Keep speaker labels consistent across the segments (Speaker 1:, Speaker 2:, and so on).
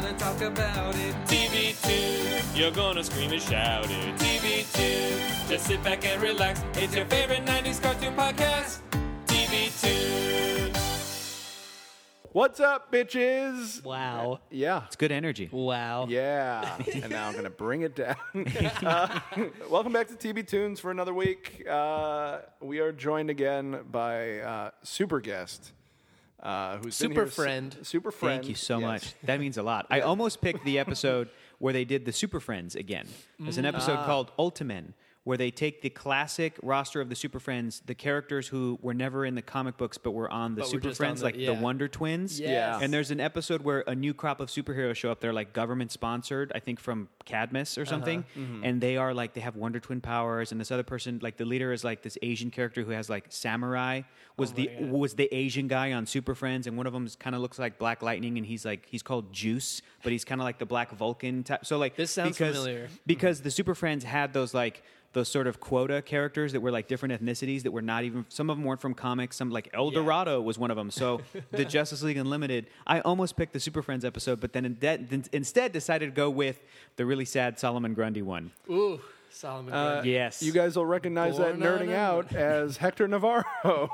Speaker 1: about it.
Speaker 2: TV2, you're gonna scream and shout it. TV2, just sit back and relax. It's your favorite 90s cartoon podcast. TV2.
Speaker 3: What's up, bitches?
Speaker 4: Wow.
Speaker 3: Yeah.
Speaker 4: It's good energy.
Speaker 1: Wow.
Speaker 3: Yeah. and now I'm going to bring it down. Uh, welcome back to TB Tunes for another week. Uh, we are joined again by uh, super guest. Uh, who's been
Speaker 1: Super
Speaker 3: here s-
Speaker 1: friend.
Speaker 3: super friend.
Speaker 4: Thank you so
Speaker 3: yes.
Speaker 4: much. That means a lot. I almost picked the episode where they did the Super Friends again. There's
Speaker 1: Mm.
Speaker 4: an episode
Speaker 1: Ah.
Speaker 4: called Ultimen, where they take the classic roster of the Super Friends, the characters who were never in the comic books but were on the
Speaker 1: But were
Speaker 4: Super
Speaker 1: just on
Speaker 4: Friends,
Speaker 1: the-
Speaker 4: like the
Speaker 1: yeah.
Speaker 4: Wonder Twins.
Speaker 1: Yes.
Speaker 4: And there's an episode where a new crop of superheroes show up. They're like government sponsored, I think from Cadmus
Speaker 1: Uh-huh.
Speaker 4: or something.
Speaker 1: Mm-hmm.
Speaker 4: And they are like, they have Wonder Twin powers. And this other person, like the leader is like this Asian character who has like samurai,
Speaker 1: Oh
Speaker 4: was the was the Asian guy on Super Friends. And one of them kind of looks like Black Lightning. And he's like, he's called Juice, but he's kind of like the Black Vulcan type. So like,
Speaker 1: This sounds
Speaker 4: because,
Speaker 1: familiar.
Speaker 4: Because the Super Friends had those like, those sort of quota characters that were like different ethnicities that were not even some of them weren't from comics some like El Dorado was one of them so the Justice League Unlimited I almost picked the Super Friends episode but then, in then instead decided to go with the really sad Solomon Grundy one Uh,
Speaker 1: Ooh, Solomon. Grundy.
Speaker 4: yes
Speaker 3: You guys will recognize that
Speaker 1: Born
Speaker 3: nerding
Speaker 1: on a-
Speaker 3: out as Hector Navarro.
Speaker 1: oh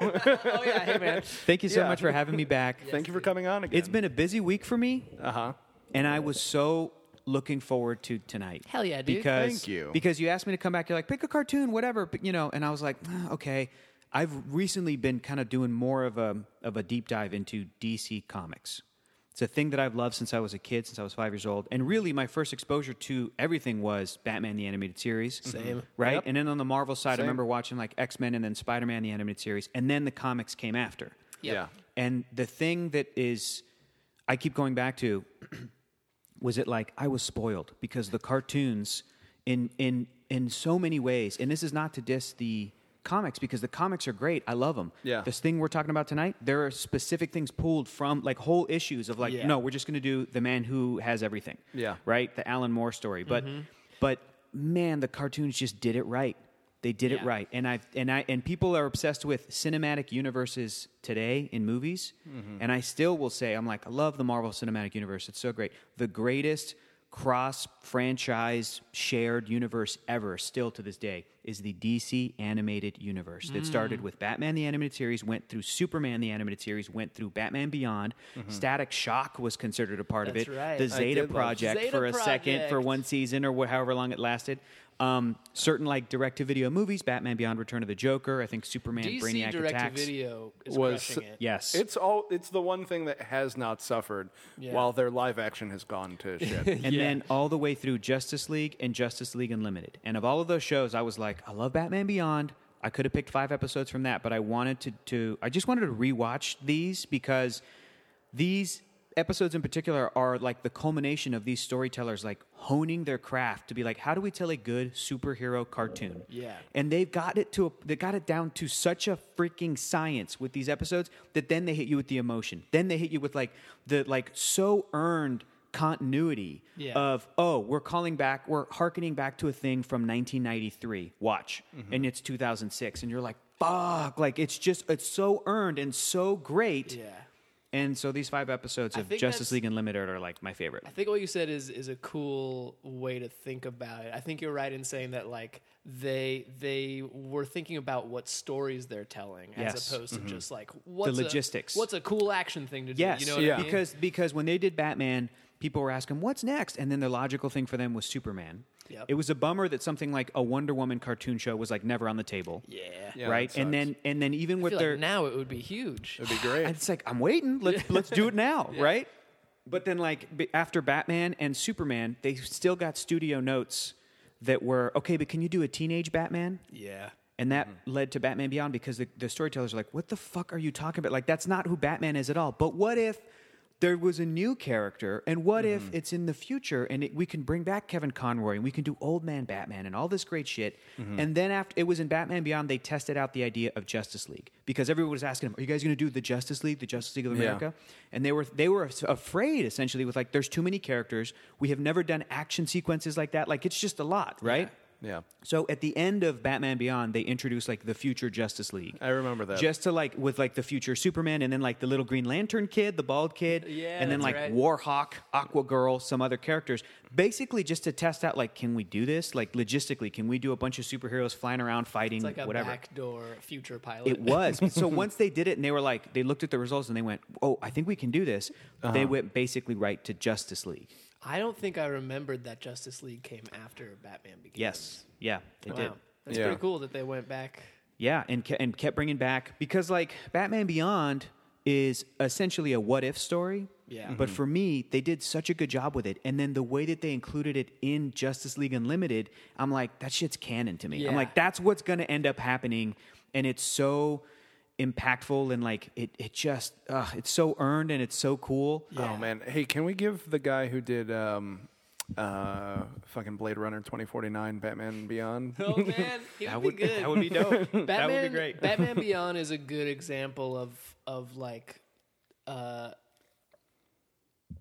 Speaker 1: yeah. Hey man.
Speaker 4: thank you so
Speaker 3: yeah.
Speaker 4: much for having me back
Speaker 3: Thank you for coming on again.
Speaker 4: it's been a busy week for me
Speaker 3: Uh huh.
Speaker 4: and I was so looking forward to tonight.
Speaker 1: Hell yeah, dude.
Speaker 4: Because,
Speaker 3: Thank you.
Speaker 4: Because you asked me to come back. You're like, pick a cartoon, whatever. But, you know, and I was like, "Ah, okay. I've recently been kind of doing more of a of a deep dive into DC Comics. It's a thing that I've loved since I was a kid, since I was five years old, and really my first exposure to everything was Batman the animated series.
Speaker 3: Mm-hmm.
Speaker 4: Same, right? And then on the Marvel side, I remember watching like X Men and then Spider Man the animated series, and then the comics came after.
Speaker 3: Yeah.
Speaker 4: And the thing that is, I keep going back to, was it like I was spoiled because the cartoons, in in in so many ways, and this is not to diss the comics because the comics are great. I love them.
Speaker 3: Yeah.
Speaker 4: This thing we're talking about tonight, there are specific things pulled from like whole issues of like,
Speaker 1: Yeah.
Speaker 4: no, we're just going to do the man who has everything.
Speaker 3: Yeah.
Speaker 4: Right. The Alan Moore story, but but man, the cartoons just did it right. They did it
Speaker 1: Yeah.
Speaker 4: right, and I and I and people are obsessed with cinematic universes today in movies, and I still will say I'm like I love the Marvel Cinematic Universe. It's so great, the greatest cross franchise shared universe ever. Still to this day is the DC animated universe that started with Batman the animated series, went through Superman the animated series, went through Batman Beyond. Static Shock was considered a part
Speaker 1: That's
Speaker 4: of it.
Speaker 1: right. I
Speaker 4: The
Speaker 3: did
Speaker 4: Zeta
Speaker 3: love
Speaker 4: Project
Speaker 1: Zeta
Speaker 4: for a second for
Speaker 1: Project.
Speaker 4: one one season or wh- however long it lasted. Um, certain like direct to video movies, Batman Beyond Return of the Joker, I think Superman
Speaker 1: DC
Speaker 4: Brainiac
Speaker 1: direct
Speaker 4: Attacks.
Speaker 1: to video is
Speaker 3: Was-
Speaker 1: crushing it.
Speaker 4: Yes.
Speaker 3: It's all. It's the one thing that has not suffered
Speaker 1: Yeah.
Speaker 3: while their live action has gone to shit.
Speaker 4: and then all the way through Justice League and Justice League Unlimited. And of all of those shows, I was like, I love Batman Beyond. I could have picked five episodes from that, but I wanted to, to I just wanted to rewatch these because these episodes in particular are like the culmination of these storytellers like honing their craft to be like, how do we tell a good superhero cartoon?
Speaker 1: Yeah.
Speaker 4: And they've got it to a, they got it down to such a freaking science with these episodes that then they hit you with the emotion. Then they hit you with like the like so earned continuity
Speaker 1: Yeah.
Speaker 4: of oh we're calling back we're hearkening back to a thing from 1993 watch
Speaker 1: Mm-hmm.
Speaker 4: and it's 2006 and you're like fuck like it's just it's so earned and so great
Speaker 1: Yeah.
Speaker 4: and so these five episodes of
Speaker 1: think
Speaker 4: Justice
Speaker 1: that's-
Speaker 4: League Unlimited are like my favorite
Speaker 1: I think what you said is is a cool way to think about it. I think you're right in saying that like they they were thinking about what stories they're telling as
Speaker 4: Yes. Mm-hmm.
Speaker 1: opposed to just like what's
Speaker 4: logistics.
Speaker 1: A, what's a cool action thing to do?
Speaker 4: Yes,
Speaker 1: You know what I mean?
Speaker 4: because because when they did Batman, people were asking what's next, and then the logical thing for them was Superman.
Speaker 1: Yep.
Speaker 4: It was a bummer that something like a Wonder Woman cartoon show was like never on the table.
Speaker 1: yeah.
Speaker 3: Yeah,
Speaker 4: right,
Speaker 3: that
Speaker 4: and
Speaker 3: sucks.
Speaker 4: then and then even
Speaker 1: I
Speaker 4: with
Speaker 1: feel
Speaker 4: their
Speaker 1: like now it would be huge.
Speaker 3: It'd be great.
Speaker 4: it's like I'm waiting. Let's let's do it now, right? But then like b- after Batman and Superman, they still got studio notes that were okay. But can you do a teenage Batman?
Speaker 1: Yeah.
Speaker 4: And that led to Batman Beyond because the, the storytellers are like, what the fuck are you talking about? Like, that's not who Batman is at all. But what if there was a new character? And what if it's in the future and it, we can bring back Kevin Conroy and we can do Old Man Batman and all this great shit? And then after it was in Batman Beyond, they tested out the idea of Justice League because everyone was asking them, are you guys going to do the Justice League, the Justice League of America? And they were, they were af- afraid essentially with like, there's too many characters. We have never done action sequences like that. Like, it's just a lot, right?
Speaker 3: Yeah.
Speaker 4: So at the end of Batman Beyond, they introduce like the future Justice League.
Speaker 3: I remember that.
Speaker 4: Just to like with like the future Superman and then like the little Green Lantern kid, the bald kid,
Speaker 1: Yeah,
Speaker 4: and then
Speaker 1: that's
Speaker 4: like
Speaker 1: right.
Speaker 4: Warhawk, Aqua Girl, some other characters. Basically, just to test out like, can we do this? Like logistically, can we do a bunch of superheroes flying around fighting
Speaker 1: It's like a
Speaker 4: whatever?
Speaker 1: backdoor future pilot.
Speaker 4: It was. so once they did it and they were like, they looked at the results and they went, oh, I think we can do this. They
Speaker 1: Uh-huh.
Speaker 4: went basically right to Justice League.
Speaker 1: I don't think I remembered that Justice League came after Batman Begins.
Speaker 4: Yes. Yeah, they
Speaker 1: Wow.
Speaker 4: did.
Speaker 1: That's
Speaker 3: Yeah.
Speaker 1: pretty cool that they went back.
Speaker 4: Yeah, and, ke- and kept bringing back because like Batman Beyond is essentially a what if story.
Speaker 1: Yeah.
Speaker 3: Mm-hmm.
Speaker 4: But for me, they did such a good job with it. And then the way that they included it in Justice League Unlimited, I'm like, that shit's canon to me. I'm
Speaker 1: Yeah.
Speaker 4: like, that's what's going to end up happening. And it's so impactful and like it, it just, uh, it's so earned and it's so cool.
Speaker 3: Oh man. Hey, can we give the guy who did um, uh, fucking Blade Runner 2049, Batman Beyond?
Speaker 1: Oh man, he would, be good.
Speaker 4: That would be dope.
Speaker 1: Batman,
Speaker 4: that would be great.
Speaker 1: Batman Beyond is a good example of of like uh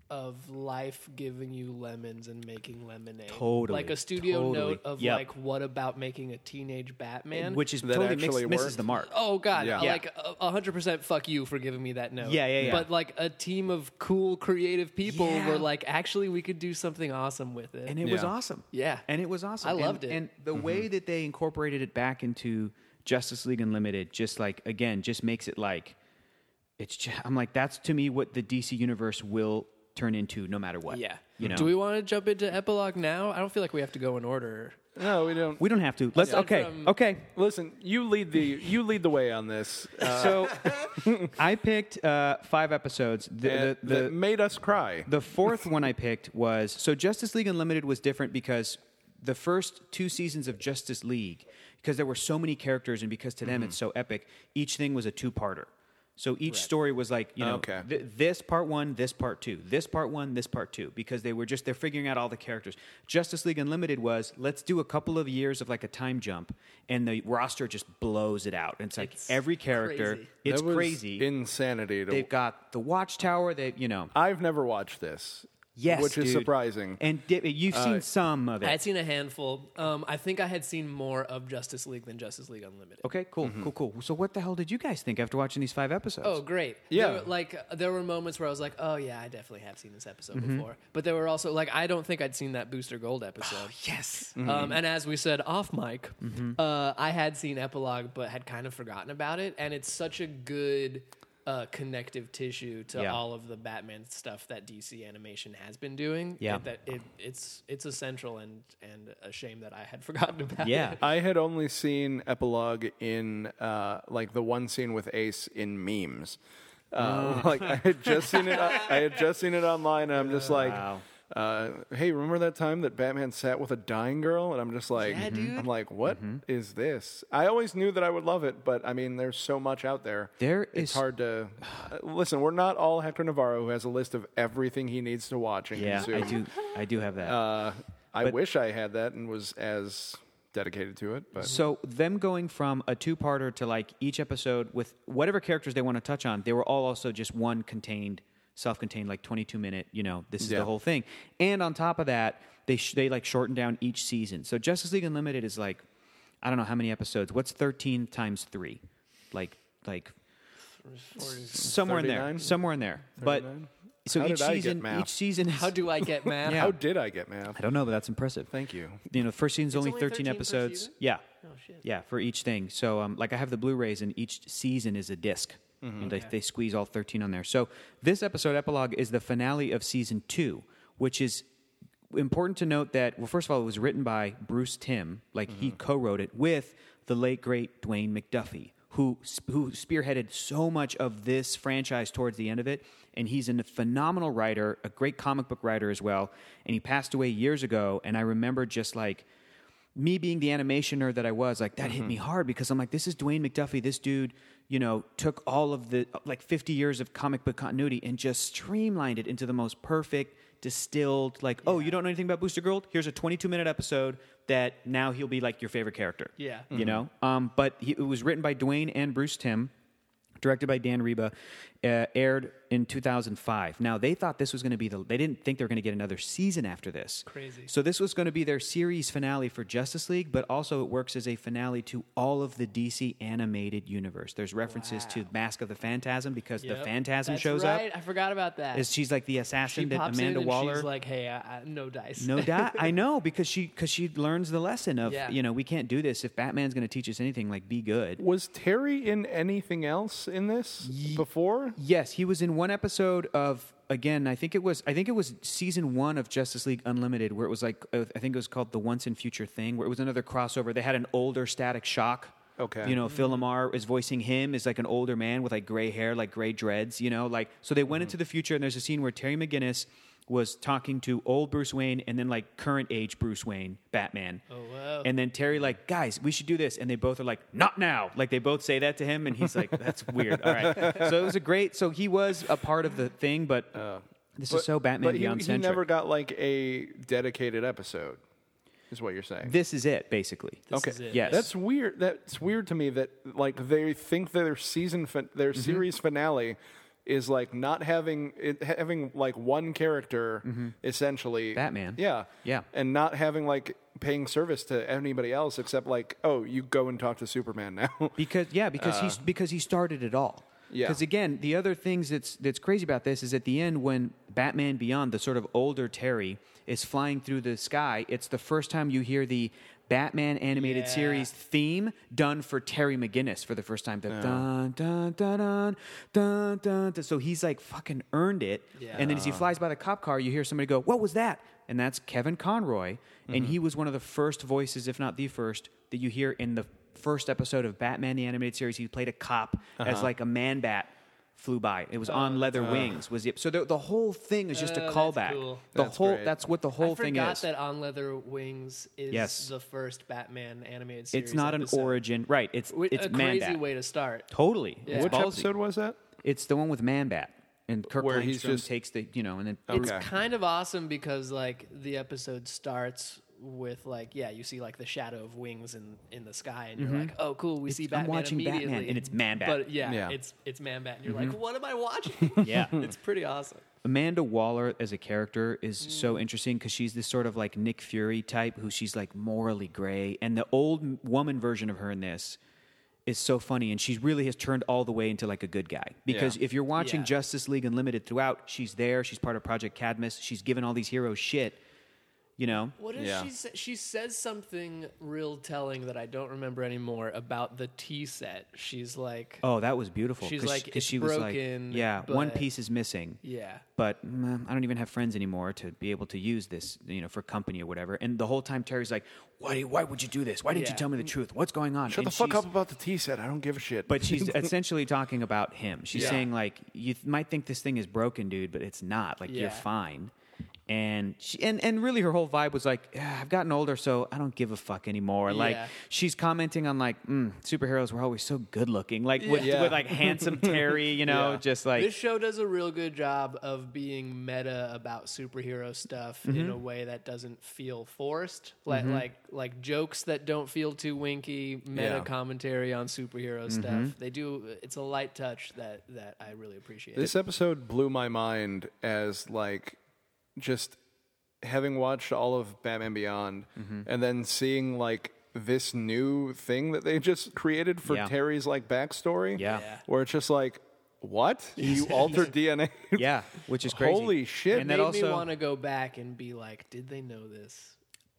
Speaker 1: of life giving you lemons and making lemonade.
Speaker 4: Totally,
Speaker 1: Like a studio
Speaker 4: totally.
Speaker 1: note of
Speaker 4: Yep.
Speaker 1: like what about making a teenage Batman?
Speaker 4: Which is
Speaker 3: That
Speaker 4: totally
Speaker 3: actually
Speaker 4: mixed, misses
Speaker 3: worked.
Speaker 4: the mark.
Speaker 1: Oh god,
Speaker 3: Yeah.
Speaker 1: like a- a hundred percent. Fuck you for giving me that note.
Speaker 4: Yeah, yeah, yeah.
Speaker 1: But like a team of cool, creative people
Speaker 4: Yeah.
Speaker 1: were like, actually, we could do something awesome with it.
Speaker 4: and it was
Speaker 3: Yeah.
Speaker 4: awesome.
Speaker 1: Yeah.
Speaker 4: and it was awesome.
Speaker 1: I
Speaker 4: And-
Speaker 1: loved it.
Speaker 4: and the way that they incorporated it back into Justice League Unlimited, just like again, just makes it like it's. Just, I'm like, that's to me what the DC universe will turn into, no matter what.
Speaker 1: yeah,
Speaker 4: you know.
Speaker 1: Mm-hmm. Do we want to jump into epilogue now? I don't feel like we have to go in order.
Speaker 3: No, we don't.
Speaker 4: We don't have to. Let's.
Speaker 1: Aside
Speaker 4: Okay.
Speaker 1: from-
Speaker 4: okay.
Speaker 3: Listen, you lead the you lead the way on this. Uh,
Speaker 4: So I picked uh, five episodes. The, the,
Speaker 3: and
Speaker 4: the,
Speaker 3: that made us cry.
Speaker 4: The fourth one I picked was so Justice League Unlimited was different because the first two seasons of Justice League, because there were so many characters and because to them it's
Speaker 1: Mm-hmm.
Speaker 4: so epic, each thing was a two parter. So each story was like, you know,
Speaker 3: Okay.
Speaker 4: th- this part one, this part two, this part one, this part two, because they were just, they're figuring out all the characters. Justice League Unlimited was, let's do a couple of years of like a time jump, and the roster just blows it out. And it's like
Speaker 1: It's
Speaker 4: every character,
Speaker 1: crazy.
Speaker 4: it's
Speaker 3: That was
Speaker 4: crazy.
Speaker 3: Insanity. To,
Speaker 4: They've got the Watchtower, they, you know.
Speaker 3: I've never watched this.
Speaker 4: Yes,
Speaker 3: which is
Speaker 4: dude.
Speaker 3: surprising. Uh,
Speaker 4: And di- you've seen some of it.
Speaker 1: I had seen a handful. Um, I think I had seen more of Justice League than Justice League Unlimited.
Speaker 4: okay, cool,
Speaker 3: Mm-hmm.
Speaker 4: cool, cool. So what the hell did you guys think after watching these five episodes?
Speaker 1: Oh, great!
Speaker 3: Yeah.
Speaker 1: there were, like there were moments where I was like, "Oh yeah, I definitely have seen this episode
Speaker 4: Mm-hmm.
Speaker 1: before," but there were also like I don't think I'd seen that Booster Gold episode.
Speaker 4: Oh, yes. Mm-hmm.
Speaker 1: Um, and as we said off mic, uh, I had seen Epilogue but had kind of forgotten about it. And it's such a good uh, connective tissue to
Speaker 4: Yeah.
Speaker 1: all of the Batman stuff that DC animation has been doing.
Speaker 4: Yeah.
Speaker 1: It- that it, it's it's essential and and a shame that I had forgotten about
Speaker 4: Yeah.
Speaker 1: it.
Speaker 3: I had only seen epilogue in uh, like the one scene with Ace in memes.
Speaker 4: Mm.
Speaker 3: Uh, like I had just seen it. I had just seen it online, and I'm just like,
Speaker 4: Wow.
Speaker 3: uh, "Hey, remember that time that Batman sat with a dying girl?" And I'm just like, mm-hmm.
Speaker 1: Yeah, dude.
Speaker 3: "I'm like, what is
Speaker 4: Mm-hmm.
Speaker 3: this?" I always knew that I would love it, but I mean, there's so much out there.
Speaker 4: There
Speaker 3: it's
Speaker 4: is-
Speaker 3: hard to uh, listen. We're not all Hector Navarro who has a list of everything he needs to watch and
Speaker 4: Yeah, I
Speaker 3: consume.
Speaker 4: do. I do have that.
Speaker 3: Uh, I
Speaker 4: But-
Speaker 3: wish I had that and was as dedicated to it, but.
Speaker 4: so them going from a two-parter to like each episode with whatever characters they want to touch on, they were all also just one contained, self-contained, like twenty-two minute. You know, this is
Speaker 3: Yeah.
Speaker 4: the whole thing. And on top of that, they sh- they like shortened down each season. So Justice League Unlimited is like, I don't know how many episodes. What's thirteen times three? Like like somewhere
Speaker 3: 39?
Speaker 4: in there, somewhere in there. But so
Speaker 3: How
Speaker 4: each
Speaker 3: did I get
Speaker 4: season,
Speaker 3: math?
Speaker 4: each season, is,
Speaker 1: How do I get mad?
Speaker 4: Yeah.
Speaker 3: How did I get math?
Speaker 4: I don't know, but that's impressive.
Speaker 3: Thank you.
Speaker 4: You know, the first season's only,
Speaker 1: only 13
Speaker 4: 13,
Speaker 1: per
Speaker 4: episodes.
Speaker 1: season?
Speaker 4: Yeah.
Speaker 1: Oh, shit.
Speaker 4: Yeah, for each thing. So, um, like, I have the Blu-rays, and each season is a disk And they, they squeeze all 13 on there. So, this episode, Epilogue, is the finale of season two, which is important to note that, well, first of all, it was written by Bruce Timm. Like, he co wrote it with the late, great Dwayne McDuffie, who, sp- who spearheaded so much of this franchise towards the end of it. And he's a phenomenal writer, a great comic book writer as well. And he passed away years ago. And I remember just like, me being the animation nerd that I was, like that hit me hard because I'm like, this is Dwayne McDuffie. This dude, you know, took all of the like 50 years of comic book continuity and just streamlined it into the most perfect, distilled, like, oh, you don't know anything about Booster Gold? Here's a 22 minute episode that now he'll be like your favorite character.
Speaker 1: Yeah.
Speaker 4: You know? Um, but he, it was written by Dwayne and Bruce Timm, directed by Dan Reba, uh, aired in 2005. Now they thought this was going to be the they didn't think they were going to get another season after this.
Speaker 1: Crazy.
Speaker 4: So this was going to be their series finale for Justice League, but also it works as a finale to all of the DC animated universe. There's references to Mask of the Phantasm because the
Speaker 1: Yep.
Speaker 4: Phantasm
Speaker 1: That's
Speaker 4: shows
Speaker 1: right.
Speaker 4: up.
Speaker 1: I forgot about that.
Speaker 4: Is she's like the assassin
Speaker 1: she
Speaker 4: that
Speaker 1: pops
Speaker 4: Amanda
Speaker 1: in and
Speaker 4: Waller
Speaker 1: she's like, "Hey, I, I, no dice."
Speaker 4: no doubt. I know because she because she learns the lesson of
Speaker 1: Yeah.
Speaker 4: you know we can't do this if Batman's going to teach us anything like be good.
Speaker 3: Was Terry in anything else in this before?
Speaker 4: Yes, he was in one episode of again. I think it was I think it was season one of Justice League Unlimited where it was like uh, I think it was called the Once in Future thing where it was another crossover. They had an older Static Shock.
Speaker 3: Okay.
Speaker 4: You know,
Speaker 3: Mm-hmm.
Speaker 4: Phil Lamar is voicing him is like an older man with like gray hair, like gray dreads. You know, like so they
Speaker 3: Mm-hmm.
Speaker 4: went into the future and there's a scene where Terry McGinnis was talking to old Bruce Wayne and then like current age Bruce Wayne, Batman. Oh
Speaker 1: wow.
Speaker 4: And then Terry like, guys, we should do this, and they both are like, not now. Like they both say that to him, and he's like, that's weird. All right. So it was a great. So he was a part of the thing, but this is so Batman
Speaker 3: Uh, but he,
Speaker 4: Beyond
Speaker 3: he
Speaker 4: centric.
Speaker 3: never got like a dedicated episode, is what you're saying.
Speaker 4: This is it, basically.
Speaker 3: okay.
Speaker 1: is it.
Speaker 4: Yes.
Speaker 3: That's weird. That's weird to me that like they think that their season fin- their series finale is like not having it having like one character essentially
Speaker 4: Batman.
Speaker 3: Yeah.
Speaker 4: Yeah.
Speaker 3: And not having like paying service to anybody else except like, oh, you go and talk to Superman now.
Speaker 4: because yeah because he's because he started it all
Speaker 3: Yeah.
Speaker 4: because again the other things that's that's crazy about this is at the end when batman beyond the sort of older terry is flying through the sky it's the first time you hear the batman animated
Speaker 1: Yeah.
Speaker 4: series theme done for terry mcginnis for the first time the dun, dun, dun, dun, dun, dun, dun. so he's like fucking earned it and then as he flies by the cop car you hear somebody go what was that and that's kevin conroy and
Speaker 3: Mm-hmm.
Speaker 4: he was one of the first voices if not the first that you hear in the first episode of Batman the animated series. He played a cop
Speaker 3: Uh-huh.
Speaker 4: as like a man bat flew by. It was
Speaker 3: Oh,
Speaker 4: on leather
Speaker 3: uh.
Speaker 4: wings. Was the, so the, the whole thing is just
Speaker 1: Oh,
Speaker 4: a
Speaker 1: that's
Speaker 4: callback.
Speaker 1: cool.
Speaker 4: The
Speaker 3: That's
Speaker 4: whole
Speaker 3: great.
Speaker 4: that's what the whole
Speaker 1: I
Speaker 4: thing
Speaker 1: forgot
Speaker 4: is.
Speaker 1: that On Leather Wings is
Speaker 4: Yes.
Speaker 1: the first Batman animated series.
Speaker 4: it's not an
Speaker 1: episode.
Speaker 4: origin, right? It's
Speaker 1: Wi-
Speaker 4: it's
Speaker 1: a
Speaker 4: man
Speaker 1: crazy
Speaker 4: bat.
Speaker 1: way to start.
Speaker 4: Totally.
Speaker 1: Yeah.
Speaker 4: It's
Speaker 3: Which
Speaker 4: ballsy.
Speaker 3: episode was that?
Speaker 4: It's the one with man bat and Kirk
Speaker 3: Where he's
Speaker 4: Langstrom
Speaker 3: just-
Speaker 4: takes the you know and then
Speaker 1: It's
Speaker 3: Okay.
Speaker 1: kind of awesome because like the episode starts with like yeah you see like the shadow of wings in in the sky and you're like oh cool we see
Speaker 4: Mm-hmm. I'm
Speaker 1: Batman
Speaker 4: watching Batman,
Speaker 1: immediately
Speaker 4: and it's Man Bat. Mm-hmm.
Speaker 1: but yeah,
Speaker 3: Yeah.
Speaker 1: it's it's Man Bat and you're like what am I watching
Speaker 4: Yeah.
Speaker 1: it's pretty awesome
Speaker 4: Amanda Waller as a character is so interesting because she's this sort of like Nick Fury type who she's like morally gray. And the old m- woman version of her in this is so funny. And she really has turned all the way into like a good guy. Because
Speaker 3: Yeah.
Speaker 4: if you're watching
Speaker 1: Yeah.
Speaker 4: Justice League Unlimited throughout, she's there. She's part of Project Cadmus. She's given all these heroes shit, you know?
Speaker 1: What is
Speaker 3: Yeah.
Speaker 1: she? Say? She says something real telling that I don't remember anymore about the tea set. She's like,
Speaker 4: Oh, that was beautiful.
Speaker 1: She's
Speaker 4: 'cause-
Speaker 1: like,
Speaker 4: 'cause
Speaker 1: "It's
Speaker 4: she
Speaker 1: broken,
Speaker 4: was like, yeah, one
Speaker 1: but-
Speaker 4: piece is missing.
Speaker 1: yeah,
Speaker 4: but mm, I don't even have friends anymore to be able to use this, you know, for company or whatever. And the whole time Terry's like, "Why? Why would you do this? Why didn't
Speaker 1: Yeah.
Speaker 4: you tell me the truth? What's going on?"
Speaker 3: Shut
Speaker 4: And
Speaker 3: the fuck
Speaker 4: she's-
Speaker 3: up about the T set. I don't give a shit.
Speaker 4: But she's essentially talking about him. She's
Speaker 1: Yeah.
Speaker 4: saying like, "You th- might think this thing is broken, dude, but it's not. Like,
Speaker 1: Yeah.
Speaker 4: you're fine." And she, and and really, her whole vibe was like, "Ah, "I've gotten older, so I don't give a fuck anymore." Like,
Speaker 1: Yeah.
Speaker 4: she's commenting on like, mm, "Superheroes were always so good looking, like with,
Speaker 1: Yeah.
Speaker 4: with like handsome Terry, you know,
Speaker 3: Yeah.
Speaker 4: just like
Speaker 1: this show does a real good job of being meta about superhero stuff
Speaker 4: Mm-hmm.
Speaker 1: in a way that doesn't feel forced, like like like jokes that don't feel too winky, meta
Speaker 3: Yeah.
Speaker 1: commentary on superhero
Speaker 4: Mm-hmm.
Speaker 1: stuff. They do. It's a light touch that that I really appreciate.
Speaker 3: This episode blew my mind as like just having watched all of Batman Beyond
Speaker 4: Mm-hmm.
Speaker 3: and then seeing like this new thing that they just created for
Speaker 4: Yeah.
Speaker 3: Terry's like backstory.
Speaker 4: Yeah. Yeah.
Speaker 3: Where it's just like, what? You altered DNA?
Speaker 4: yeah, which is crazy.
Speaker 3: Holy shit.
Speaker 1: it
Speaker 4: And
Speaker 1: made
Speaker 4: that
Speaker 1: me
Speaker 4: also-
Speaker 1: want to go back and be like, did they know this?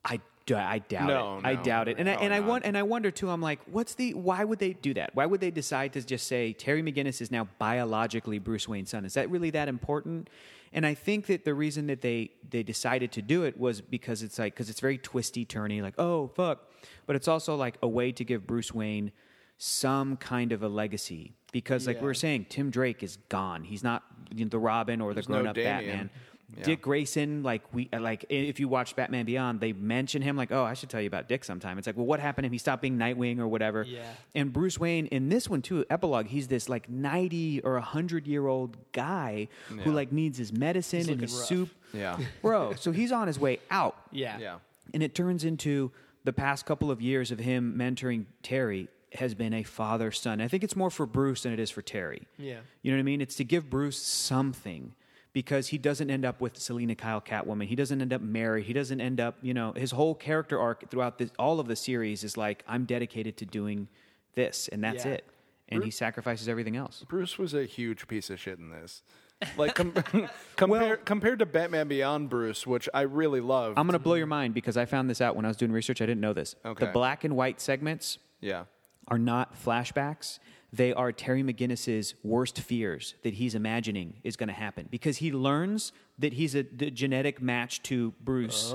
Speaker 4: I, d- I doubt
Speaker 3: No,
Speaker 4: it. I
Speaker 3: no,
Speaker 4: doubt it. And I,
Speaker 3: no,
Speaker 4: and I
Speaker 3: no.
Speaker 4: want and I wonder too. I'm like, what's the why would they do that? Why would they decide to just say Terry McGinnis is now biologically Bruce Wayne's son? Is that really that important? And I think that the reason that they they decided to do it was because it's like because it's very twisty turny, like oh fuck, but it's also like a way to give Bruce Wayne some kind of a legacy because like we were saying, Tim Drake is gone. He's not you know, the Robin or the
Speaker 3: no
Speaker 4: grown up
Speaker 3: Damian.
Speaker 4: Batman.
Speaker 3: Yeah.
Speaker 4: Dick Grayson, like we, uh, like if you watch Batman Beyond, they mention him like, oh, I should tell you about Dick sometime. It's like, well, what happened to him? He stopped being Nightwing or whatever.
Speaker 1: Yeah.
Speaker 4: And Bruce Wayne in this one too, epilogue, he's this like ninety or hundred year old guy who like needs his medicine and his
Speaker 1: looking rough.
Speaker 4: soup,
Speaker 3: Yeah.
Speaker 4: bro. So he's on his way out.
Speaker 1: Yeah,
Speaker 3: Yeah.
Speaker 4: And it turns into the past couple of years of him mentoring Terry has been a father son. I think it's more for Bruce than it is for Terry.
Speaker 1: Yeah.
Speaker 4: You know what I mean? It's to give Bruce something because he doesn't end up with Selena Kyle Catwoman. He doesn't end up married. He doesn't end up, you know, his whole character arc throughout this, all of the series is like, I'm dedicated to doing this, and that's
Speaker 1: Yeah.
Speaker 4: it. And he sacrifices everything else.
Speaker 3: Bruce was a huge piece of shit in this. Like com- compare, compared to Batman Beyond Bruce, which I really love.
Speaker 4: I'm going to blow your mind because I found this out when I was doing research. I didn't know this.
Speaker 3: Okay.
Speaker 4: The black and white segments
Speaker 3: yeah.
Speaker 4: are not flashbacks. They are Terry McGinnis's worst fears that he's imagining is going to happen because he learns that he's a the genetic match to Bruce.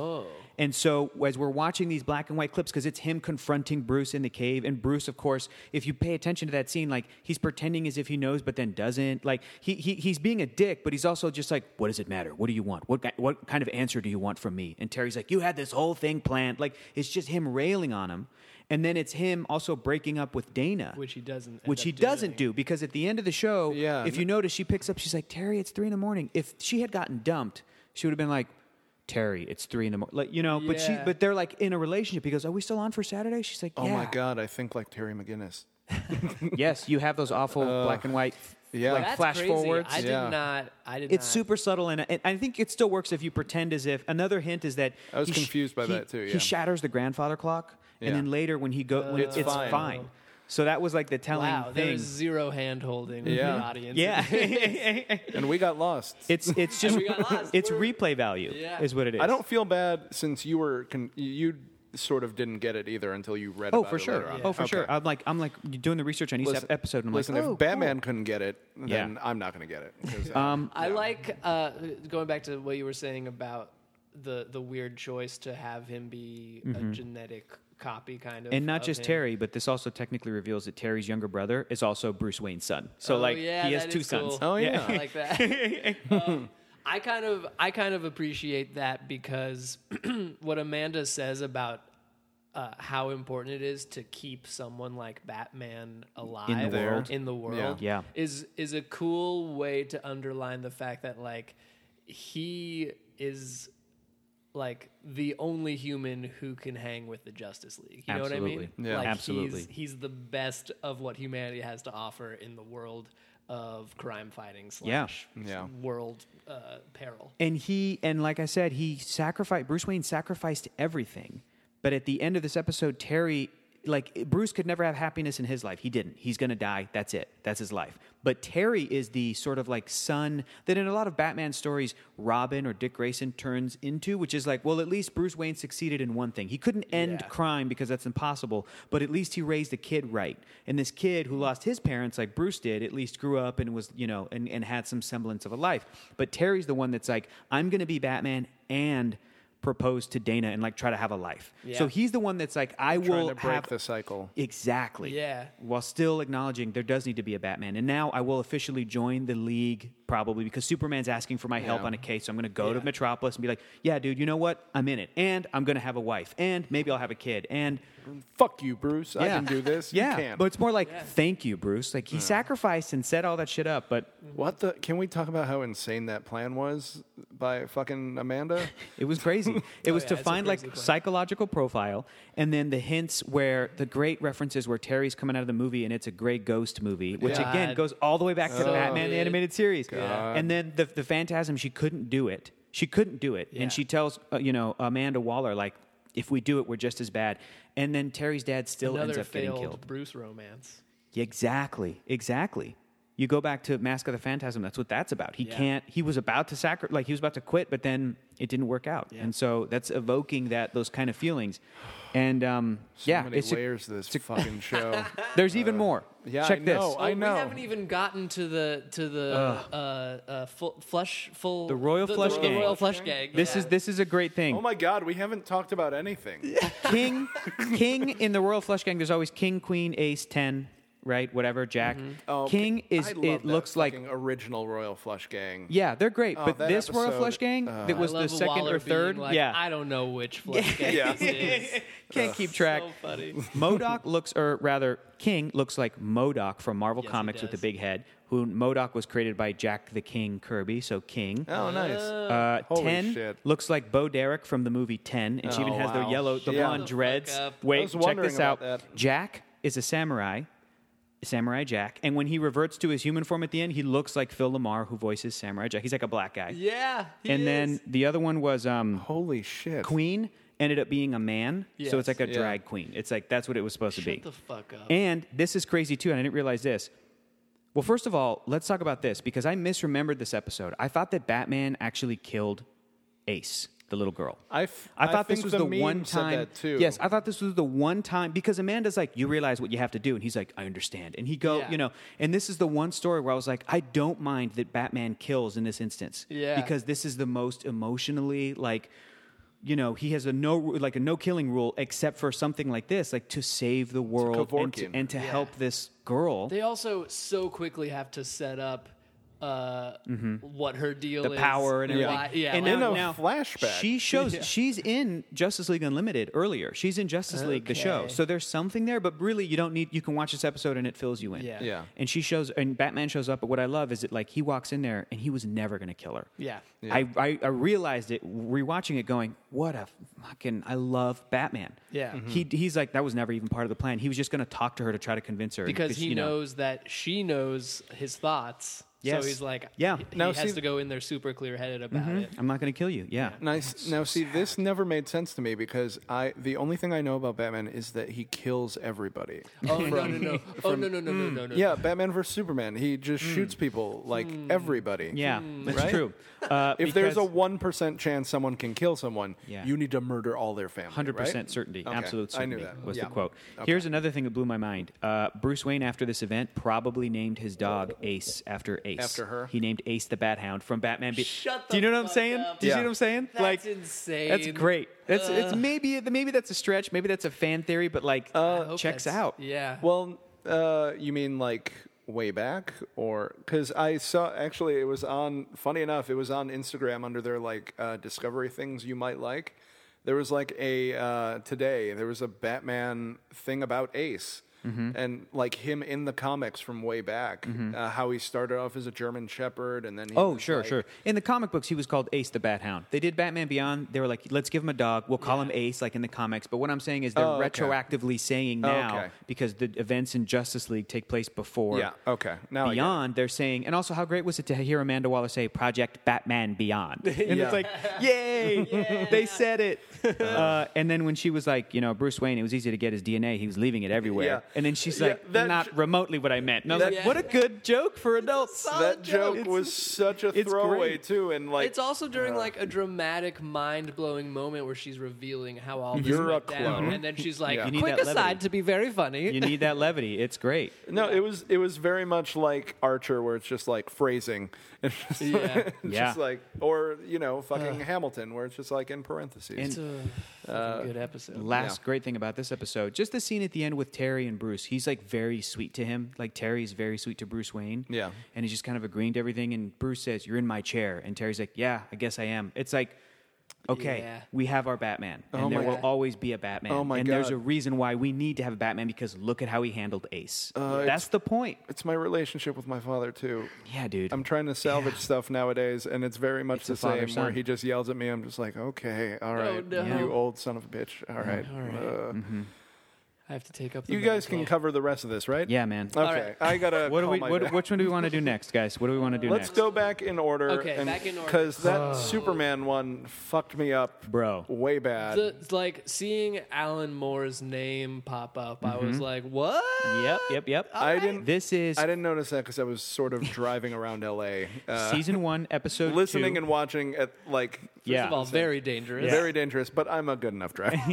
Speaker 4: And so, as we're watching these black and white clips, because it's him confronting Bruce in the cave, and Bruce, of course, if you pay attention to that scene, like he's pretending as if he knows, but then doesn't. Like he, he he's being a dick, but he's also just like, "What does it matter? What do you want? What ki- what kind of answer do you want from me?" And Terry's like, "You had this whole thing planned." Like it's just him railing on him, and then it's him also breaking up with Dana,
Speaker 1: Which he doesn't end
Speaker 4: which
Speaker 1: up
Speaker 4: he doesn't
Speaker 1: doing.
Speaker 4: do because at the end of the show,
Speaker 3: Yeah.
Speaker 4: if you notice, she picks up. She's like, "Terry, it's three in the morning." If she had gotten dumped, she would have been like, "Terry, it's three in the morning," like you know. But she,
Speaker 1: Yeah.
Speaker 4: but they're like in a relationship. He goes, "Are we still on for Saturday?" She's like,
Speaker 3: Oh my
Speaker 4: "Yeah."
Speaker 3: god, I think like Terry McGinnis.
Speaker 4: yes, you have those awful black and white,
Speaker 3: yeah.
Speaker 4: like
Speaker 1: Uh, That's
Speaker 4: flash
Speaker 1: crazy.
Speaker 4: forwards."
Speaker 1: I did
Speaker 3: Yeah.
Speaker 1: not. I did.
Speaker 4: it's
Speaker 1: not.
Speaker 4: super subtle, and, and I think it still works if you pretend as if. Another hint is that
Speaker 3: I was
Speaker 4: he sh-
Speaker 3: confused by
Speaker 4: he-
Speaker 3: that too, yeah.
Speaker 4: He shatters the grandfather clock,
Speaker 3: Yeah.
Speaker 4: and then later when he go, when
Speaker 3: It's
Speaker 4: it's,
Speaker 3: fine.
Speaker 4: fine. So that was like the telling
Speaker 1: Uh, Wow,
Speaker 4: thing.
Speaker 1: there is zero hand holding with
Speaker 3: Yeah.
Speaker 1: the audience.
Speaker 4: yeah.
Speaker 3: And we got lost.
Speaker 4: It's it's just
Speaker 1: we got lost.
Speaker 4: it's
Speaker 1: We're-
Speaker 4: replay value
Speaker 1: Yeah.
Speaker 4: is what it is.
Speaker 3: I don't feel bad since you were con- you sort of didn't get it either until you read.
Speaker 4: Oh,
Speaker 3: about
Speaker 4: for
Speaker 3: it
Speaker 4: sure.
Speaker 3: later on.
Speaker 4: Oh, for
Speaker 3: Okay.
Speaker 4: sure. I'm like I'm like doing the research on each
Speaker 3: Listen-
Speaker 4: episode. And I'm
Speaker 3: listen,
Speaker 4: like, oh,
Speaker 3: if Batman couldn't get it, then
Speaker 4: Yeah. Um,
Speaker 3: I'm not going to get it. 'cause, uh,
Speaker 1: I like uh, going back to what you were saying about the the weird choice to have him be a genetic copy, kind of,
Speaker 4: Mm-hmm. and not
Speaker 1: of
Speaker 4: just
Speaker 1: him.
Speaker 4: Terry, but this also technically reveals that Terry's younger brother is also Bruce Wayne's son. So
Speaker 1: Oh,
Speaker 4: like
Speaker 1: yeah,
Speaker 4: he has
Speaker 1: that
Speaker 4: two
Speaker 1: is
Speaker 4: sons.
Speaker 1: cool.
Speaker 3: Oh, yeah.
Speaker 1: I like that. Um, I kind of I kind of appreciate that because what Amanda says about uh, how important it is to keep someone like Batman alive
Speaker 4: world.
Speaker 1: in the world
Speaker 4: Yeah.
Speaker 1: is is a cool way to underline the fact that like he is like the only human who can hang with the Justice League. You know what I
Speaker 4: Absolutely.
Speaker 1: mean?
Speaker 4: Yeah.
Speaker 1: like
Speaker 4: Absolutely.
Speaker 1: He's, he's the best of what humanity has to offer in the world of crime fighting
Speaker 4: Yeah.
Speaker 1: slash
Speaker 3: Yeah.
Speaker 1: world uh, peril.
Speaker 4: And he and like I said, he sacrificed Bruce Wayne sacrificed everything. But at the end of this episode, Terry like Bruce could never have happiness in his life. He didn't. He's going to die. That's it. That's his life. But Terry is the sort of like son that in a lot of Batman stories Robin or Dick Grayson turns into, which is like, well, at least Bruce Wayne succeeded in one thing. He couldn't end
Speaker 1: Yeah.
Speaker 4: crime because that's impossible, but at least he raised a kid right. And this kid who lost his parents, like Bruce did, at least grew up and was, you know, and, and had some semblance of a life. But Terry's the one that's like, I'm going to be Batman and propose to Dana and like try to have a life. So
Speaker 1: Yeah.
Speaker 4: he's the one that's like, I
Speaker 3: trying
Speaker 4: will
Speaker 3: to break
Speaker 4: have
Speaker 3: the cycle.
Speaker 4: Exactly.
Speaker 1: Yeah.
Speaker 4: While still acknowledging there does need to be a Batman. And now I will officially join the league probably because Superman's asking for my help
Speaker 3: Yeah.
Speaker 4: on a case. So I'm going to
Speaker 1: Yeah.
Speaker 4: go to Metropolis and be like, yeah, dude, you know what? I'm in it. And I'm going to have a wife. And maybe I'll have a kid. And
Speaker 3: Fuck you, Bruce. I
Speaker 4: yeah.
Speaker 3: can do this.
Speaker 4: yeah.
Speaker 3: you can.
Speaker 4: But it's more like, thank you, Bruce. Like he sacrificed and set all that shit up, but
Speaker 3: what the? Can we talk about how insane that plan was by fucking Amanda?
Speaker 4: It was crazy. It was
Speaker 1: Oh, yeah,
Speaker 4: to
Speaker 1: it's a
Speaker 4: find like
Speaker 1: crazy plan.
Speaker 4: psychological profile and then the hints where the great references where Terry's coming out of the movie and it's a gray ghost movie, which
Speaker 1: God.
Speaker 4: again goes all the way back to
Speaker 1: So
Speaker 4: Batman the
Speaker 1: good.
Speaker 4: animated series.
Speaker 1: Oh, God.
Speaker 4: And then the the phantasm, she couldn't do it. She couldn't do it,
Speaker 1: Yeah.
Speaker 4: and she tells uh, you know Amanda Waller like, if we do it, we're just as bad. And then Terry's dad still ends
Speaker 1: Another
Speaker 4: up getting
Speaker 1: failed
Speaker 4: killed.
Speaker 1: Bruce romance.
Speaker 4: Exactly, exactly. You go back to Mask of the Phantasm. That's what that's about. He
Speaker 1: Yeah.
Speaker 4: can't. He was about to sacri- like he was about to quit, but then it didn't work out, and so that's evoking that those kind of feelings. And um,
Speaker 3: So
Speaker 4: yeah,
Speaker 3: many
Speaker 4: it's a-
Speaker 3: layers to this fucking show.
Speaker 4: there's even more.
Speaker 3: yeah, I
Speaker 4: check this.
Speaker 3: know. I
Speaker 1: Oh, We haven't even gotten to the to the uh, uh, full, flush full the
Speaker 4: Royal Flush
Speaker 1: the,
Speaker 4: Gang.
Speaker 1: royal flush gang.
Speaker 4: This
Speaker 1: yeah.
Speaker 4: is this is a great thing.
Speaker 3: oh my god, we haven't talked about anything.
Speaker 4: King, King in the Royal Flush Gang. There's always King, Queen, Ace, Ten, right? Whatever, Jack.
Speaker 3: Oh,
Speaker 4: King is.
Speaker 3: I love
Speaker 4: It
Speaker 3: that
Speaker 4: looks like
Speaker 3: fucking original Royal Flush Gang.
Speaker 4: yeah, they're great.
Speaker 3: Oh,
Speaker 4: but
Speaker 3: that
Speaker 4: this Royal
Speaker 3: episode,
Speaker 4: Flush Gang
Speaker 3: uh,
Speaker 4: that was
Speaker 1: I love
Speaker 4: the second
Speaker 1: Waller
Speaker 4: or third.
Speaker 1: Being like,
Speaker 4: yeah,
Speaker 1: I don't know which flush gang
Speaker 3: Yeah.
Speaker 1: this is.
Speaker 4: can't keep track.
Speaker 1: So funny.
Speaker 4: Modoc looks, or rather, King looks like Modoc from Marvel
Speaker 1: Yes, he
Speaker 4: Comics with the
Speaker 1: does.
Speaker 4: big head. Who Modoc was created by Jack the King Kirby, so King.
Speaker 3: Oh, nice.
Speaker 4: Uh,
Speaker 3: holy
Speaker 4: Ten
Speaker 3: shit.
Speaker 4: looks like Bo Derek from the movie Ten, and she
Speaker 3: Oh,
Speaker 4: even has
Speaker 3: wow.
Speaker 4: the yellow, the
Speaker 3: Yeah.
Speaker 4: blonde
Speaker 1: Shut the fuck
Speaker 4: dreads.
Speaker 1: up.
Speaker 4: Wait,
Speaker 3: was
Speaker 4: check
Speaker 3: wondering
Speaker 4: this
Speaker 3: about
Speaker 4: out.
Speaker 3: that.
Speaker 4: Jack is a samurai, Samurai Jack, and when he reverts to his human form at the end, he looks like Phil Lamar, who voices Samurai Jack. He's like a black guy.
Speaker 1: Yeah. he
Speaker 4: and
Speaker 1: is.
Speaker 4: then the other one was um,
Speaker 3: Holy shit.
Speaker 4: Queen ended up being a man, so
Speaker 1: Yes.
Speaker 4: it's like a
Speaker 3: Yeah.
Speaker 4: drag queen. It's like that's what it was supposed to be.
Speaker 1: shut the fuck up.
Speaker 4: And this is crazy too, and I didn't realize this. Well, first of all, let's talk about this because I misremembered this episode. I thought that Batman actually killed Ace, the little girl.
Speaker 3: I f-
Speaker 4: I
Speaker 3: I
Speaker 4: thought
Speaker 3: think
Speaker 4: this was
Speaker 3: the
Speaker 4: the,
Speaker 3: meme
Speaker 4: one
Speaker 3: said
Speaker 4: time.
Speaker 3: that, too.
Speaker 4: Yes, I thought this was the one time because Amanda's like, "You realize what you have to do," and he's like, "I understand." And he go,
Speaker 1: Yeah.
Speaker 4: you know, and this is the one story where I was like, "I don't mind that Batman kills in this instance,
Speaker 1: Yeah.
Speaker 4: because this is the most emotionally like." You know, he has a no like a no killing rule except for something like this, like to save the world and to,
Speaker 3: Kevorkian.
Speaker 4: and to help this girl.
Speaker 1: They also so quickly have to set up uh, what her deal
Speaker 4: Mm-hmm. the
Speaker 1: is.
Speaker 4: power and
Speaker 1: why-
Speaker 4: everything.
Speaker 1: Yeah.
Speaker 4: and
Speaker 1: why-
Speaker 3: In a flashback.
Speaker 4: She shows she's in Justice League Unlimited earlier. She's in Justice League the show.
Speaker 1: Okay.
Speaker 4: So there's something there, but really you don't need you can watch this episode and it fills you in.
Speaker 1: Yeah.
Speaker 3: Yeah.
Speaker 4: And she shows and Batman shows up, but what I love is that like he walks in there and he was never gonna kill her.
Speaker 1: Yeah.
Speaker 4: I, I, I realized it rewatching it, going, "What a fucking! I love Batman."
Speaker 1: Yeah. Mhm.
Speaker 4: he he's like that was never even part of the plan. He was just going to talk to her to try to convince her
Speaker 1: because he
Speaker 4: you know,
Speaker 1: knows that she knows his thoughts.
Speaker 4: Yes.
Speaker 1: So he's like,
Speaker 4: Yeah. Mm-hmm.
Speaker 1: he,
Speaker 3: Now,
Speaker 1: he has
Speaker 3: see-
Speaker 1: to go in there super clear headed about it.
Speaker 4: I'm not going to kill you. Yeah,
Speaker 3: Nice. now, see, this never made sense to me because I the only thing I know about Batman is that he kills everybody.
Speaker 1: Oh no no no! Oh no no no
Speaker 4: mm.
Speaker 1: no no no!
Speaker 3: Yeah, Batman versus Superman. He just shoots people like everybody.
Speaker 4: Hmm. yeah, that's
Speaker 3: Right?
Speaker 4: true. Uh,
Speaker 3: If there's a
Speaker 4: because-
Speaker 3: one percent chance someone can kill someone,
Speaker 4: Yeah.
Speaker 3: you need to murder all their family.
Speaker 4: Hundred
Speaker 3: right?
Speaker 4: percent certainty,
Speaker 3: Okay,
Speaker 4: absolute
Speaker 3: I
Speaker 4: certainty
Speaker 3: knew that.
Speaker 4: was
Speaker 3: Yeah.
Speaker 4: the quote. Here's another thing that blew my mind. Uh, Bruce Wayne, after this event, probably named his dog Ace after Ace.
Speaker 3: After her?
Speaker 4: he named Ace the Bat Hound from Batman. Be-
Speaker 1: Shut
Speaker 4: Do you
Speaker 1: the
Speaker 4: know what I'm
Speaker 1: fuck
Speaker 4: saying?
Speaker 1: up.
Speaker 4: Do you see
Speaker 3: Yeah.
Speaker 4: what I'm saying?
Speaker 1: That's
Speaker 4: like
Speaker 1: insane.
Speaker 4: That's great. That's it's maybe maybe that's a stretch. Maybe that's a fan theory, but like
Speaker 1: I
Speaker 3: Uh,
Speaker 1: hope
Speaker 4: checks
Speaker 1: that's-
Speaker 4: out.
Speaker 1: Yeah.
Speaker 3: Well, uh, you mean like way back, or because I saw actually it was on. Funny enough, it was on Instagram under their like uh, discovery things you might like. There was like a uh, today. There was a Batman thing about Ace.
Speaker 4: Mm-hmm.
Speaker 3: And like him in the comics from way back, uh, how he started off as a German Shepherd, and then he
Speaker 4: Oh,
Speaker 3: was,
Speaker 4: sure,
Speaker 3: like-
Speaker 4: sure. In the comic books, he was called Ace the Bat Hound. They did Batman Beyond. They were like, let's give him a dog. We'll call him Ace, like in the comics. But what I'm saying is they're
Speaker 3: Oh, okay. Oh,
Speaker 4: retroactively saying now
Speaker 3: okay.
Speaker 4: because the events in Justice League take place before.
Speaker 3: Yeah, okay. Now I get it.
Speaker 4: Beyond, they're saying, and also, how great was it to hear Amanda Waller say Project Batman Beyond? And
Speaker 3: Yeah.
Speaker 4: it's like, yay, they said it. Uh, and then when she was like, you know, Bruce Wayne, it was easy to get his DNA. He was leaving it everywhere.
Speaker 3: Yeah.
Speaker 4: And then she's
Speaker 3: Yeah,
Speaker 4: like,
Speaker 3: that
Speaker 4: not
Speaker 3: sh-
Speaker 4: remotely what I meant. And I was
Speaker 1: Yeah.
Speaker 4: like, what a good joke for adults.
Speaker 3: That joke
Speaker 4: It's-
Speaker 3: was such a
Speaker 4: it's
Speaker 3: throwaway
Speaker 4: great.
Speaker 3: too, and like
Speaker 1: it's also during like
Speaker 4: uh,
Speaker 1: a dramatic, mind-blowing moment where she's revealing how all this
Speaker 3: You're a
Speaker 1: went down,
Speaker 3: clone.
Speaker 1: and then she's like,
Speaker 3: Yeah.
Speaker 4: You need
Speaker 1: "Quick
Speaker 4: that levity.
Speaker 1: aside to be very funny."
Speaker 4: You need that levity. It's great.
Speaker 3: No, it was it was very much like Archer, where it's just like phrasing. It's just
Speaker 1: Yeah.
Speaker 3: it's
Speaker 4: Yeah.
Speaker 3: just like or you know fucking Hamilton, where it's just like in parentheses.
Speaker 1: It's a
Speaker 4: Uh,
Speaker 1: fucking good episode.
Speaker 4: Last
Speaker 3: Yeah.
Speaker 4: great thing about this episode, just the scene at the end with Terry and Bruce. He's like very sweet to him. Like Terry's very sweet to Bruce Wayne.
Speaker 3: Yeah.
Speaker 4: And he's just kind of agreeing to everything. And Bruce says, You're in my chair. And Terry's like, Yeah, I guess I am. It's like, Okay,
Speaker 1: Yeah.
Speaker 4: we have our Batman. And
Speaker 3: Oh
Speaker 4: there
Speaker 3: my
Speaker 4: will
Speaker 3: God.
Speaker 4: always be a Batman.
Speaker 3: Oh my
Speaker 4: and there's
Speaker 3: God.
Speaker 4: a reason why we need to have a Batman because look at how he handled Ace.
Speaker 3: Uh, it's-
Speaker 4: That's the point.
Speaker 3: It's my relationship with my father too.
Speaker 4: Yeah, dude.
Speaker 3: I'm trying to salvage
Speaker 4: Yeah.
Speaker 3: stuff nowadays, and it's very much
Speaker 4: It's
Speaker 3: the
Speaker 4: a father
Speaker 3: same. Where
Speaker 4: son.
Speaker 3: he just yells at me, I'm just like, okay, all right,
Speaker 1: Oh, no.
Speaker 3: you old son of a bitch. All right,
Speaker 1: All right.
Speaker 3: Uh,
Speaker 4: Mm-hmm.
Speaker 1: I have to take up. The
Speaker 3: you guys can
Speaker 1: mantle.
Speaker 3: cover the rest of this, right?
Speaker 4: Yeah, man.
Speaker 3: Okay,
Speaker 1: right.
Speaker 3: I gotta.
Speaker 4: What do
Speaker 3: call
Speaker 4: we?
Speaker 3: my
Speaker 4: What,
Speaker 3: dad.
Speaker 4: which one do we want to do next, guys? What do we want to do
Speaker 3: Let's
Speaker 4: next?
Speaker 3: go back in order.
Speaker 1: Okay, back in order.
Speaker 3: Because that Superman one fucked me up,
Speaker 4: Bro.
Speaker 3: way bad.
Speaker 1: The, like seeing Alan Moore's name pop up, I
Speaker 4: Mm-hmm.
Speaker 1: was like, "What?"
Speaker 4: Yep, yep, yep.
Speaker 3: I didn't.
Speaker 4: This is
Speaker 3: I didn't notice that because I was sort of driving around LA, uh,
Speaker 4: season one, episode
Speaker 3: listening
Speaker 4: two.
Speaker 3: and watching at like
Speaker 1: First
Speaker 4: yeah.
Speaker 1: of all, very dangerous.
Speaker 3: very dangerous. But I'm a good enough driver.
Speaker 1: Oh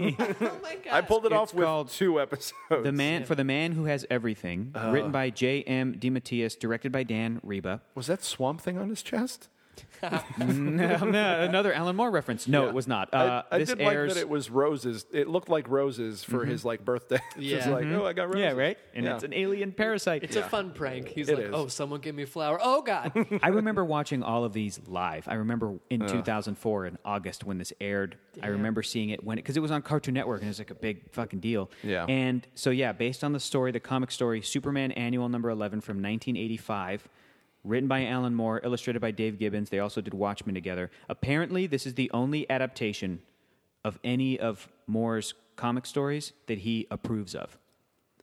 Speaker 1: my god!
Speaker 3: I pulled it
Speaker 4: It's
Speaker 3: off with
Speaker 4: called
Speaker 3: two episodes.
Speaker 4: The man for the man who has everything, written by J. M. DeMatteis, directed by Dan Reba.
Speaker 3: was that swamp thing on his chest?
Speaker 4: No, Um, Another Alan Moore reference. No, it was not. Uh,
Speaker 3: I, I
Speaker 4: this
Speaker 3: did
Speaker 4: airs. Mm-hmm.
Speaker 3: like that. It was roses. It looked like roses for his like birthday. Yeah. Just
Speaker 1: Yeah.
Speaker 3: like oh, I got roses.
Speaker 4: yeah, right. And
Speaker 3: Yeah.
Speaker 4: it's an alien parasite.
Speaker 1: It's a fun prank. He's
Speaker 3: It
Speaker 1: like,
Speaker 3: is.
Speaker 1: "Oh, someone give me a flower." Oh god!
Speaker 4: I remember watching all of these live. I remember in 2004 in August when this aired. I remember seeing it when because it was on Cartoon Network and it was like a big fucking deal.
Speaker 3: Yeah.
Speaker 4: And so yeah, based on the story, the comic story, Superman Annual Number 11 from 1985. Written by Alan Moore, illustrated by Dave Gibbons. They also did Watchmen together. Apparently, this is the only adaptation of any of Moore's comic stories that he approves of.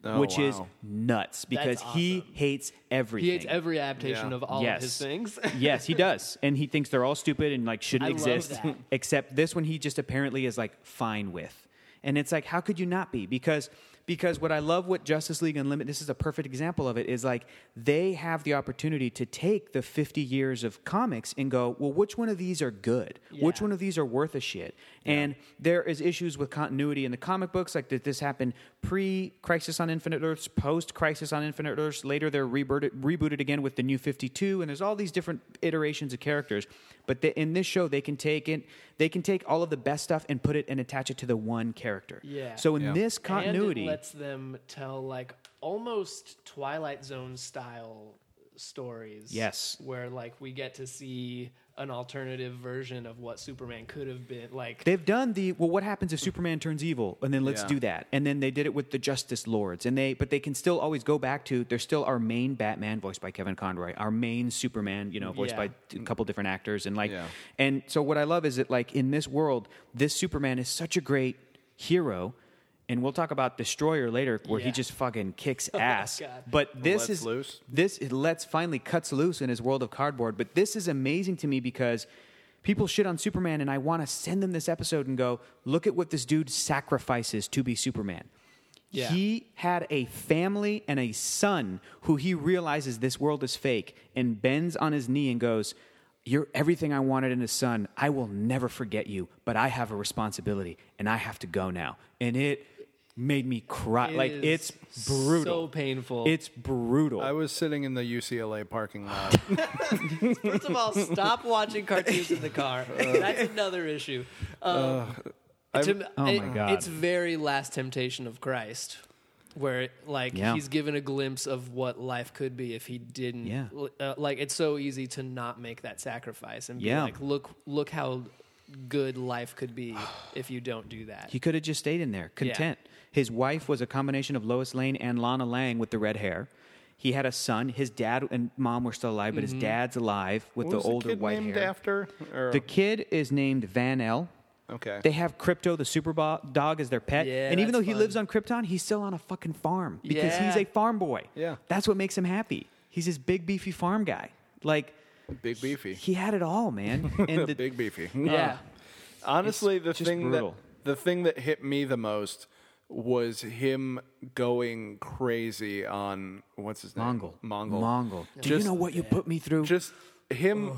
Speaker 3: Oh,
Speaker 4: which is
Speaker 3: wow.
Speaker 4: nuts because he
Speaker 1: awesome.
Speaker 4: hates everything.
Speaker 1: He hates every adaptation
Speaker 3: Yeah.
Speaker 1: of all
Speaker 4: yes.
Speaker 1: of his things.
Speaker 4: yes, he does, and he thinks they're all stupid and like shouldn't
Speaker 1: I love
Speaker 4: exist.
Speaker 1: that.
Speaker 4: Except this one, he just apparently is like fine with, and it's like, how could you not be? Because because what I love what Justice League Unlimited, this is a perfect example of it, is like they have the opportunity to take the 50 years of comics and go, well, which one of these are good? Which
Speaker 1: Yeah.
Speaker 4: one of these are worth a shit? And there is issues with continuity in the comic books, like that this happened pre Crisis on Infinite Earths, post Crisis on Infinite Earths. Later, they're rebooted, rebooted again with the New Fifty Two, and there's all these different iterations of characters. But the, in this show, they can take it, they can take all of the best stuff and put it and attach it to the one character.
Speaker 1: Yeah.
Speaker 4: So in
Speaker 3: Yeah.
Speaker 4: this
Speaker 1: And
Speaker 4: continuity,
Speaker 1: it lets them tell like almost Twilight Zone style stories.
Speaker 4: Yes.
Speaker 1: Where like we get to see an alternative version of what Superman could have been. Like
Speaker 4: They've done the well. What happens if Superman turns evil? And then let's
Speaker 3: Yeah.
Speaker 4: do that. And then they did it with the Justice Lords. And they, but they can still always go back to. There's still our main Batman voiced by Kevin Conroy, our main Superman, you know, voiced
Speaker 1: Yeah.
Speaker 4: by t- a couple different actors, and like,
Speaker 3: Yeah.
Speaker 4: and so what I love is that like in this world, this Superman is such a great hero. And we'll talk about Destroyer later, where he
Speaker 1: Yeah. Oh
Speaker 4: just fucking kicks ass.
Speaker 1: God.
Speaker 4: but
Speaker 3: Lets
Speaker 4: this is
Speaker 3: loose.
Speaker 4: this it lets finally cuts loose in his world of cardboard. But this is amazing to me because people shit on Superman, and I want to send them this episode and go, look at what this dude sacrifices to be Superman.
Speaker 1: Yeah.
Speaker 4: He had a family and a son who he realizes this world is fake and bends on his knee and goes, You're everything I wanted in a son. I will never forget you, but I have a responsibility and I have to go now. And it made me cry.
Speaker 1: It
Speaker 4: like,
Speaker 1: is
Speaker 4: it's brutal.
Speaker 1: So painful.
Speaker 4: It's brutal.
Speaker 3: I was sitting in the UCLA parking lot.
Speaker 1: First of all, stop watching cartoons in the car. That's another issue. Um, to me-
Speaker 4: Oh my
Speaker 1: it-
Speaker 4: God.
Speaker 1: It's very Last Temptation of Christ, where like
Speaker 4: Yeah.
Speaker 1: he's given a glimpse of what life could be if he didn't.
Speaker 4: Yeah.
Speaker 1: l- uh, like it's so easy to not make that sacrifice and be
Speaker 4: Yeah.
Speaker 1: like, look, look how good life could be if you don't do that.
Speaker 4: He could have just stayed in there, content. His wife was a combination of Lois Lane and Lana Lang with the red hair. He had a son. His dad and mom were still alive, but his dad's alive with
Speaker 3: Mm-hmm. What
Speaker 4: the
Speaker 3: was
Speaker 4: older
Speaker 3: kid
Speaker 4: white
Speaker 3: named
Speaker 4: hair.
Speaker 3: after? Or-
Speaker 4: The kid is named Van L.
Speaker 3: okay.
Speaker 4: They have Crypto, the super bo- dog, as their pet.
Speaker 1: Yeah,
Speaker 4: and even though
Speaker 1: that's
Speaker 4: he
Speaker 1: fun.
Speaker 4: lives on Krypton, he's still on a fucking farm because
Speaker 1: Yeah.
Speaker 4: he's a farm boy.
Speaker 3: Yeah.
Speaker 4: That's what makes him happy. He's this big, beefy farm guy. Like,
Speaker 3: Big beefy.
Speaker 4: he had it all, man. And the,
Speaker 3: Big beefy.
Speaker 4: uh,
Speaker 3: Oh.
Speaker 1: yeah.
Speaker 3: Honestly, the
Speaker 4: just
Speaker 3: thing
Speaker 4: brutal.
Speaker 3: that the thing that hit me the most was him going crazy on what's his name?
Speaker 4: Mongol.
Speaker 3: Mongol.
Speaker 4: Mongol. Do
Speaker 3: Just-
Speaker 4: you know what you put me through?
Speaker 3: Just him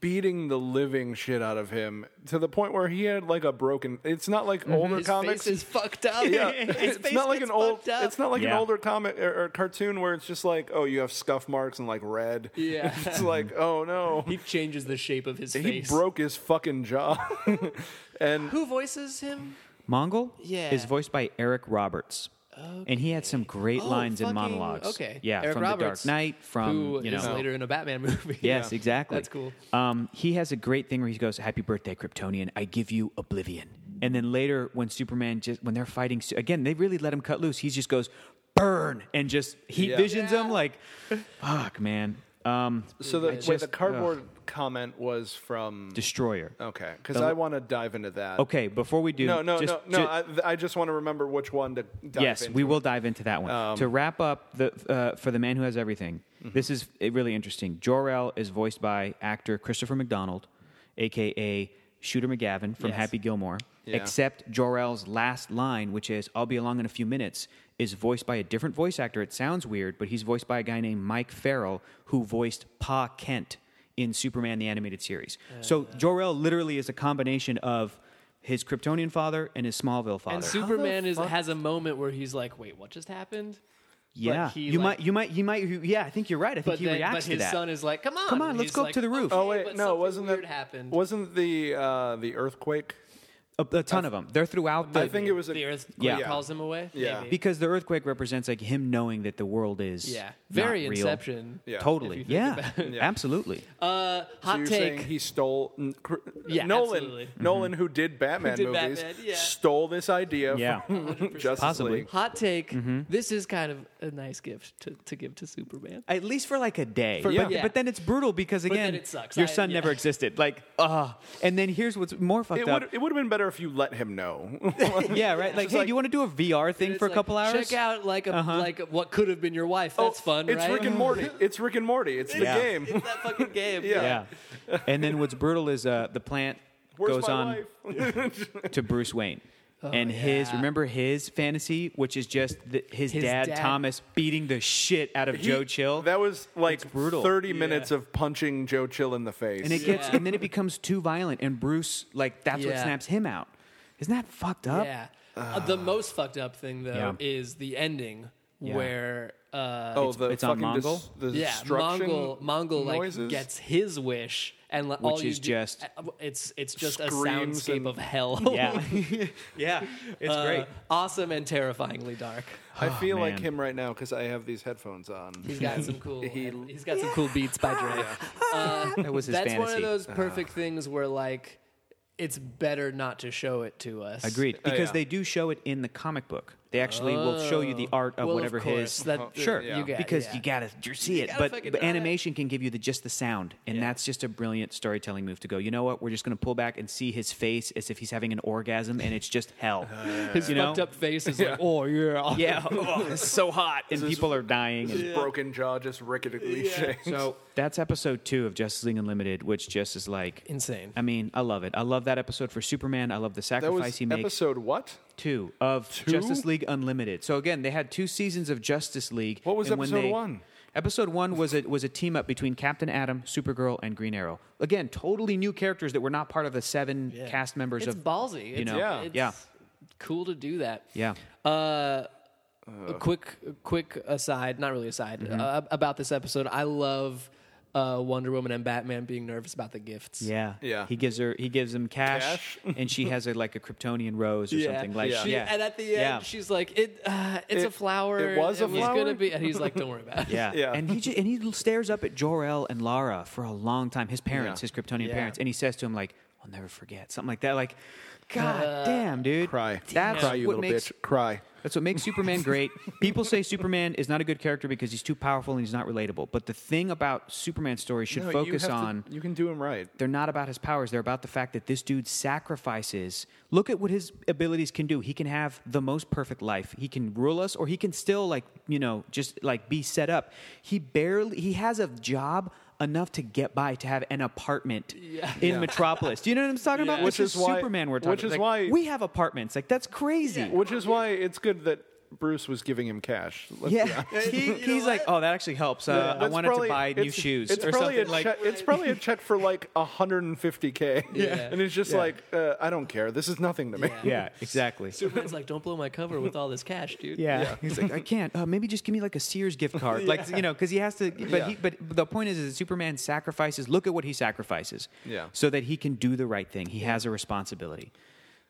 Speaker 3: beating the living shit out of him to the point where he had like a broken. It's not like older
Speaker 1: Mm-hmm. His
Speaker 3: comics.
Speaker 1: face is fucked up.
Speaker 3: yeah,
Speaker 1: His
Speaker 3: it's
Speaker 1: face
Speaker 3: not like
Speaker 1: gets
Speaker 3: an old.
Speaker 1: fucked up.
Speaker 3: It's not like an
Speaker 4: Yeah.
Speaker 3: older comic or, or cartoon where it's just like, oh, you have scuff marks and like red.
Speaker 1: Yeah.
Speaker 3: it's like, oh no,
Speaker 1: He changes the shape of his
Speaker 3: he
Speaker 1: face.
Speaker 3: broke his fucking jaw. and
Speaker 1: Who voices him?
Speaker 4: Mongol
Speaker 1: Yeah.
Speaker 4: is voiced by Eric Roberts. And he had some great
Speaker 1: Oh,
Speaker 4: lines and
Speaker 1: fucking-
Speaker 4: monologues.
Speaker 1: Okay.
Speaker 4: Yeah,
Speaker 1: Eric
Speaker 4: from
Speaker 1: Roberts,
Speaker 4: The Dark Knight, from
Speaker 1: who
Speaker 4: you know
Speaker 1: is later in a Batman movie.
Speaker 4: Yes,
Speaker 3: Yeah.
Speaker 4: exactly.
Speaker 1: That's cool.
Speaker 4: Um, he has a great thing where he goes, "Happy birthday, Kryptonian! I give you oblivion." And then later, when Superman just when they're fighting Su- again, they really let him cut loose. He just goes, "Burn!" and just heat
Speaker 3: Yeah.
Speaker 4: visions him
Speaker 1: Yeah.
Speaker 4: like, "Fuck, man!" Um,
Speaker 3: so the
Speaker 4: It's
Speaker 3: wait,
Speaker 4: just-
Speaker 3: the cardboard comment was from
Speaker 4: Destroyer.
Speaker 1: Oh.
Speaker 3: Okay, because I want to dive into that.
Speaker 4: Okay, before we do,
Speaker 3: No, no,
Speaker 4: just,
Speaker 3: no, no.
Speaker 4: ju-
Speaker 3: I, I just want to remember which one to dive
Speaker 4: yes,
Speaker 3: into. Um,
Speaker 4: we will dive into that one. to wrap up the uh, for the man who has everything.
Speaker 3: Mm-hmm.
Speaker 4: This is uh, really interesting. Jor El is voiced by actor Christopher McDonald, aka Shooter McGavin from
Speaker 1: Yes.
Speaker 4: Happy Gilmore.
Speaker 3: Yeah.
Speaker 4: Except Jor El's last line, which is "I'll be along in a few minutes," is voiced by a different voice actor. It sounds weird, but he's voiced by a guy named Mike Farrell, who voiced Pa Kent in Superman the Animated Series. so
Speaker 3: Uh.
Speaker 4: Jor El literally is a combination of his Kryptonian father and his Smallville father.
Speaker 1: And Superman is
Speaker 3: fuck-
Speaker 1: has a moment where he's like, "Wait, what just happened?"
Speaker 4: Yeah,
Speaker 1: he,
Speaker 4: you
Speaker 1: like-
Speaker 4: might, you might, he might. Yeah, I think you're right. I think
Speaker 1: But
Speaker 4: he
Speaker 1: then, but
Speaker 4: reacts to
Speaker 1: his
Speaker 4: that.
Speaker 1: son is like, "Come on,
Speaker 4: Come on,
Speaker 1: And
Speaker 4: let's
Speaker 1: he's
Speaker 4: go
Speaker 1: like,
Speaker 4: to the roof.
Speaker 1: "Okay,
Speaker 3: Oh wait,
Speaker 1: but
Speaker 3: no,
Speaker 1: something
Speaker 3: wasn't
Speaker 1: weird
Speaker 3: that
Speaker 1: happened?
Speaker 3: wasn't the uh, the earthquake?
Speaker 4: a, a ton of them. They're throughout the.
Speaker 3: I think it was a,
Speaker 1: the Earth
Speaker 4: Yeah.
Speaker 1: calls him away?
Speaker 3: Yeah.
Speaker 1: Maybe.
Speaker 4: because the earthquake represents like him knowing that the world is
Speaker 1: yeah,
Speaker 4: not
Speaker 1: very
Speaker 4: real.
Speaker 1: Inception.
Speaker 3: Yeah.
Speaker 4: Totally,
Speaker 1: If you think
Speaker 4: yeah.
Speaker 1: about it.
Speaker 3: Yeah.
Speaker 4: absolutely.
Speaker 1: Uh,
Speaker 3: So
Speaker 1: hot
Speaker 3: you're saying
Speaker 1: take.
Speaker 3: he stole N- cr-
Speaker 1: Yeah,
Speaker 3: Nolan
Speaker 1: absolutely.
Speaker 4: Mm-hmm.
Speaker 3: Nolan who did Batman
Speaker 1: did
Speaker 3: movies
Speaker 1: Batman, yeah.
Speaker 3: stole this idea
Speaker 4: Yeah.
Speaker 3: from Justice
Speaker 4: Possibly.
Speaker 3: League.
Speaker 1: hot take.
Speaker 4: Mm-hmm.
Speaker 1: This is kind of a nice gift to, to give to Superman.
Speaker 4: At least for like a day,
Speaker 1: yeah.
Speaker 4: but, but then it's brutal because
Speaker 1: then
Speaker 4: again,
Speaker 1: it sucks.
Speaker 4: your
Speaker 1: I-
Speaker 4: son
Speaker 1: yeah.
Speaker 4: never existed. Like, ah, uh, and then here's what's more fucked
Speaker 3: It
Speaker 4: up.
Speaker 3: would it would have been better better if you let him know.
Speaker 4: yeah, right. Like,
Speaker 3: just
Speaker 4: hey,
Speaker 3: like-
Speaker 4: do you want to do a VR thing
Speaker 1: It's
Speaker 4: for a
Speaker 1: like,
Speaker 4: couple hours? Uh-huh.
Speaker 1: Check out like a like what could have been your wife. That's fun,
Speaker 3: Oh, It's
Speaker 1: right?
Speaker 3: Rick and Morty. It's Rick and Morty. It's the
Speaker 4: Yeah.
Speaker 3: game.
Speaker 1: It's that fucking game.
Speaker 3: Yeah.
Speaker 4: Yeah. and then what's brutal is uh, the plant
Speaker 3: Where's
Speaker 4: goes
Speaker 3: my
Speaker 4: on
Speaker 3: wife?
Speaker 4: to Bruce Wayne. and his,
Speaker 1: Oh, yeah.
Speaker 4: remember his fantasy, which is just the, his,
Speaker 1: His
Speaker 4: dad,
Speaker 1: dad.
Speaker 4: Thomas beating the shit out of
Speaker 3: He-
Speaker 4: Joe Chill.
Speaker 3: That was like
Speaker 4: brutal.
Speaker 3: thirty minutes of punching Joe Chill in the face.
Speaker 4: and it gets,
Speaker 1: Yeah.
Speaker 4: and then it becomes too violent, and Bruce, like, that's what
Speaker 1: Yeah.
Speaker 4: snaps him out. Isn't that fucked up?
Speaker 1: Yeah. Uh, the most fucked up thing though
Speaker 4: Yeah.
Speaker 1: is the ending
Speaker 4: Yeah.
Speaker 1: where uh,
Speaker 3: oh, the
Speaker 4: it's on
Speaker 3: fucking dis-
Speaker 4: Mongol?
Speaker 3: the
Speaker 1: yeah,
Speaker 3: destruction
Speaker 1: Mongol Mongol like
Speaker 3: noises.
Speaker 1: gets his wish and like,
Speaker 4: Which
Speaker 1: all you
Speaker 4: is
Speaker 1: do-
Speaker 4: just-
Speaker 1: uh, it's it's just a
Speaker 3: Screams
Speaker 1: soundscape
Speaker 3: and-
Speaker 1: of hell.
Speaker 4: Yeah. yeah. It's
Speaker 1: Uh,
Speaker 4: great.
Speaker 1: Awesome and terrifyingly dark.
Speaker 3: I feel like
Speaker 4: Oh, man.
Speaker 3: him right now because I have these headphones on.
Speaker 1: He's got some cool.
Speaker 3: He-
Speaker 1: he, has got some cool beats by Dre.
Speaker 4: That was his
Speaker 1: That's
Speaker 4: fantasy.
Speaker 1: one of
Speaker 3: Uh-huh.
Speaker 1: those perfect things where like it's better not to show it to us.
Speaker 4: Agreed. Because
Speaker 3: Oh, yeah.
Speaker 4: they do show it in the comic book. They actually will show you the art of
Speaker 1: Well, of
Speaker 4: whatever
Speaker 1: course,
Speaker 4: his.
Speaker 1: that-
Speaker 4: sure,
Speaker 3: yeah. Uh-huh. you
Speaker 1: got-
Speaker 4: because
Speaker 1: yeah.
Speaker 4: you gotta you see it.
Speaker 1: gotta
Speaker 4: But,
Speaker 1: fucking
Speaker 4: but
Speaker 1: know that.
Speaker 4: animation can give you the just the sound, and that's just a brilliant storytelling move to go. You know what? We're just gonna pull back and see his face as if he's having an orgasm, and it's just hell.
Speaker 1: His
Speaker 4: you know?
Speaker 1: fucked up face is like, oh yeah,
Speaker 4: Yeah, oh, it's so hot, and people are dying. and-
Speaker 3: His broken jaw just ricketily shakes.
Speaker 4: So that's episode two of Justice League Unlimited, which just is like
Speaker 1: Insane.
Speaker 4: I mean, I love it. I love that episode for Superman. I love the
Speaker 3: that
Speaker 4: sacrifice
Speaker 3: was
Speaker 4: he makes.
Speaker 3: episode what?
Speaker 4: two of Justice League Unlimited. So again, they had two seasons of Justice League.
Speaker 3: What was
Speaker 4: and when
Speaker 3: episode
Speaker 4: they-
Speaker 3: one?
Speaker 4: Episode one was a was a team up between Captain Atom, Supergirl, and Green Arrow. Again, totally new characters that were not part of the seven
Speaker 1: Yeah.
Speaker 4: cast members
Speaker 1: It's
Speaker 4: of
Speaker 1: ballsy.
Speaker 4: You
Speaker 1: It's-
Speaker 4: know,
Speaker 3: Yeah.
Speaker 1: it's
Speaker 4: yeah,
Speaker 1: cool to do that.
Speaker 4: yeah.
Speaker 1: Uh, a quick, a quick aside. Not really aside
Speaker 4: Mm-hmm.
Speaker 1: uh, about this episode. I love uh, Wonder Woman and Batman being nervous about the gifts.
Speaker 4: Yeah.
Speaker 3: Yeah.
Speaker 4: He gives her he gives him cash, and she has a like a Kryptonian rose or something like
Speaker 1: She-
Speaker 4: yeah.
Speaker 1: and at the end,
Speaker 4: Yeah.
Speaker 1: she's like, "It, uh, it's
Speaker 3: It-
Speaker 1: a flower.
Speaker 3: it was a
Speaker 1: and
Speaker 3: flower?
Speaker 1: gonna be." And he's like, "Don't worry about it."
Speaker 4: Yeah.
Speaker 3: Yeah.
Speaker 4: And he ju- and he stares up at Jor El and Lara for a long time. His parents,
Speaker 3: Yeah.
Speaker 4: his Kryptonian
Speaker 1: Yeah.
Speaker 4: parents, and he says to him like, "I'll never forget," something like that. Like, God damn, dude,
Speaker 3: Cry,
Speaker 4: That's
Speaker 3: cry, you
Speaker 4: what
Speaker 3: little
Speaker 4: makes,
Speaker 3: bitch, cry.
Speaker 4: That's what makes Superman great. People say Superman is not a good character because he's too powerful and he's not relatable. But the thing about Superman's story should
Speaker 3: No, you
Speaker 4: focus
Speaker 3: have to-
Speaker 4: on
Speaker 3: you can do him right.
Speaker 4: they're not about his powers. They're about the fact that this dude sacrifices. Look at what his abilities can do. He can have the most perfect life. He can rule us, or he can still like you know just like be set up. He barely. He has a job enough to get by to have an apartment in Metropolis. Do you know what I'm talking about?
Speaker 1: Yeah.
Speaker 4: This
Speaker 3: Which is why-
Speaker 4: Superman. We're talking.
Speaker 3: which is
Speaker 4: like,
Speaker 3: why-
Speaker 4: we have apartments. Like that's crazy. Yeah.
Speaker 3: Which is why it's good that Bruce was giving him cash. Let's-
Speaker 4: He- he's like, oh, that actually helps. Uh, I
Speaker 3: That's
Speaker 4: wanted
Speaker 3: probably-
Speaker 4: to buy new
Speaker 3: it's-
Speaker 4: shoes
Speaker 3: it's
Speaker 4: or
Speaker 3: probably
Speaker 4: something
Speaker 3: a
Speaker 4: like.
Speaker 3: check- it's probably a check for like 150k.
Speaker 1: Yeah.
Speaker 3: and it's just like uh, I don't care. This is nothing to me.
Speaker 1: Yeah.
Speaker 4: yeah, exactly.
Speaker 1: Superman's like, "Don't blow my cover with all this cash, dude."
Speaker 4: Yeah. He's like, I can't. Uh, maybe just give me like a Sears gift card. Like, you know, because he has to. But,
Speaker 3: Yeah.
Speaker 4: he, but the point is, is that Superman sacrifices. Look at what he sacrifices.
Speaker 3: Yeah.
Speaker 4: So that he can do the right thing. He has a responsibility.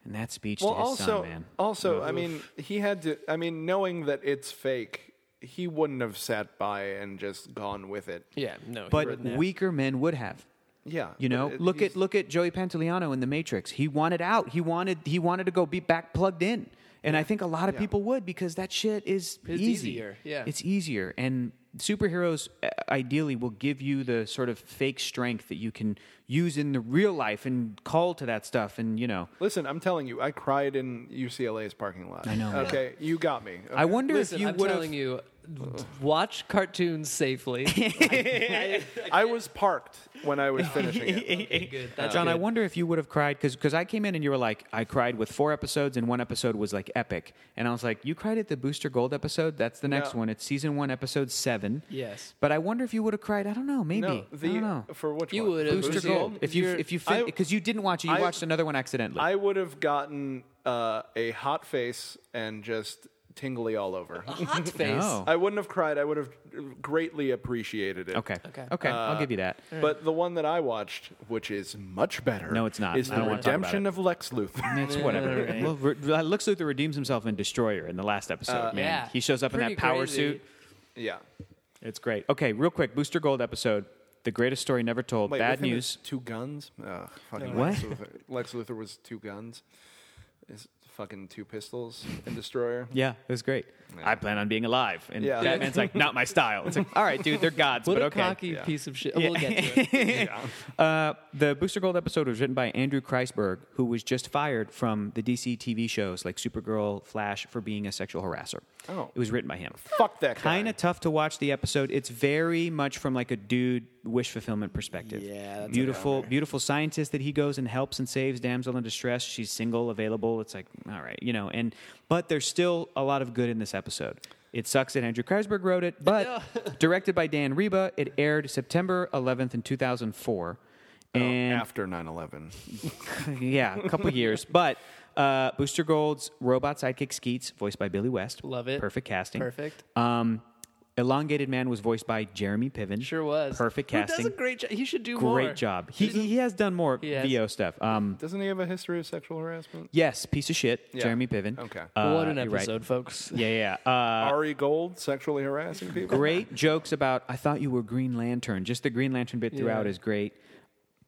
Speaker 4: And that speech
Speaker 3: Well,
Speaker 4: to his
Speaker 3: also,
Speaker 4: son, man.
Speaker 3: also, I mean, he had to. I mean, knowing that it's fake, he wouldn't have sat by and just gone with it.
Speaker 1: yeah. No, he
Speaker 4: But
Speaker 1: wouldn't have.
Speaker 4: weaker men would have.
Speaker 3: Yeah,
Speaker 4: You
Speaker 3: but
Speaker 4: know,
Speaker 3: it-
Speaker 4: look
Speaker 3: he's-
Speaker 4: at look at Joey Pantoliano in The Matrix. He wanted out. He wanted he wanted to go be back plugged in, and I think a lot of
Speaker 3: Yeah.
Speaker 4: people would because that shit is
Speaker 1: It's
Speaker 4: easy.
Speaker 1: easier, yeah.
Speaker 4: it's easier, and superheroes uh, ideally will give you the sort of fake strength that you can use in the real life and call to that stuff. And you know,
Speaker 3: Listen, I'm telling you, I cried in UCLA's parking lot. I
Speaker 4: know, man.
Speaker 3: Okay, you got me.
Speaker 4: I wonder
Speaker 1: Listen,
Speaker 4: if you
Speaker 1: I'm
Speaker 4: would
Speaker 1: telling
Speaker 4: have.
Speaker 1: you, watch cartoons safely.
Speaker 3: I was parked when I was finishing it.
Speaker 1: good. That's
Speaker 4: John, I
Speaker 1: Oh, good.
Speaker 4: wonder if you would have cried because I came in and you were like, I cried with four episodes and one episode was like epic, and I was like, you cried at the Booster Gold episode. That's the next
Speaker 3: No.
Speaker 4: one. It's season one, episode seven.
Speaker 1: Yes.
Speaker 4: but I wonder if you would have cried. I don't know. Maybe
Speaker 3: No,
Speaker 4: I don't know.
Speaker 3: the for which
Speaker 1: You
Speaker 3: one?
Speaker 1: would have.
Speaker 4: Booster
Speaker 1: Booster
Speaker 4: Gold.
Speaker 1: Gold.
Speaker 4: If you
Speaker 1: You're-
Speaker 4: if you
Speaker 3: I-
Speaker 4: because you didn't watch it, you
Speaker 3: I-
Speaker 4: watched another one accidentally.
Speaker 3: I would have gotten uh, a hot face and just tingly all over.
Speaker 1: Hot face.
Speaker 4: Oh.
Speaker 3: I wouldn't have cried. I would have greatly appreciated it.
Speaker 4: okay. Okay.
Speaker 1: Okay.
Speaker 4: Okay. I'll give you that.
Speaker 3: But the one that I watched, which is much better,
Speaker 4: No, it's not.
Speaker 3: is
Speaker 4: I
Speaker 3: the
Speaker 4: don't wanna talk about
Speaker 3: Redemption
Speaker 4: it.
Speaker 3: of Lex Luthor.
Speaker 4: It's whatever. Well, re- re- Lex Luthor redeems himself in Destroyer in the last episode. man,
Speaker 1: yeah.
Speaker 4: he shows up in
Speaker 1: Pretty
Speaker 4: that power
Speaker 1: crazy.
Speaker 4: suit.
Speaker 3: yeah,
Speaker 4: It's great. Okay, real quick, Booster Gold episode, the greatest story never told.
Speaker 3: Wait,
Speaker 4: Bad
Speaker 3: with him
Speaker 4: news.
Speaker 3: it's Two guns. Ugh, fucking
Speaker 4: What?
Speaker 3: Lex Luthor. Lex Luthor was two guns. Is fucking two pistols and destroyer.
Speaker 4: Yeah, it was great. I plan on being alive, and
Speaker 3: Yeah.
Speaker 4: Batman's like, not my style. It's like, all right, dude, they're gods,
Speaker 1: What
Speaker 4: but
Speaker 1: a
Speaker 4: okay.
Speaker 1: cocky
Speaker 3: Yeah.
Speaker 1: piece of shit. We'll get to it.
Speaker 4: Uh, the Booster Gold episode was written by Andrew Kreisberg, who was just fired from the DC TV shows like Supergirl, Flash, for being a sexual harasser.
Speaker 3: Oh.
Speaker 4: It was written by him.
Speaker 3: Fuck that guy.
Speaker 4: Kind of tough to watch the episode. It's very much from like a dude wish fulfillment perspective.
Speaker 1: Yeah, that's
Speaker 4: beautiful, beautiful scientist that he goes and helps and saves damsel in distress. She's single, available. It's like all right, you know. And but there's still a lot of good in this episode. It sucks that Andrew Kreisberg wrote it, but directed by Dan Reba. It aired September 11th in 2004.
Speaker 1: Oh,
Speaker 4: And
Speaker 3: Oh, After 9-11.
Speaker 4: yeah, a couple years. But uh, Booster Gold's robot sidekick Skeets, voiced by Billy West.
Speaker 1: Love it.
Speaker 4: Perfect casting.
Speaker 1: Perfect.
Speaker 4: Um, Elongated Man was voiced by Jeremy Piven.
Speaker 1: Sure was.
Speaker 4: Perfect
Speaker 1: Who
Speaker 4: casting.
Speaker 1: does a great job. He should do more.
Speaker 4: Great job. He, he has done more
Speaker 1: He has.
Speaker 4: VO stuff. Um,
Speaker 3: Doesn't he have a history of sexual harassment?
Speaker 4: yes, piece of shit,
Speaker 3: Yeah.
Speaker 4: Jeremy Piven.
Speaker 3: Okay.
Speaker 4: Uh,
Speaker 1: what an
Speaker 4: you're right.
Speaker 1: episode, folks.
Speaker 4: Yeah, yeah. Uh,
Speaker 3: Ari Gold sexually harassing people.
Speaker 4: great jokes about, I thought you were Green Lantern. Just the Green Lantern bit throughout
Speaker 1: Yeah.
Speaker 4: is great.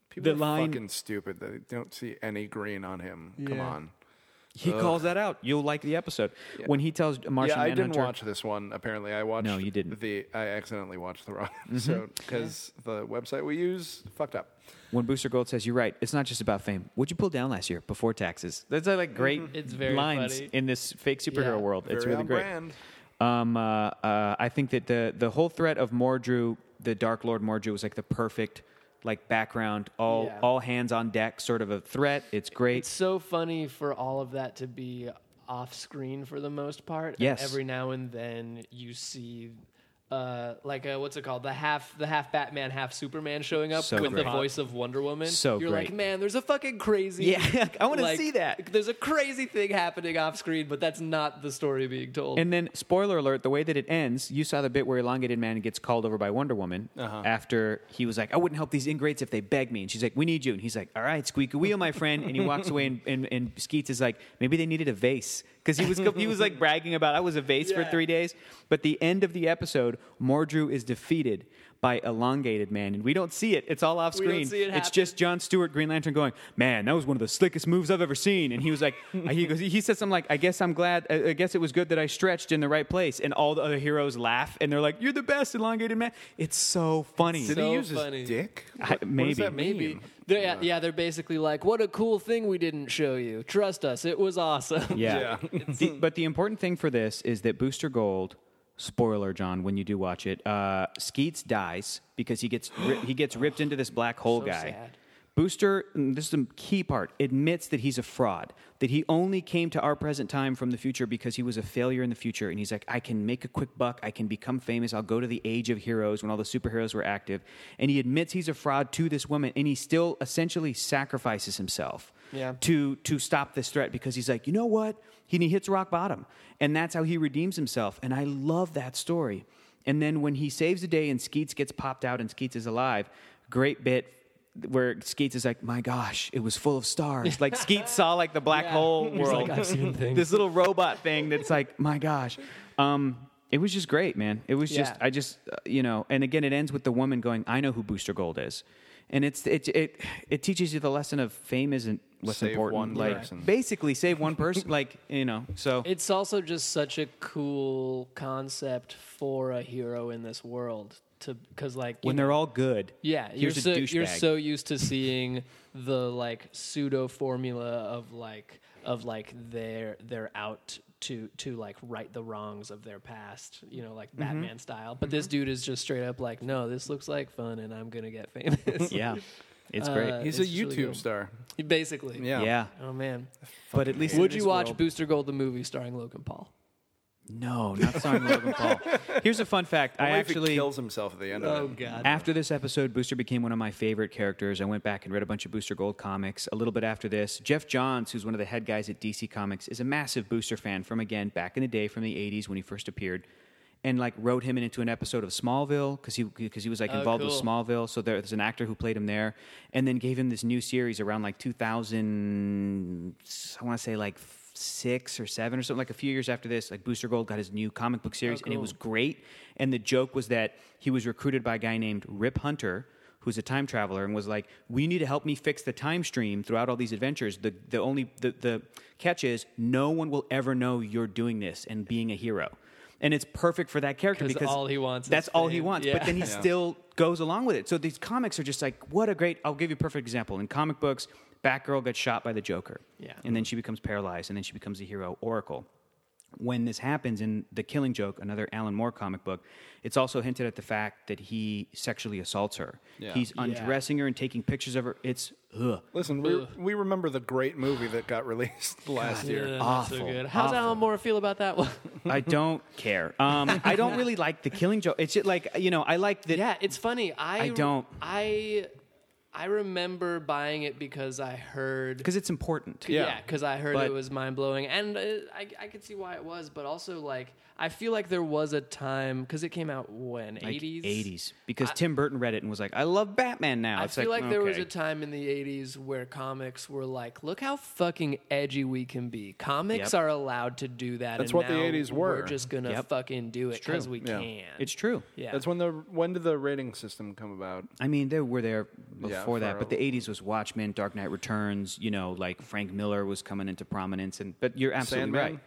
Speaker 3: People
Speaker 4: The
Speaker 3: are
Speaker 4: line-
Speaker 3: fucking stupid. They don't see any green on him. Come
Speaker 1: Yeah.
Speaker 3: on.
Speaker 4: He calls that out. You'll like the episode. When he tells Martian
Speaker 3: yeah, I didn't
Speaker 4: Manhunter-
Speaker 3: watch this one. Apparently, I watched.
Speaker 4: No, you didn't. Mm-hmm.
Speaker 3: The I accidentally watched the wrong episode because the website we use fucked up.
Speaker 4: When Booster Gold says, "You're right. It's not just about fame. What'd you pull down last year before taxes?" That's uh, like great
Speaker 1: It's very
Speaker 4: lines
Speaker 1: funny.
Speaker 4: in this fake
Speaker 1: Yeah.
Speaker 4: superhero world. it's
Speaker 3: Very
Speaker 4: really
Speaker 3: on
Speaker 4: great.
Speaker 3: brand.
Speaker 4: Um, uh, uh, I think that the the whole threat of Mordru, the Dark Lord Mordru, was like the perfect like background, all
Speaker 1: Yeah.
Speaker 4: all hands on deck sort of a threat. It's great.
Speaker 1: It's so funny for all of that to be off screen for the most part. and
Speaker 4: Yes.
Speaker 1: every now and then you see. Uh, like uh what's it called? The half, the half Batman, half Superman showing up
Speaker 4: So
Speaker 1: with
Speaker 4: great.
Speaker 1: the voice of Wonder Woman.
Speaker 4: So
Speaker 1: you're
Speaker 4: great.
Speaker 1: like, man, there's a fucking crazy.
Speaker 4: Yeah, I wanna
Speaker 1: like,
Speaker 4: see that.
Speaker 1: There's a crazy thing happening off screen, but that's not the story being told.
Speaker 4: And then, spoiler alert: the way that it ends, you saw the bit where elongated man gets called over by Wonder Woman
Speaker 1: Uh-huh.
Speaker 4: after he was like, "I wouldn't help these ingrates if they begged me," and she's like, "We need you," and he's like, "All right, squeak a wheel, my friend," and he walks away, and, and, and Skeets is like, "Maybe they needed a vase." Because he was he was like bragging about I was a vase for
Speaker 1: Yeah.
Speaker 4: three days, but the end of the episode, Mordru is defeated by elongated man, and we don't see it. It's all off
Speaker 1: We don't
Speaker 4: screen.
Speaker 1: see it
Speaker 4: it's
Speaker 1: happen.
Speaker 4: just John Stewart, Green Lantern, going, "Man, that was one of the slickest moves I've ever seen." And he was like, he goes, he says something like, "I guess I'm glad. I, I guess it was good that I stretched in the right place." And all the other heroes laugh, and they're like, "You're the best, elongated man." It's so funny.
Speaker 3: Did
Speaker 1: So
Speaker 3: he use
Speaker 1: funny.
Speaker 3: his dick?
Speaker 4: I-
Speaker 3: What- what does
Speaker 4: maybe.
Speaker 3: that mean?
Speaker 1: Maybe. They're, yeah. yeah, they're basically like, what a cool thing we didn't show you. Trust us, it was awesome.
Speaker 4: Yeah.
Speaker 3: Yeah.
Speaker 4: The- but the important thing for this is that Booster Gold, spoiler, John, when you do watch it, uh, Skeets dies because he gets ri- he gets ripped into this black hole
Speaker 1: So
Speaker 4: guy.
Speaker 1: sad.
Speaker 4: Booster, and this is the key part, admits that he's a fraud, that he only came to our present time from the future because he was a failure in the future. And he's like, I can make a quick buck, I can become famous, I'll go to the age of heroes when all the superheroes were active. And he admits he's a fraud to this woman, and he still essentially sacrifices himself
Speaker 1: Yeah.
Speaker 4: to to stop this threat because he's like, you know what? He, he hits rock bottom, and that's how he redeems himself. And I love that story. And then when he saves the day and Skeets gets popped out and Skeets is alive, great bit where Skeets is like, my gosh, it was full of stars. Like Skeets saw like the black
Speaker 1: Yeah.
Speaker 4: hole
Speaker 1: He's
Speaker 4: world,
Speaker 1: like, "I've seen things."
Speaker 4: this little robot thing that's like, my gosh. Um, it was just great, man. It was just
Speaker 1: Yeah.
Speaker 4: I just uh, you know, and again, it ends with the woman going, "I know who Booster Gold is," and it's it it it teaches you the lesson of fame isn't what's
Speaker 3: Save
Speaker 4: important.
Speaker 3: one
Speaker 4: like
Speaker 3: person.
Speaker 4: basically, save one person. like you know, so
Speaker 1: It's also just such a cool concept for a hero in this world to because like you
Speaker 4: when
Speaker 1: know-
Speaker 4: they're all good,
Speaker 1: yeah you're
Speaker 4: here's
Speaker 1: so
Speaker 4: a
Speaker 1: you're
Speaker 4: douchebag.
Speaker 1: so used to seeing the like pseudo formula of like of like they're they're out to to like right the wrongs of their past you know like
Speaker 4: Mm-hmm.
Speaker 1: Batman style but this dude is just straight up like no this looks like fun and I'm gonna get famous
Speaker 4: yeah, it's great.
Speaker 1: Uh,
Speaker 3: He's a
Speaker 1: It's really
Speaker 3: YouTube
Speaker 1: good.
Speaker 3: star.
Speaker 1: basically
Speaker 3: Yeah.
Speaker 4: yeah,
Speaker 1: oh man
Speaker 4: but at least in
Speaker 1: Would you
Speaker 4: this
Speaker 1: watch
Speaker 4: world-
Speaker 1: Booster Gold the movie starring Logan Paul?
Speaker 4: No, not starring Logan Paul. Here's a fun fact. I
Speaker 3: Only if
Speaker 4: actually
Speaker 3: he kills himself at the end of it.
Speaker 1: God.
Speaker 4: After this episode, Booster became one of my favorite characters. I went back and read a bunch of Booster Gold comics. A little bit after this, Jeff Johns, who's one of the head guys at DC Comics, is a massive Booster fan from again back in the day from the '80s when he first appeared, and like wrote him into an episode of Smallville because he because he was like
Speaker 1: Oh,
Speaker 4: involved with
Speaker 1: cool.
Speaker 4: Smallville. So there's an actor who played him there, and then gave him this new series around like 2000. I want to say like. Six or seven or something like a few years after this, like Booster Gold got his new comic book series, and
Speaker 1: Oh,
Speaker 4: it
Speaker 1: cool.
Speaker 4: was great. And the joke was that he was recruited by a guy named Rip Hunter, who's a time traveler and was like, "We need to help me fix the time stream throughout all these adventures." The the only the, the catch is no one will ever know you're doing this and being a hero. And it's perfect for that character
Speaker 1: 'Cause
Speaker 4: because
Speaker 1: all he wants is
Speaker 4: that's all he
Speaker 1: fame.
Speaker 4: wants.
Speaker 1: Yeah.
Speaker 4: But then he still goes along with it. So these comics are just like, what a great. I'll give you a perfect example. In comic books, Batgirl got shot by the Joker.
Speaker 1: Yeah.
Speaker 4: And then she becomes paralyzed and then she becomes a hero, Oracle. When this happens in The Killing Joke, another Alan Moore comic book, it's also hinted at the fact that he sexually assaults her.
Speaker 3: Yeah.
Speaker 4: He's undressing her and taking pictures of her. It's ugh.
Speaker 3: Listen, we, we remember the great movie that got released last year.
Speaker 1: Yeah, not
Speaker 4: Awful,
Speaker 1: so good. How's
Speaker 4: awful.
Speaker 1: Alan Moore feel about that one?
Speaker 4: I don't care. Um, I don't really like The Killing Joke. It's just like, you know, I like that.
Speaker 1: yeah, it's funny. I
Speaker 4: I don't.
Speaker 1: I I remember buying it because I heard
Speaker 4: Because it's important.
Speaker 3: Yeah.
Speaker 1: Yeah, because I heard
Speaker 4: But-
Speaker 1: it was mind blowing, and uh, I I could see why it was, but also like I feel like there was a time because it came out when eighties
Speaker 4: eighties because Tim Burton read it and was like, "I love Batman now."
Speaker 1: I
Speaker 4: It's
Speaker 1: feel like, there was
Speaker 4: okay.
Speaker 1: a time in the '80s where comics were like, "Look how fucking edgy we can be." Comics
Speaker 4: Yep.
Speaker 1: are allowed to do that.
Speaker 3: That's
Speaker 1: and
Speaker 3: what the
Speaker 1: now
Speaker 3: 80s were.
Speaker 1: We're just gonna
Speaker 4: Yep.
Speaker 1: fucking do it
Speaker 4: true.
Speaker 1: because we
Speaker 3: Yeah.
Speaker 1: can.
Speaker 4: It's true.
Speaker 1: yeah.
Speaker 3: That's when the when did the rating system come about?
Speaker 4: I mean, they were there
Speaker 3: Yeah,
Speaker 4: before
Speaker 3: for
Speaker 4: that,
Speaker 3: a-
Speaker 4: but the '80s was Watchmen, Dark Knight Returns. You know, like Frank Miller was coming into prominence, and but you're absolutely
Speaker 3: Sandman?
Speaker 4: right.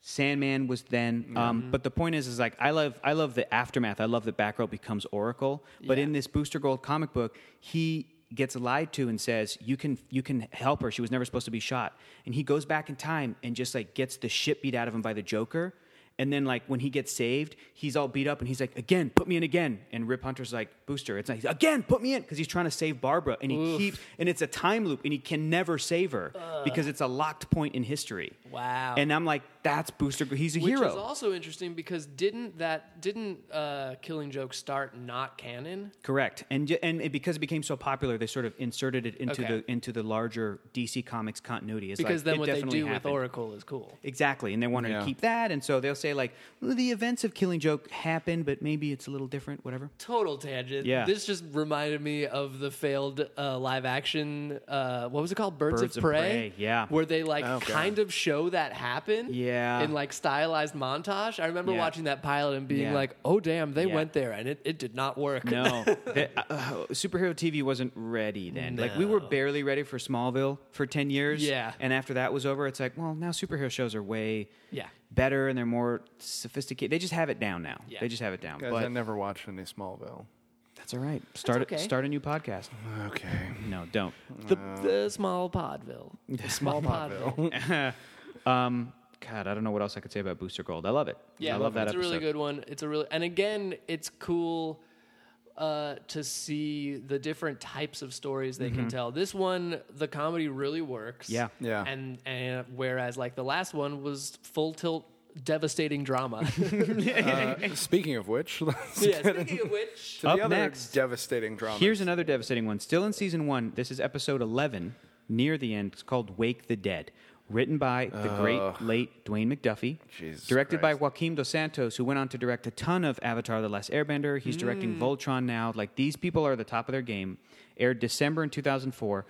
Speaker 4: Sandman was then, um,
Speaker 1: Mm-hmm.
Speaker 4: but the point is, is like I love, I love the aftermath. I love that Batgirl becomes Oracle, but
Speaker 1: Yeah.
Speaker 4: in this Booster Gold comic book, he gets lied to and says you can you can help her. She was never supposed to be shot, and he goes back in time and just like gets the shit beat out of him by the Joker. And then, like when he gets saved, he's all beat up, and he's like, "Again, put me in again." And Rip Hunter's like, "Booster, it's like again, put me in," because he's trying to save Barbara, and he keeps, and it's a time loop, and he can never save her because it's a locked point in history.
Speaker 1: Wow.
Speaker 4: And I'm like, "That's Booster. Gold. He's a
Speaker 1: Which
Speaker 4: hero."
Speaker 1: is also interesting because didn't that didn't uh, Killing Joke start not canon?
Speaker 4: Correct, and ju- and it, because it became so popular, they sort of inserted it into
Speaker 1: Okay.
Speaker 4: the into the larger DC Comics continuity. It's like,
Speaker 1: Because then
Speaker 4: it
Speaker 1: what they
Speaker 4: definitely
Speaker 1: do with
Speaker 4: happened.
Speaker 1: Oracle is cool.
Speaker 4: exactly, and they wanted
Speaker 3: Yeah.
Speaker 4: to keep that, and so they'll say like, well, the events of Killing Joke happened, but maybe it's a little different, whatever.
Speaker 1: Total tangent.
Speaker 4: Yeah.
Speaker 1: This just reminded me of the failed uh, live action. Uh, what was it called? Birds,
Speaker 4: Birds
Speaker 1: of,
Speaker 4: of
Speaker 1: prey?
Speaker 4: Prey, yeah.
Speaker 1: Where they like
Speaker 3: Oh, God.
Speaker 1: kind of show that happen.
Speaker 4: Yeah.
Speaker 1: In like stylized montage. I remember
Speaker 4: Yeah.
Speaker 1: watching that pilot and being
Speaker 4: Yeah.
Speaker 1: like, "Oh damn, they
Speaker 4: Yeah.
Speaker 1: went there and it, it did not work."
Speaker 4: No, The- uh, uh, superhero TV wasn't ready then. Like we were barely ready for Smallville for ten years.
Speaker 1: Yeah.
Speaker 4: and after that was over, it's like, well, now superhero shows are way
Speaker 1: Yeah.
Speaker 4: better and they're more sophisticated. They just have it down now.
Speaker 1: Yeah.
Speaker 4: They just have it down.
Speaker 3: Guys, I
Speaker 4: but
Speaker 3: never watched any Smallville.
Speaker 4: that's all right. Start
Speaker 1: okay.
Speaker 4: start a new podcast.
Speaker 3: Okay.
Speaker 4: No, don't.
Speaker 1: The, the small Podville. The small Podville.
Speaker 4: Um, God, I don't know what else I could say about Booster Gold. I love it.
Speaker 1: Yeah,
Speaker 4: I love that
Speaker 1: It's
Speaker 4: episode.
Speaker 1: a really good one. It's a really and again, it's cool uh, to see the different types of stories they can tell. This one, the comedy really works.
Speaker 4: Mm-hmm. Yeah.
Speaker 3: Yeah.
Speaker 1: And and whereas like the last one was full tilt, devastating drama.
Speaker 3: Uh, speaking of which, let's
Speaker 1: yeah.
Speaker 3: get
Speaker 1: Speaking of which,
Speaker 3: to
Speaker 4: Up
Speaker 3: the other
Speaker 4: next.
Speaker 3: devastating drama.
Speaker 4: Here's another devastating one. Still in season one. This is episode eleven, near the end. It's called "Wake the Dead," written by the great late Dwayne McDuffie,
Speaker 3: Jesus
Speaker 4: directed
Speaker 3: Christ.
Speaker 4: by Joaquin Dos Santos, who went on to direct a ton of Avatar: The Last Airbender. He's directing
Speaker 3: Hmm.
Speaker 4: Voltron now. Like these people are at the top of their game. Aired December in 2004.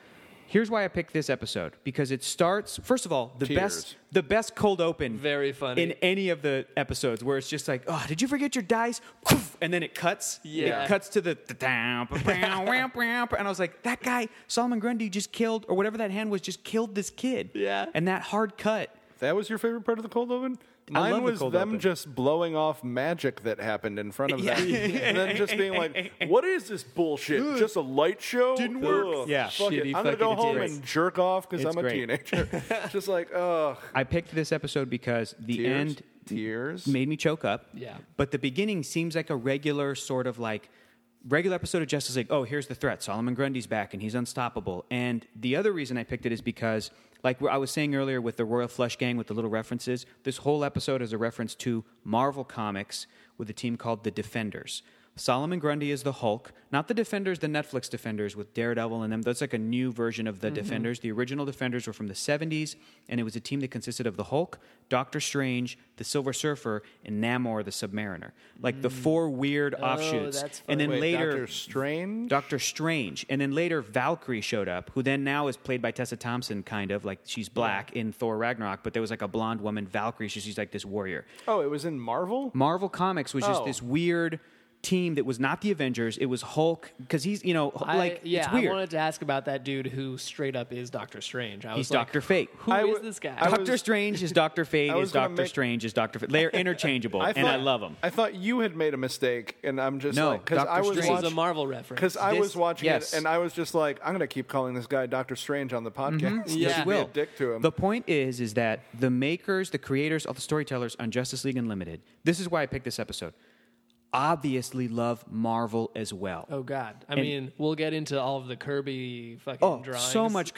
Speaker 4: Here's why I picked this episode because it starts. First of all, the
Speaker 3: Tears.
Speaker 4: best the best cold open
Speaker 1: Very funny.
Speaker 4: in any of the episodes where it's just like, oh, did you forget your dice? Poof! And then it cuts.
Speaker 1: Yeah.
Speaker 4: It cuts to the. And I was like, that guy, Solomon Grundy, just killed, or whatever that hand was, just killed this kid.
Speaker 1: Yeah.
Speaker 4: And that hard cut.
Speaker 3: that was your favorite part of the cold open.
Speaker 4: I
Speaker 3: Mine
Speaker 4: love the
Speaker 3: was
Speaker 4: cold
Speaker 3: them
Speaker 4: open.
Speaker 3: just blowing off magic that happened in front of
Speaker 4: Yeah.
Speaker 3: them, and then just being like, "What is this bullshit? Just a light show?
Speaker 4: Didn't work."
Speaker 3: Ugh,
Speaker 4: Yeah.
Speaker 3: fuck it.
Speaker 1: Shitty
Speaker 3: I'm gonna go
Speaker 1: fucking
Speaker 3: home
Speaker 1: tears.
Speaker 3: and jerk off because
Speaker 4: It's
Speaker 3: I'm a
Speaker 4: great.
Speaker 3: teenager. just like, ugh,
Speaker 4: I picked this episode because the
Speaker 3: tears,
Speaker 4: end
Speaker 3: tears.
Speaker 4: made me choke up.
Speaker 1: Yeah.
Speaker 4: But the beginning seems like a regular sort of like regular episode of Justice League. Oh, here's the threat. Solomon Grundy's back and he's unstoppable. And the other reason I picked it is because like what I was saying earlier with the Royal Flush Gang with the little references, this whole episode is a reference to Marvel Comics with a team called the Defenders. Solomon Grundy is the Hulk, not the Defenders, the Netflix Defenders with Daredevil and them. That's like a new version of the
Speaker 3: Mm-hmm.
Speaker 4: Defenders. The original Defenders were from the 70s, and it was a team that consisted of the Hulk, Doctor Strange, the Silver Surfer, and Namor the Submariner. Like
Speaker 3: Mm.
Speaker 4: the four weird offshoots.
Speaker 1: that's
Speaker 4: and then
Speaker 3: Oh, Wait,
Speaker 4: later
Speaker 3: Doctor Strange.
Speaker 4: Doctor Strange. And then later Valkyrie showed up, who then now is played by Tessa Thompson, kind of like she's black in Thor Ragnarok, but there was like a blonde woman, Valkyrie. She's she's like this warrior.
Speaker 3: oh, it was in Marvel.
Speaker 4: Marvel Comics was just
Speaker 3: Oh.
Speaker 4: this weird team that was not the Avengers. It was Hulk because he's you know h-
Speaker 1: I-
Speaker 4: like
Speaker 1: yeah,
Speaker 4: it's weird.
Speaker 1: I wanted to ask about that dude who straight up is Doctor Strange. I was
Speaker 4: He's
Speaker 1: like,
Speaker 4: Doctor Fate.
Speaker 1: Who is
Speaker 3: I w-
Speaker 1: this guy?
Speaker 3: I was-
Speaker 4: Doctor Strange is Doctor Fate
Speaker 3: I
Speaker 4: is
Speaker 3: was gonna
Speaker 4: Doctor
Speaker 3: make-
Speaker 4: Strange is Doctor Fate. They're interchangeable, and I
Speaker 3: thought-
Speaker 4: love them.
Speaker 3: I thought you had made a mistake, and I'm just
Speaker 4: No,
Speaker 3: like, because
Speaker 4: Doctor
Speaker 3: I was
Speaker 4: Strange.
Speaker 1: this is a
Speaker 3: watching,
Speaker 1: Marvel reference.
Speaker 3: because I
Speaker 4: This-
Speaker 3: was watching
Speaker 4: yes.
Speaker 3: it, and I was just like, I'm gonna keep calling this guy Doctor Strange on the
Speaker 4: Mm-hmm.
Speaker 3: podcast. Just
Speaker 1: Yeah.
Speaker 3: be
Speaker 1: will.
Speaker 3: a dick to him.
Speaker 4: The point is, is that the makers, the creators, all the storytellers on Justice League Unlimited. This is why I picked this episode. Obviously, love Marvel as well.
Speaker 1: oh God, I
Speaker 4: And-
Speaker 1: mean, we'll get into all of the Kirby fucking
Speaker 4: Oh,
Speaker 1: drawings.
Speaker 4: so much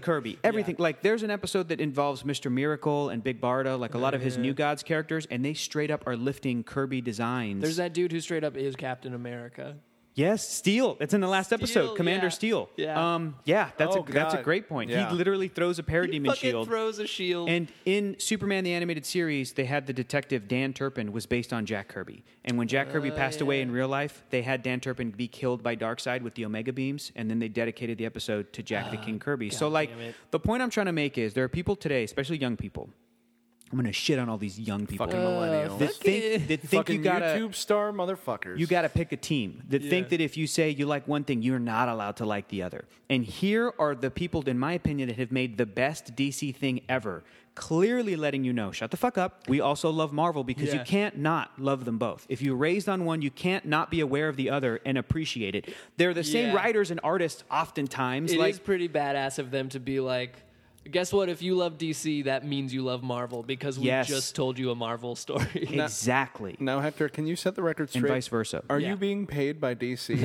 Speaker 4: Kirby, everything. Like there's an episode that involves Mr. Miracle and Big Barda, like a lot of his New Gods characters, and they straight up are lifting Kirby designs.
Speaker 1: There's that dude who straight up is Captain America.
Speaker 4: yes, Steel. That's in the last episode,
Speaker 1: Steel,
Speaker 4: Commander
Speaker 1: yeah.
Speaker 4: Steel.
Speaker 1: Yeah.
Speaker 4: um, yeah, that's
Speaker 3: Oh,
Speaker 4: a that's a
Speaker 3: God.
Speaker 4: great point.
Speaker 3: Yeah.
Speaker 4: He literally throws a
Speaker 1: He
Speaker 4: parademon
Speaker 1: fucking
Speaker 4: shield.
Speaker 1: throws a shield.
Speaker 4: E And in Superman the animated series, they had the detective Dan Turpin was based on Jack Kirby. And when Jack
Speaker 3: Oh,
Speaker 4: Kirby passed away in real life, they had Dan Turpin be killed by Darkseid with the Omega beams, and then they dedicated the episode to Jack the
Speaker 3: Ah,
Speaker 4: King Kirby. so like
Speaker 1: damn it.
Speaker 4: the point I'm trying to make is there are people today, especially young people. I'm gonna shit on all these young people
Speaker 3: Fucking millennial.
Speaker 4: that think that think
Speaker 3: Fucking
Speaker 4: you gotta
Speaker 3: YouTube star motherfuckers.
Speaker 4: you got to pick a team that think
Speaker 1: Yeah.
Speaker 4: that if you say you like one thing, you're not allowed to like the other. And here are the people, in my opinion, that have made the best DC thing ever, clearly letting you know, shut the fuck up. We also love Marvel because you
Speaker 1: Yeah.
Speaker 4: can't not love them both. If you raised on one, you can't not be aware of the other and appreciate it. They're the same
Speaker 1: Yeah.
Speaker 4: writers and artists, oftentimes.
Speaker 1: It is
Speaker 4: like
Speaker 1: pretty badass of them to be like, guess what? If you love DC, that means you love Marvel because we
Speaker 4: Yes.
Speaker 1: just told you a Marvel story.
Speaker 4: exactly.
Speaker 3: now, Hector, can you set the record straight?
Speaker 4: vice versa.
Speaker 3: Are
Speaker 1: Yeah.
Speaker 3: you being paid by DC?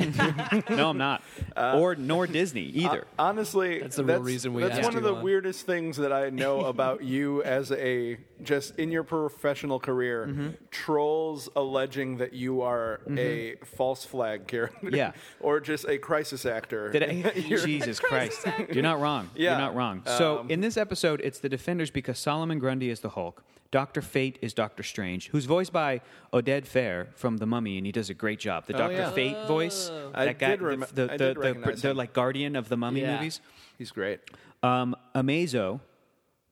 Speaker 4: No, I'm not.
Speaker 1: Uh,
Speaker 4: or nor Disney either.
Speaker 3: Honestly,
Speaker 1: That's the real reason we
Speaker 3: That's
Speaker 1: asked
Speaker 3: one of
Speaker 1: you
Speaker 3: the
Speaker 1: on.
Speaker 3: weirdest things that I know about you as a just in your professional career.
Speaker 4: Mm-hmm.
Speaker 3: Trolls alleging that you are a false flag character,
Speaker 4: Yeah.
Speaker 3: or just a crisis actor.
Speaker 4: Did I- Jesus Christ. You're not wrong. You're
Speaker 3: Yeah. Um,
Speaker 4: not wrong. So in this episode, it's the Defenders because Solomon Grundy is the Hulk. Doctor Fate is Doctor Strange, who's voiced by Oded Fair from The Mummy, and he does a great job. The Doctor
Speaker 3: Oh, yeah.
Speaker 4: Fate voice,
Speaker 3: I
Speaker 4: that guy,
Speaker 3: did rem-
Speaker 4: the,
Speaker 3: I did
Speaker 4: the, the, the,
Speaker 3: recognize
Speaker 4: the,
Speaker 3: him.
Speaker 4: like guardian of the Mummy
Speaker 1: Yeah.
Speaker 4: movies.
Speaker 3: He's great.
Speaker 4: Um, Amazo,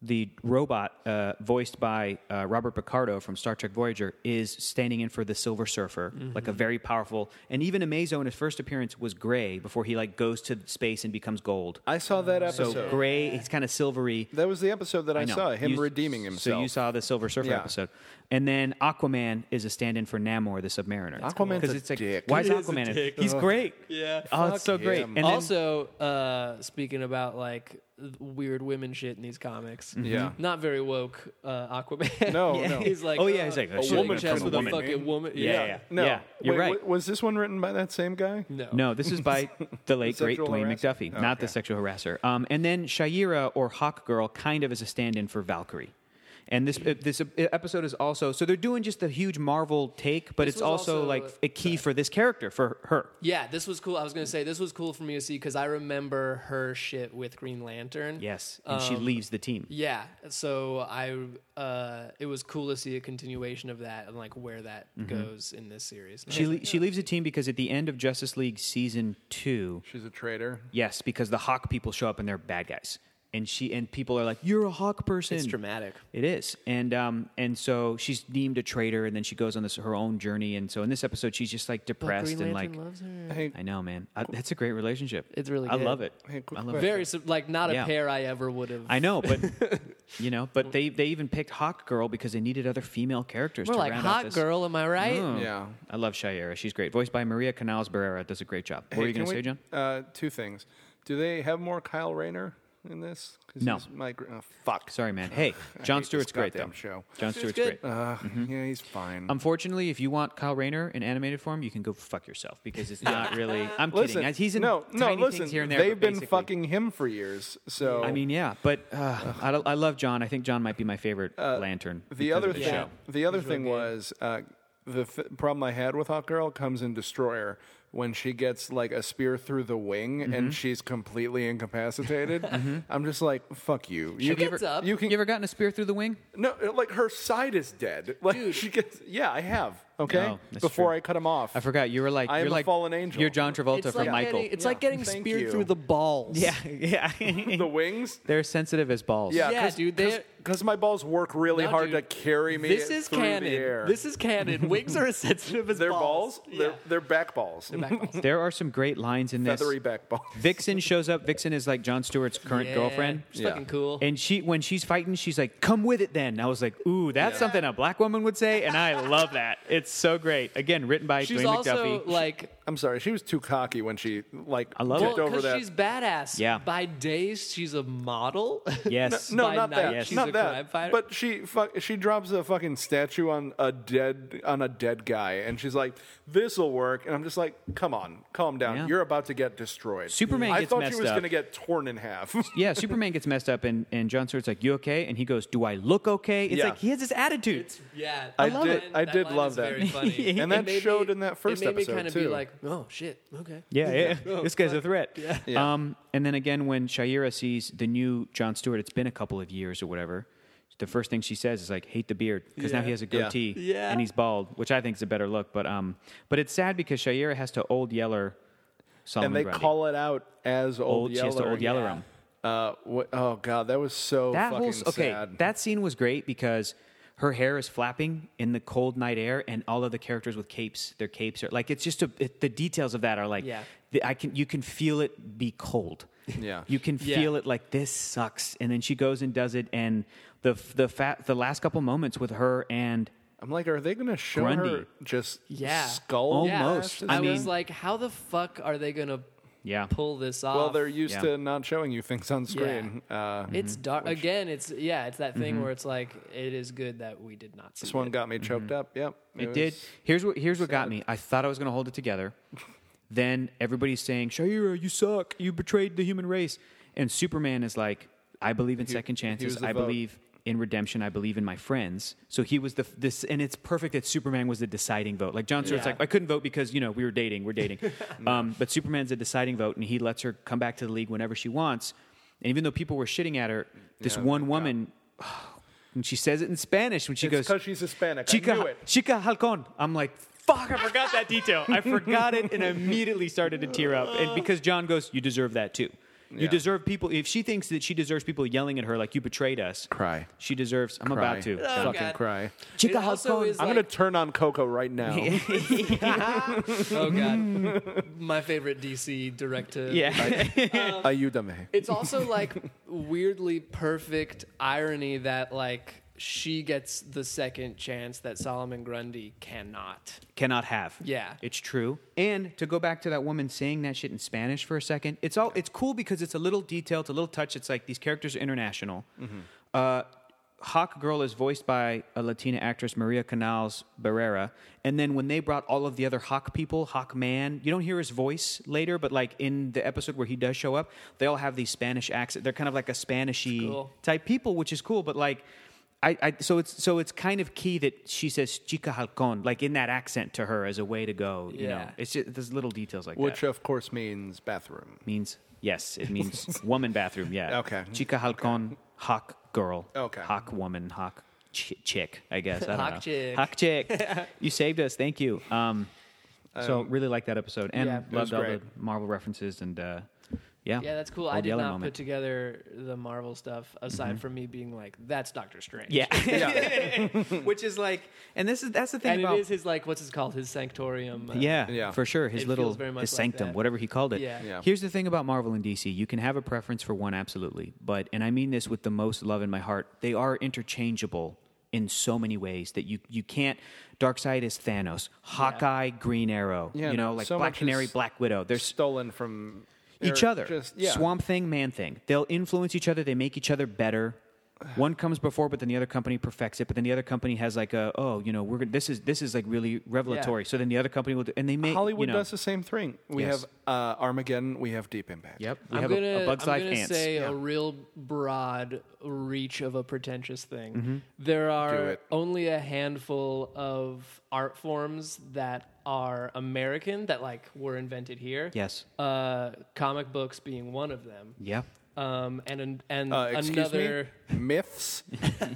Speaker 4: the robot uh, voiced by uh, Robert Picardo from Star Trek Voyager, is standing in for the Silver Surfer, like
Speaker 3: Mm-hmm.
Speaker 4: a very powerful. And even Amazo in his first appearance was gray before he like goes to space and becomes gold.
Speaker 3: I saw that
Speaker 4: So
Speaker 3: episode.
Speaker 4: gray, he's kind of silvery.
Speaker 3: That was the episode that I,
Speaker 4: know.
Speaker 3: saw him
Speaker 4: You-
Speaker 3: redeeming himself.
Speaker 4: So you saw the Silver Surfer
Speaker 3: Yeah.
Speaker 4: episode, and then Aquaman is a stand-in for Namor, the Submariner.
Speaker 3: Aquaman's
Speaker 4: because
Speaker 3: a
Speaker 4: it's like,
Speaker 3: dick.
Speaker 4: why is
Speaker 1: He is a
Speaker 4: Aquaman? in-
Speaker 1: dick.
Speaker 4: He's great.
Speaker 1: Yeah.
Speaker 4: Oh, it's so
Speaker 3: Fuck
Speaker 4: great.
Speaker 3: him.
Speaker 4: And then-
Speaker 1: also, uh, speaking about like th- weird women shit in these comics,
Speaker 3: Yeah.
Speaker 1: not very woke. Uh, Aquaman,
Speaker 3: No, Yeah. no.
Speaker 1: he's like,
Speaker 4: Oh, yeah,
Speaker 1: uh,
Speaker 4: he's like,
Speaker 1: a
Speaker 4: shit,
Speaker 1: woman
Speaker 4: I'm
Speaker 1: chest
Speaker 4: a
Speaker 1: with a
Speaker 4: woman.
Speaker 1: fucking woman.
Speaker 4: Yeah, yeah, yeah.
Speaker 3: No,
Speaker 4: you're
Speaker 3: Wait,
Speaker 4: right.
Speaker 3: wa- Was this one written by that same guy?
Speaker 1: no,
Speaker 4: No, this is by the late
Speaker 3: The
Speaker 4: great
Speaker 3: sexual
Speaker 4: Dwayne
Speaker 3: harasser?
Speaker 4: McDuffie, not the
Speaker 3: Okay.
Speaker 4: sexual harasser. Um, and then Shaira or Hawk Girl kind of is a stand-in for Valkyrie. And this uh, this uh, episode is also so they're doing just the huge Marvel take, but
Speaker 1: This
Speaker 4: it's
Speaker 1: was
Speaker 4: also,
Speaker 1: also-
Speaker 4: like a key for this character for her.
Speaker 1: Yeah, this was cool. I was gonna say this was cool for me to see because I remember her shit with Green Lantern. Um,
Speaker 4: Yes, and she leaves the team.
Speaker 1: Yeah, so I uh, it was cool to see a continuation of that and like where that
Speaker 4: Mm-hmm.
Speaker 1: goes in this series.
Speaker 4: She le- she leaves the team because at the end of Justice League season two,
Speaker 3: She's a traitor.
Speaker 4: yes, because the Hawk people show up and they're bad guys, and she and people are like, "You're a Hawk person."
Speaker 1: it's dramatic.
Speaker 4: It is, and um, and so she's deemed a traitor, and then she goes on this her own journey, and so in this episode, she's just like depressed and like,
Speaker 1: loves her.
Speaker 3: Hey,
Speaker 4: I know, man, I, that's a great relationship.
Speaker 1: It's really
Speaker 4: I
Speaker 1: good.
Speaker 4: love it.
Speaker 3: Hey, quick
Speaker 4: I love it.
Speaker 1: Very sub- like not a
Speaker 4: Yeah.
Speaker 1: pair I ever would have.
Speaker 4: I know, but you know, but they they even picked Hawk Girl because they needed other female characters.
Speaker 1: We're
Speaker 4: to
Speaker 1: like
Speaker 4: round out
Speaker 1: hot
Speaker 4: this.
Speaker 1: girl, am I right?
Speaker 4: Mm.
Speaker 3: Yeah.
Speaker 4: I love Shaira. She's great. Voiced by Maria Canales Barrera. Does a great job. What were you
Speaker 3: can
Speaker 4: going to
Speaker 3: we-
Speaker 4: say, John?
Speaker 3: Uh, two things. Do they have more Kyle Rayner in this? 'Cause
Speaker 4: No.
Speaker 3: he's My, gr- oh, fuck.
Speaker 4: Sorry, man. Hey, John
Speaker 3: hate
Speaker 4: Stewart's
Speaker 3: this
Speaker 4: great
Speaker 3: goddamn
Speaker 4: though.
Speaker 3: show.
Speaker 4: John
Speaker 1: Stewart's
Speaker 4: Stewart's great. Mm-hmm.
Speaker 1: good.
Speaker 3: Uh, Yeah, he's fine.
Speaker 4: Unfortunately, if you want Kyle Rayner in animated form, you can go fuck yourself because it's not really. I'm
Speaker 3: listen,
Speaker 4: kidding. He's in
Speaker 3: no, no.
Speaker 4: tiny
Speaker 3: Listen,
Speaker 4: things here and there.
Speaker 3: they've
Speaker 4: but
Speaker 3: been
Speaker 4: basically-
Speaker 3: fucking him for years. So
Speaker 4: I mean, yeah, but uh, I, I love John. I think John might be my favorite Lantern. because
Speaker 3: Uh, the
Speaker 4: of
Speaker 3: other
Speaker 4: the
Speaker 3: thing,
Speaker 4: show.
Speaker 3: the other thing was uh, the th- problem I had with Hawk Girl comes in Destroyer, when she gets like a spear through the wing
Speaker 4: Mm-hmm.
Speaker 3: and she's completely incapacitated. I'm just like, fuck you. you
Speaker 1: gets up.
Speaker 3: You can
Speaker 4: You ever gotten a spear through the wing?
Speaker 3: no, like her side is dead. Like she gets. Yeah, I have. Okay,
Speaker 4: No, that's
Speaker 3: before
Speaker 4: true.
Speaker 3: I cut him off,
Speaker 4: I forgot. You were like,
Speaker 3: I am
Speaker 4: you're
Speaker 3: a
Speaker 4: like
Speaker 3: fallen angel.
Speaker 4: You're John Travolta
Speaker 1: it's
Speaker 4: from
Speaker 1: like
Speaker 4: Michael.
Speaker 1: Getting, it's like getting
Speaker 3: Thank
Speaker 1: speared
Speaker 3: you.
Speaker 1: through the balls.
Speaker 4: yeah, yeah.
Speaker 3: The wings.
Speaker 4: They're as sensitive as balls.
Speaker 3: Yeah,
Speaker 1: Yeah,
Speaker 3: cause,
Speaker 1: dude, they-
Speaker 3: because my balls work really
Speaker 1: No,
Speaker 3: hard
Speaker 1: dude.
Speaker 3: to carry me.
Speaker 1: This is
Speaker 3: through The air.
Speaker 1: canon. This is canon. Wings are as sensitive as
Speaker 3: their
Speaker 1: balls.
Speaker 3: balls. They're, they're back balls.
Speaker 1: Yeah. Back balls.
Speaker 4: There are some great lines in this.
Speaker 3: Feathery back balls.
Speaker 4: Vixen shows up. Vixen is like John Stewart's current
Speaker 1: Yeah,
Speaker 4: girlfriend.
Speaker 1: It's fucking cool.
Speaker 4: And she, when she's fighting, she's like, "Come with it, then." I was like, "Ooh, that's something a black woman would say," and I love that. It's so great. Again, written by
Speaker 1: She's
Speaker 4: Dwayne
Speaker 1: also
Speaker 4: McDuffie.
Speaker 1: like
Speaker 3: I'm sorry, she was too cocky when she like
Speaker 4: I love
Speaker 3: tipped
Speaker 4: it.
Speaker 1: well,
Speaker 3: over
Speaker 1: because
Speaker 3: that.
Speaker 1: she's badass.
Speaker 4: Yeah.
Speaker 1: By days, she's a model.
Speaker 4: yes,
Speaker 3: no,
Speaker 1: by
Speaker 3: not
Speaker 1: night,
Speaker 3: that.
Speaker 4: yes.
Speaker 1: she's
Speaker 3: not
Speaker 1: a
Speaker 3: that.
Speaker 1: crime fighter.
Speaker 3: But she fuck, she drops a fucking statue on a dead on a dead guy, and she's like, "This'll work." And I'm just like, "Come on, calm down.
Speaker 4: Yeah.
Speaker 3: You're about to get destroyed."
Speaker 4: Superman
Speaker 3: I
Speaker 4: gets
Speaker 3: thought
Speaker 4: messed
Speaker 3: she was
Speaker 4: up.
Speaker 3: gonna get torn in half.
Speaker 4: yeah, Superman gets messed up, and, and John Stewart's like, "You okay?" And he goes, "Do I look okay?" It's
Speaker 3: Yeah.
Speaker 4: like he has this attitude.
Speaker 1: It's- yeah,
Speaker 3: I
Speaker 1: that
Speaker 3: did-
Speaker 1: line-
Speaker 3: I did
Speaker 1: line
Speaker 3: love
Speaker 1: is
Speaker 3: that.
Speaker 1: Very funny.
Speaker 4: And
Speaker 1: It
Speaker 3: that
Speaker 1: made
Speaker 3: showed
Speaker 1: me-
Speaker 3: in that first
Speaker 1: it made
Speaker 3: episode,
Speaker 1: me kind of
Speaker 3: too.
Speaker 1: be like, oh shit, okay.
Speaker 4: yeah, yeah. this guy's a threat.
Speaker 3: Yeah.
Speaker 4: Um, and then again, when Shaira sees the new John Stewart, it's been a couple of years or whatever. The first thing she says is like, "Hate the beard," because now
Speaker 1: Yeah.
Speaker 4: he has a
Speaker 3: Yeah.
Speaker 4: goatee
Speaker 1: Yeah.
Speaker 4: and he's bald, which I think is a better look. But um, but it's sad because Shaira has to old yeller. Solomon
Speaker 3: and they
Speaker 4: Grundy.
Speaker 3: call it out as old,
Speaker 4: old. She
Speaker 3: Yeller.
Speaker 4: has to old yeller
Speaker 1: yeah.
Speaker 4: him.
Speaker 3: Uh, what, oh god, that was so
Speaker 4: That
Speaker 3: fucking
Speaker 4: whole okay.
Speaker 3: sad.
Speaker 4: That scene was great because her hair is flapping in the cold night air, and all of the characters with capes, their capes are like it's just a, it, the details of that are like
Speaker 1: Yeah.
Speaker 4: the, I can you can feel it be cold.
Speaker 3: Yeah.
Speaker 4: you can
Speaker 1: Yeah.
Speaker 4: feel it like this sucks, and then she goes and does it, and the the fat the last couple moments with her and
Speaker 3: I'm like, are they gonna show her
Speaker 4: Grundy.
Speaker 3: just
Speaker 1: Yeah.
Speaker 3: skull?
Speaker 1: Yeah.
Speaker 4: Almost.
Speaker 1: I,
Speaker 4: I mean-
Speaker 1: was like, how the fuck are they gonna
Speaker 4: yeah.
Speaker 1: pull this off?
Speaker 3: Well, they're used
Speaker 4: Yeah.
Speaker 3: to not showing you things on screen. Uh,
Speaker 4: Mhm.
Speaker 1: It's dark again. It's yeah. It's that
Speaker 4: Mm-hmm.
Speaker 1: thing where it's like it is good that we did not see.
Speaker 3: this one
Speaker 1: it.
Speaker 3: got me choked up. Yep,
Speaker 4: It, did.
Speaker 3: was-
Speaker 4: Here's what here's what got me. I thought I was going to hold it together. then everybody's saying, "Shaira, you suck. You betrayed the human race." And Superman is like, "I believe in second
Speaker 3: was
Speaker 4: chances.
Speaker 3: the
Speaker 4: I
Speaker 3: vote.
Speaker 4: believe in redemption. I believe in my friends." So he was the f- this, and it's perfect that Superman was the deciding vote. Like John Stewart's
Speaker 1: Yeah.
Speaker 4: like, "I couldn't vote because you know we were dating. We're dating." um, but Superman's the deciding vote, and he lets her come back to the league whenever she wants. And even though people were shitting at her, this
Speaker 3: Yeah,
Speaker 4: one
Speaker 3: God.
Speaker 4: woman. And she says it in Spanish when she
Speaker 3: It's
Speaker 4: goes,
Speaker 3: because she's Hispanic. I knew
Speaker 4: Chica,
Speaker 3: it.
Speaker 4: Chica Halcon. I'm like, fuck, I forgot that detail. I forgot it and immediately started to tear up. And because John goes, you deserve that too. You
Speaker 3: Yeah.
Speaker 4: deserve people. If she thinks that she deserves people yelling at her like you betrayed us,
Speaker 3: Cry.
Speaker 4: She deserves. I'm
Speaker 3: Cry.
Speaker 4: about to.
Speaker 1: Oh,
Speaker 3: fucking
Speaker 1: God.
Speaker 3: cry.
Speaker 1: Chica also is
Speaker 3: I'm
Speaker 1: like,
Speaker 3: gonna turn on Coco right now.
Speaker 1: oh god, my favorite DC direct to
Speaker 4: Yeah.
Speaker 3: Ayúdame.
Speaker 1: It's also like weirdly perfect irony that like she gets the second chance that Solomon Grundy cannot.
Speaker 4: Cannot have.
Speaker 1: Yeah.
Speaker 4: It's true. And to go back to that woman saying that shit in Spanish for a second, it's all it's cool because it's a little detail, it's a little touch. It's like these characters are international.
Speaker 1: Mm-hmm.
Speaker 4: Uh, Hawk Girl is voiced by a Latina actress, Maria Canals Barrera. And then when they brought all of the other Hawk people, Hawk Man, you don't hear his voice later, but like in the episode where he does show up, they all have these Spanish accent. They're kind of like a Spanishy
Speaker 1: Cool.
Speaker 4: type people, which is cool. But like, I, I so it's so it's kind of key that she says "chica halcón" like in that accent to her as a way to go. You know,
Speaker 1: Yeah.
Speaker 4: it's just there's little details like
Speaker 3: Which
Speaker 4: that.
Speaker 3: of course means bathroom.
Speaker 4: means yes, it means woman bathroom. Yeah.
Speaker 3: Okay.
Speaker 4: Chica halcón, hawk girl.
Speaker 3: Okay.
Speaker 4: Hawk woman, hawk ch- chick. I guess I don't
Speaker 1: Hawk
Speaker 4: know.
Speaker 1: chick.
Speaker 4: Hawk chick. you saved us. Thank you. Um, so really like that episode and
Speaker 1: yeah, it
Speaker 3: was
Speaker 4: loved all the
Speaker 3: great.
Speaker 4: Marvel references and uh, yeah.
Speaker 1: Yeah, that's cool. I
Speaker 4: Old
Speaker 1: did
Speaker 4: Yeller
Speaker 1: not
Speaker 4: moment. Mm-hmm.
Speaker 1: put together the Marvel stuff aside from me being like, that's Doctor Strange.
Speaker 4: Yeah. Which is like, and this is that's the thing
Speaker 1: And
Speaker 4: about
Speaker 1: it is his like what's it called? His sanctorium. uh,
Speaker 4: Yeah,
Speaker 3: Yeah.
Speaker 4: for sure. His
Speaker 1: It
Speaker 4: little
Speaker 1: feels very much
Speaker 4: his
Speaker 1: like
Speaker 4: sanctum,
Speaker 1: that.
Speaker 4: whatever he called it.
Speaker 1: Yeah.
Speaker 3: Yeah.
Speaker 4: Here's the thing about Marvel and DC: you can have a preference for one, absolutely, but and I mean this with the most love in my heart. They are interchangeable in so many ways that you you can't. Darkseid is Thanos, Hawkeye, Green Arrow.
Speaker 3: Yeah,
Speaker 4: you know,
Speaker 3: no,
Speaker 4: like
Speaker 3: so
Speaker 4: Black
Speaker 3: much
Speaker 4: Canary,
Speaker 3: is
Speaker 4: Black Widow.
Speaker 3: They're
Speaker 4: There's
Speaker 3: stolen from
Speaker 4: each
Speaker 3: they're
Speaker 4: other.
Speaker 3: Just, yeah.
Speaker 4: Swamp Thing, Man Thing. They'll influence each other. They make each other better. One comes before, but then the other company perfects it. But then the other company has like a oh, you know, we're gonna this is this is like really revelatory. So then the other company will do, and they make
Speaker 3: Hollywood
Speaker 4: you know,
Speaker 3: does the same thing. We
Speaker 4: Yes.
Speaker 3: have uh, Armageddon. We have Deep Impact.
Speaker 4: Yep, we
Speaker 1: I'm
Speaker 4: have
Speaker 1: gonna,
Speaker 4: a, a Bugs
Speaker 1: I'm
Speaker 4: Life
Speaker 1: gonna
Speaker 4: ants.
Speaker 1: say a real broad reach of a pretentious thing.
Speaker 4: Mm-hmm.
Speaker 1: There
Speaker 3: Do
Speaker 1: are
Speaker 3: it.
Speaker 1: only a handful of art forms that are American that like were invented here.
Speaker 4: Yes.
Speaker 1: uh, comic books being one of them.
Speaker 4: yeah,
Speaker 1: Um, and an- and
Speaker 3: Uh, excuse
Speaker 1: another.
Speaker 3: me. Myths.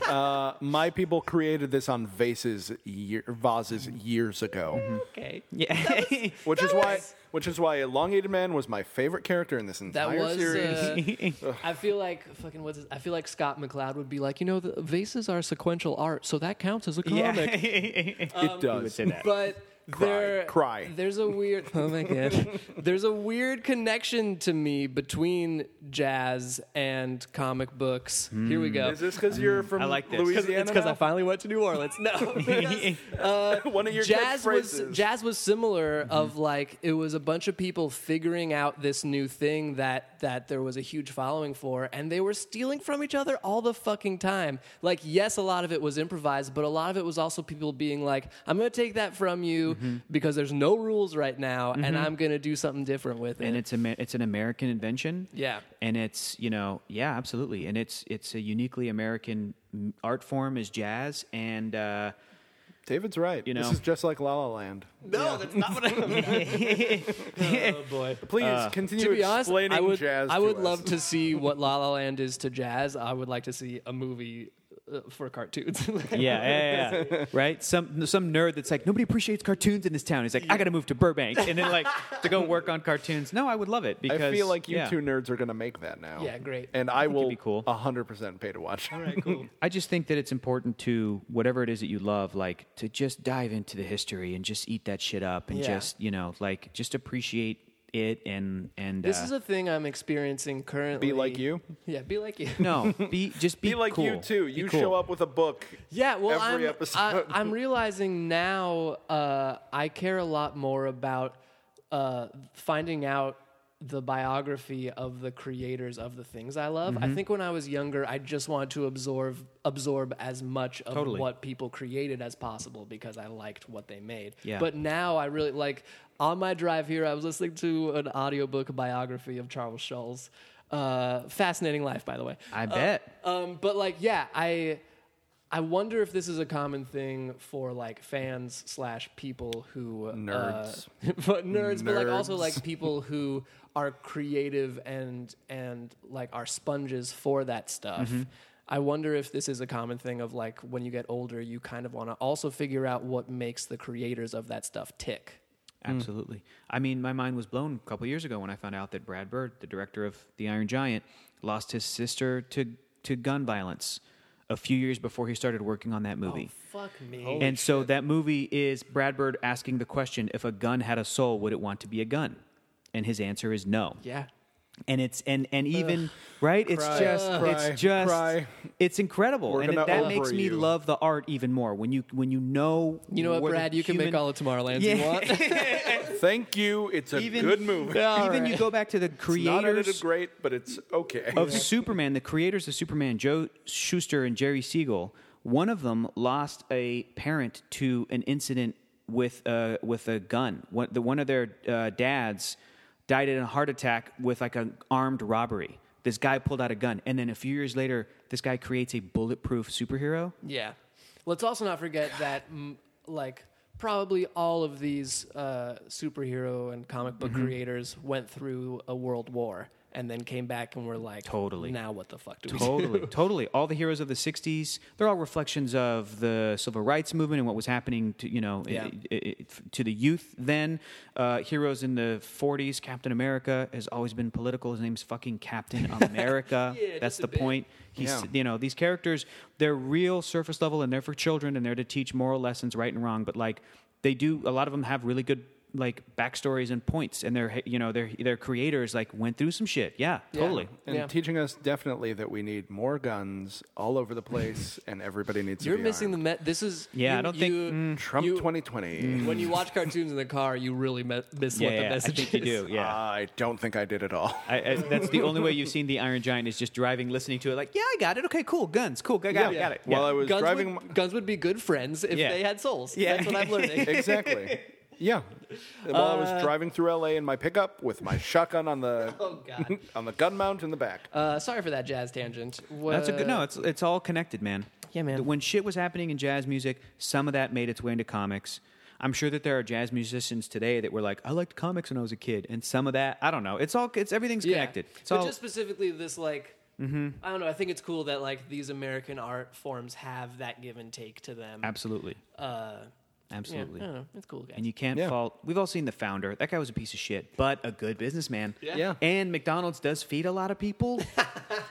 Speaker 3: uh, my people created this on vases, year, vases years ago,
Speaker 1: Okay.
Speaker 4: yeah.
Speaker 3: which is why, which is why elongated man was my favorite character in this
Speaker 1: That
Speaker 3: entire
Speaker 1: was.
Speaker 3: series.
Speaker 1: Uh, I feel like fucking. What's his, I feel like Scott McCloud would be like, you know, the vases are sequential art, so that counts as a comic.
Speaker 4: yeah.
Speaker 3: it
Speaker 4: I would
Speaker 3: does.
Speaker 4: say that.
Speaker 1: But there,
Speaker 3: cry.
Speaker 1: There's a weird. Oh my god. there's a weird connection to me between jazz and comic books. Here we go.
Speaker 3: Mm. Is this because you're
Speaker 1: Mm,
Speaker 3: from
Speaker 4: I like this. 'Cause
Speaker 1: Cause-
Speaker 3: Louisiana?
Speaker 1: it's because I
Speaker 3: now?
Speaker 1: finally went to New Orleans. No, because, uh,
Speaker 3: One of your
Speaker 1: jazz was
Speaker 3: catchphrases.
Speaker 1: jazz was similar.
Speaker 4: Mm-hmm.
Speaker 1: Of like, it was a bunch of people figuring out this new thing that that there was a huge following for, and they were stealing from each other all the fucking time. Like, yes, a lot of it was improvised, but a lot of it was also people being like, "I'm going to take that from you
Speaker 4: Mm-hmm.
Speaker 1: because there's no rules right now, and I'm going to do something different with it."
Speaker 4: and it's a it's an American invention.
Speaker 1: Yeah.
Speaker 4: and it's you know yeah absolutely, and it's it's a uniquely American m- art form is jazz, and uh,
Speaker 3: David's right.
Speaker 4: You know.
Speaker 3: this is just like La La Land.
Speaker 1: no, that's not what I. oh boy.
Speaker 3: Please continue
Speaker 1: to be honest,
Speaker 3: explaining
Speaker 1: I would,
Speaker 3: jazz.
Speaker 1: I would
Speaker 3: to
Speaker 1: love
Speaker 3: us.
Speaker 1: to see what La La Land is to jazz. I would like to see a movie uh, for cartoons. Like,
Speaker 4: yeah, yeah, yeah, yeah. right. Some some nerd that's like nobody appreciates cartoons in this town. He's like, I got to move to Burbank, and then like to go work on cartoons. No, I would love it because
Speaker 3: I feel like you
Speaker 4: yeah.
Speaker 3: two nerds are going to make that now.
Speaker 1: Yeah, great.
Speaker 3: And I,
Speaker 4: it'd
Speaker 3: will
Speaker 4: be cool.
Speaker 3: 100% pay to watch.
Speaker 1: All right, cool.
Speaker 4: I just think that it's important to whatever it is that you love, like to just dive into the history and just eat that shit up and
Speaker 1: Yeah.
Speaker 4: just you know like just appreciate it and and
Speaker 1: This
Speaker 4: uh,
Speaker 1: is a thing I'm experiencing currently.
Speaker 3: Be like you.
Speaker 1: Yeah, be like you.
Speaker 4: no be just be,
Speaker 3: Be like you
Speaker 4: cool.
Speaker 3: too.
Speaker 4: Be
Speaker 3: You
Speaker 4: cool.
Speaker 3: show up with a book.
Speaker 1: Yeah, well,
Speaker 3: every
Speaker 1: I'm, uh,
Speaker 3: episode.
Speaker 1: I, am realizing now uh, I care a lot more about uh, finding out the biography of the creators of the things I love. I think when I was younger, I just wanted to absorb absorb as much of
Speaker 4: Totally.
Speaker 1: what people created as possible because I liked what they made.
Speaker 4: Yeah.
Speaker 1: But now I really like on my drive here, I was listening to an audiobook biography of Charles Schulz. Uh, fascinating life, by the way.
Speaker 4: I bet.
Speaker 1: Um, but like, yeah, I I wonder if this is a common thing for like fans slash people who uh,
Speaker 3: Nerds.
Speaker 1: but nerds, but like also
Speaker 3: Nerds.
Speaker 1: like people who are creative and and like are sponges for that stuff.
Speaker 3: Mm-hmm.
Speaker 1: I wonder if this is a common thing of like when you get older, you kind of want to also figure out what makes the creators of that stuff tick.
Speaker 4: Absolutely. I mean, my mind was blown a couple years ago when I found out that Brad Bird, the director of The Iron Giant, lost his sister to to gun violence a few years before he started working on that movie.
Speaker 1: Fuck me.
Speaker 4: and so that movie is Brad Bird asking the question if a gun had a soul, would it want to be a gun? And his answer is no.
Speaker 1: yeah.
Speaker 4: And it's and and even right, it's
Speaker 3: Cry.
Speaker 4: just
Speaker 3: Cry.
Speaker 4: it's just
Speaker 3: Cry.
Speaker 4: it's incredible,
Speaker 3: We're
Speaker 4: and it,
Speaker 3: gonna
Speaker 4: that
Speaker 3: over
Speaker 4: makes me
Speaker 3: you.
Speaker 4: love the art even more when you when you know
Speaker 1: You know what,
Speaker 4: where the
Speaker 1: Brad? You can make
Speaker 4: human-
Speaker 1: all of Tomorrowland you
Speaker 4: Yeah.
Speaker 1: want.
Speaker 3: Thank you. It's a good movie.
Speaker 4: even you go back to the
Speaker 3: Not edited
Speaker 4: creators
Speaker 3: great, but it's okay.
Speaker 4: of Superman, the creators of Superman, Joe Schuster and Jerry Siegel. One of them lost a parent to an incident with a with a gun. One, the, one of their uh, dads died in a heart attack with like an armed robbery. This guy pulled out a gun, and then a few years later, this guy creates a bulletproof superhero.
Speaker 1: Yeah. Let's also not forget that, m- like, probably all of these uh, superhero and comic book
Speaker 4: Mm-hmm.
Speaker 1: creators went through a world war and then came back and were like,
Speaker 4: Totally.
Speaker 1: Now what the fuck do we do?
Speaker 4: totally totally all the heroes of the 60s they're all reflections of the civil rights movement and what was happening to you know i-
Speaker 1: Yeah.
Speaker 4: i- i- to the youth then uh, heroes in the 40s captain america has always been political his name's fucking captain america
Speaker 1: Yeah,
Speaker 4: that's
Speaker 1: just a
Speaker 4: the
Speaker 1: bit.
Speaker 4: point he's
Speaker 3: Yeah.
Speaker 4: you know these characters they're real surface level and they're for children and they're to teach moral lessons right and wrong but like they do a lot of them have really good like backstories and points, and their you know their their creators like went through some shit. Yeah, totally.
Speaker 3: And
Speaker 1: Yeah.
Speaker 3: teaching us definitely that we need more guns all over the place, and everybody needs.
Speaker 1: You're
Speaker 3: to be
Speaker 1: missing the
Speaker 3: armed.
Speaker 1: met. This is
Speaker 4: Yeah, I
Speaker 1: you-
Speaker 4: don't think- mm,
Speaker 1: you-
Speaker 3: Trump
Speaker 1: you-
Speaker 3: 2020.
Speaker 1: When you watch cartoons in the car, you really me- miss
Speaker 4: Yeah,
Speaker 1: what the
Speaker 4: yeah, I
Speaker 1: message
Speaker 4: think you
Speaker 1: is.
Speaker 4: do. Yeah.
Speaker 3: I don't think I did at all.
Speaker 4: Ah. I, I, that's the only way you've seen the Iron Giant is just driving, listening to it, like, yeah, I got it. Okay, cool. Guns. Cool. I got it. Got it.
Speaker 3: While
Speaker 4: yeah.
Speaker 3: I was
Speaker 1: guns
Speaker 3: driving,
Speaker 1: would, guns would be good friends if
Speaker 4: Yeah.
Speaker 1: they had souls.
Speaker 4: Yeah.
Speaker 1: That's what I'm learning.
Speaker 3: exactly. Yeah. While I
Speaker 4: Uh,
Speaker 3: was driving through LA in my pickup with my shotgun on the
Speaker 1: Oh, God.
Speaker 3: on the gun mount in the back.
Speaker 1: Uh, sorry for that jazz tangent. Wha-
Speaker 4: That's a good.
Speaker 3: uh,
Speaker 4: No, it's it's all connected, man.
Speaker 1: Yeah, man.
Speaker 4: When shit was happening in jazz music, some of that made its way into comics. I'm sure that there are jazz musicians today that were like, I liked comics when I was a kid, and some of that, I don't know. It's all it's everything's connected. It's
Speaker 1: but
Speaker 4: all
Speaker 1: just specifically this like
Speaker 4: Mm-hmm.
Speaker 1: I don't know, I think it's cool that like these American art forms have that give and take to them.
Speaker 4: absolutely,
Speaker 1: Uh, yeah,
Speaker 4: absolutely.
Speaker 1: I don't know. It's cool, guys.
Speaker 4: And you can't
Speaker 3: Yeah.
Speaker 4: fault. We've all seen the founder. That guy was a piece of shit, but a good businessman.
Speaker 3: Yeah.
Speaker 4: And McDonald's does feed a lot of people.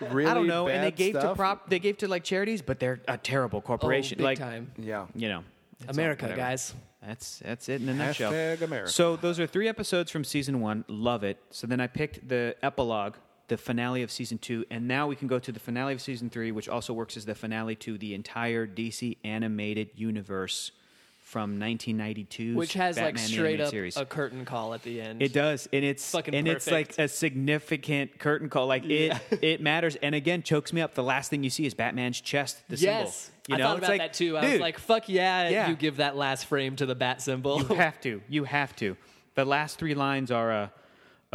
Speaker 3: Really
Speaker 4: I don't know. And they
Speaker 3: bad
Speaker 4: gave to
Speaker 3: stuff.
Speaker 4: prop. They gave to like charities, but they're a terrible
Speaker 1: oh,
Speaker 4: corporation.
Speaker 1: big
Speaker 4: like
Speaker 1: time.
Speaker 3: Yeah.
Speaker 4: you know, it's all-
Speaker 1: America,
Speaker 4: whatever.
Speaker 1: guys.
Speaker 4: That's that's it in a nutshell.
Speaker 3: Hashtag America.
Speaker 4: So those are three episodes from season one. Love it. So then I picked the epilogue, the finale of season two, and now we can go to the finale of season three, which also works as the finale to the entire DC animated universe from 1992,
Speaker 1: Which has
Speaker 4: Batman
Speaker 1: like
Speaker 4: the
Speaker 1: straight
Speaker 4: animated
Speaker 1: up
Speaker 4: series.
Speaker 1: a curtain call at the end.
Speaker 4: It does, and it's
Speaker 1: Fucking
Speaker 4: and it's like
Speaker 1: perfect.
Speaker 4: a significant curtain call. Like it, it matters. And again, chokes me up. The last thing you see is Batman's chest. The
Speaker 1: Yes.
Speaker 4: symbol. You
Speaker 1: I
Speaker 4: know,
Speaker 1: thought
Speaker 4: it's
Speaker 1: about
Speaker 4: like,
Speaker 1: that too. I was
Speaker 4: dude,
Speaker 1: like, fuck yeah,
Speaker 4: Yeah.
Speaker 1: you give that last frame to the bat symbol.
Speaker 4: you have to, you have to. The last three lines are, uh,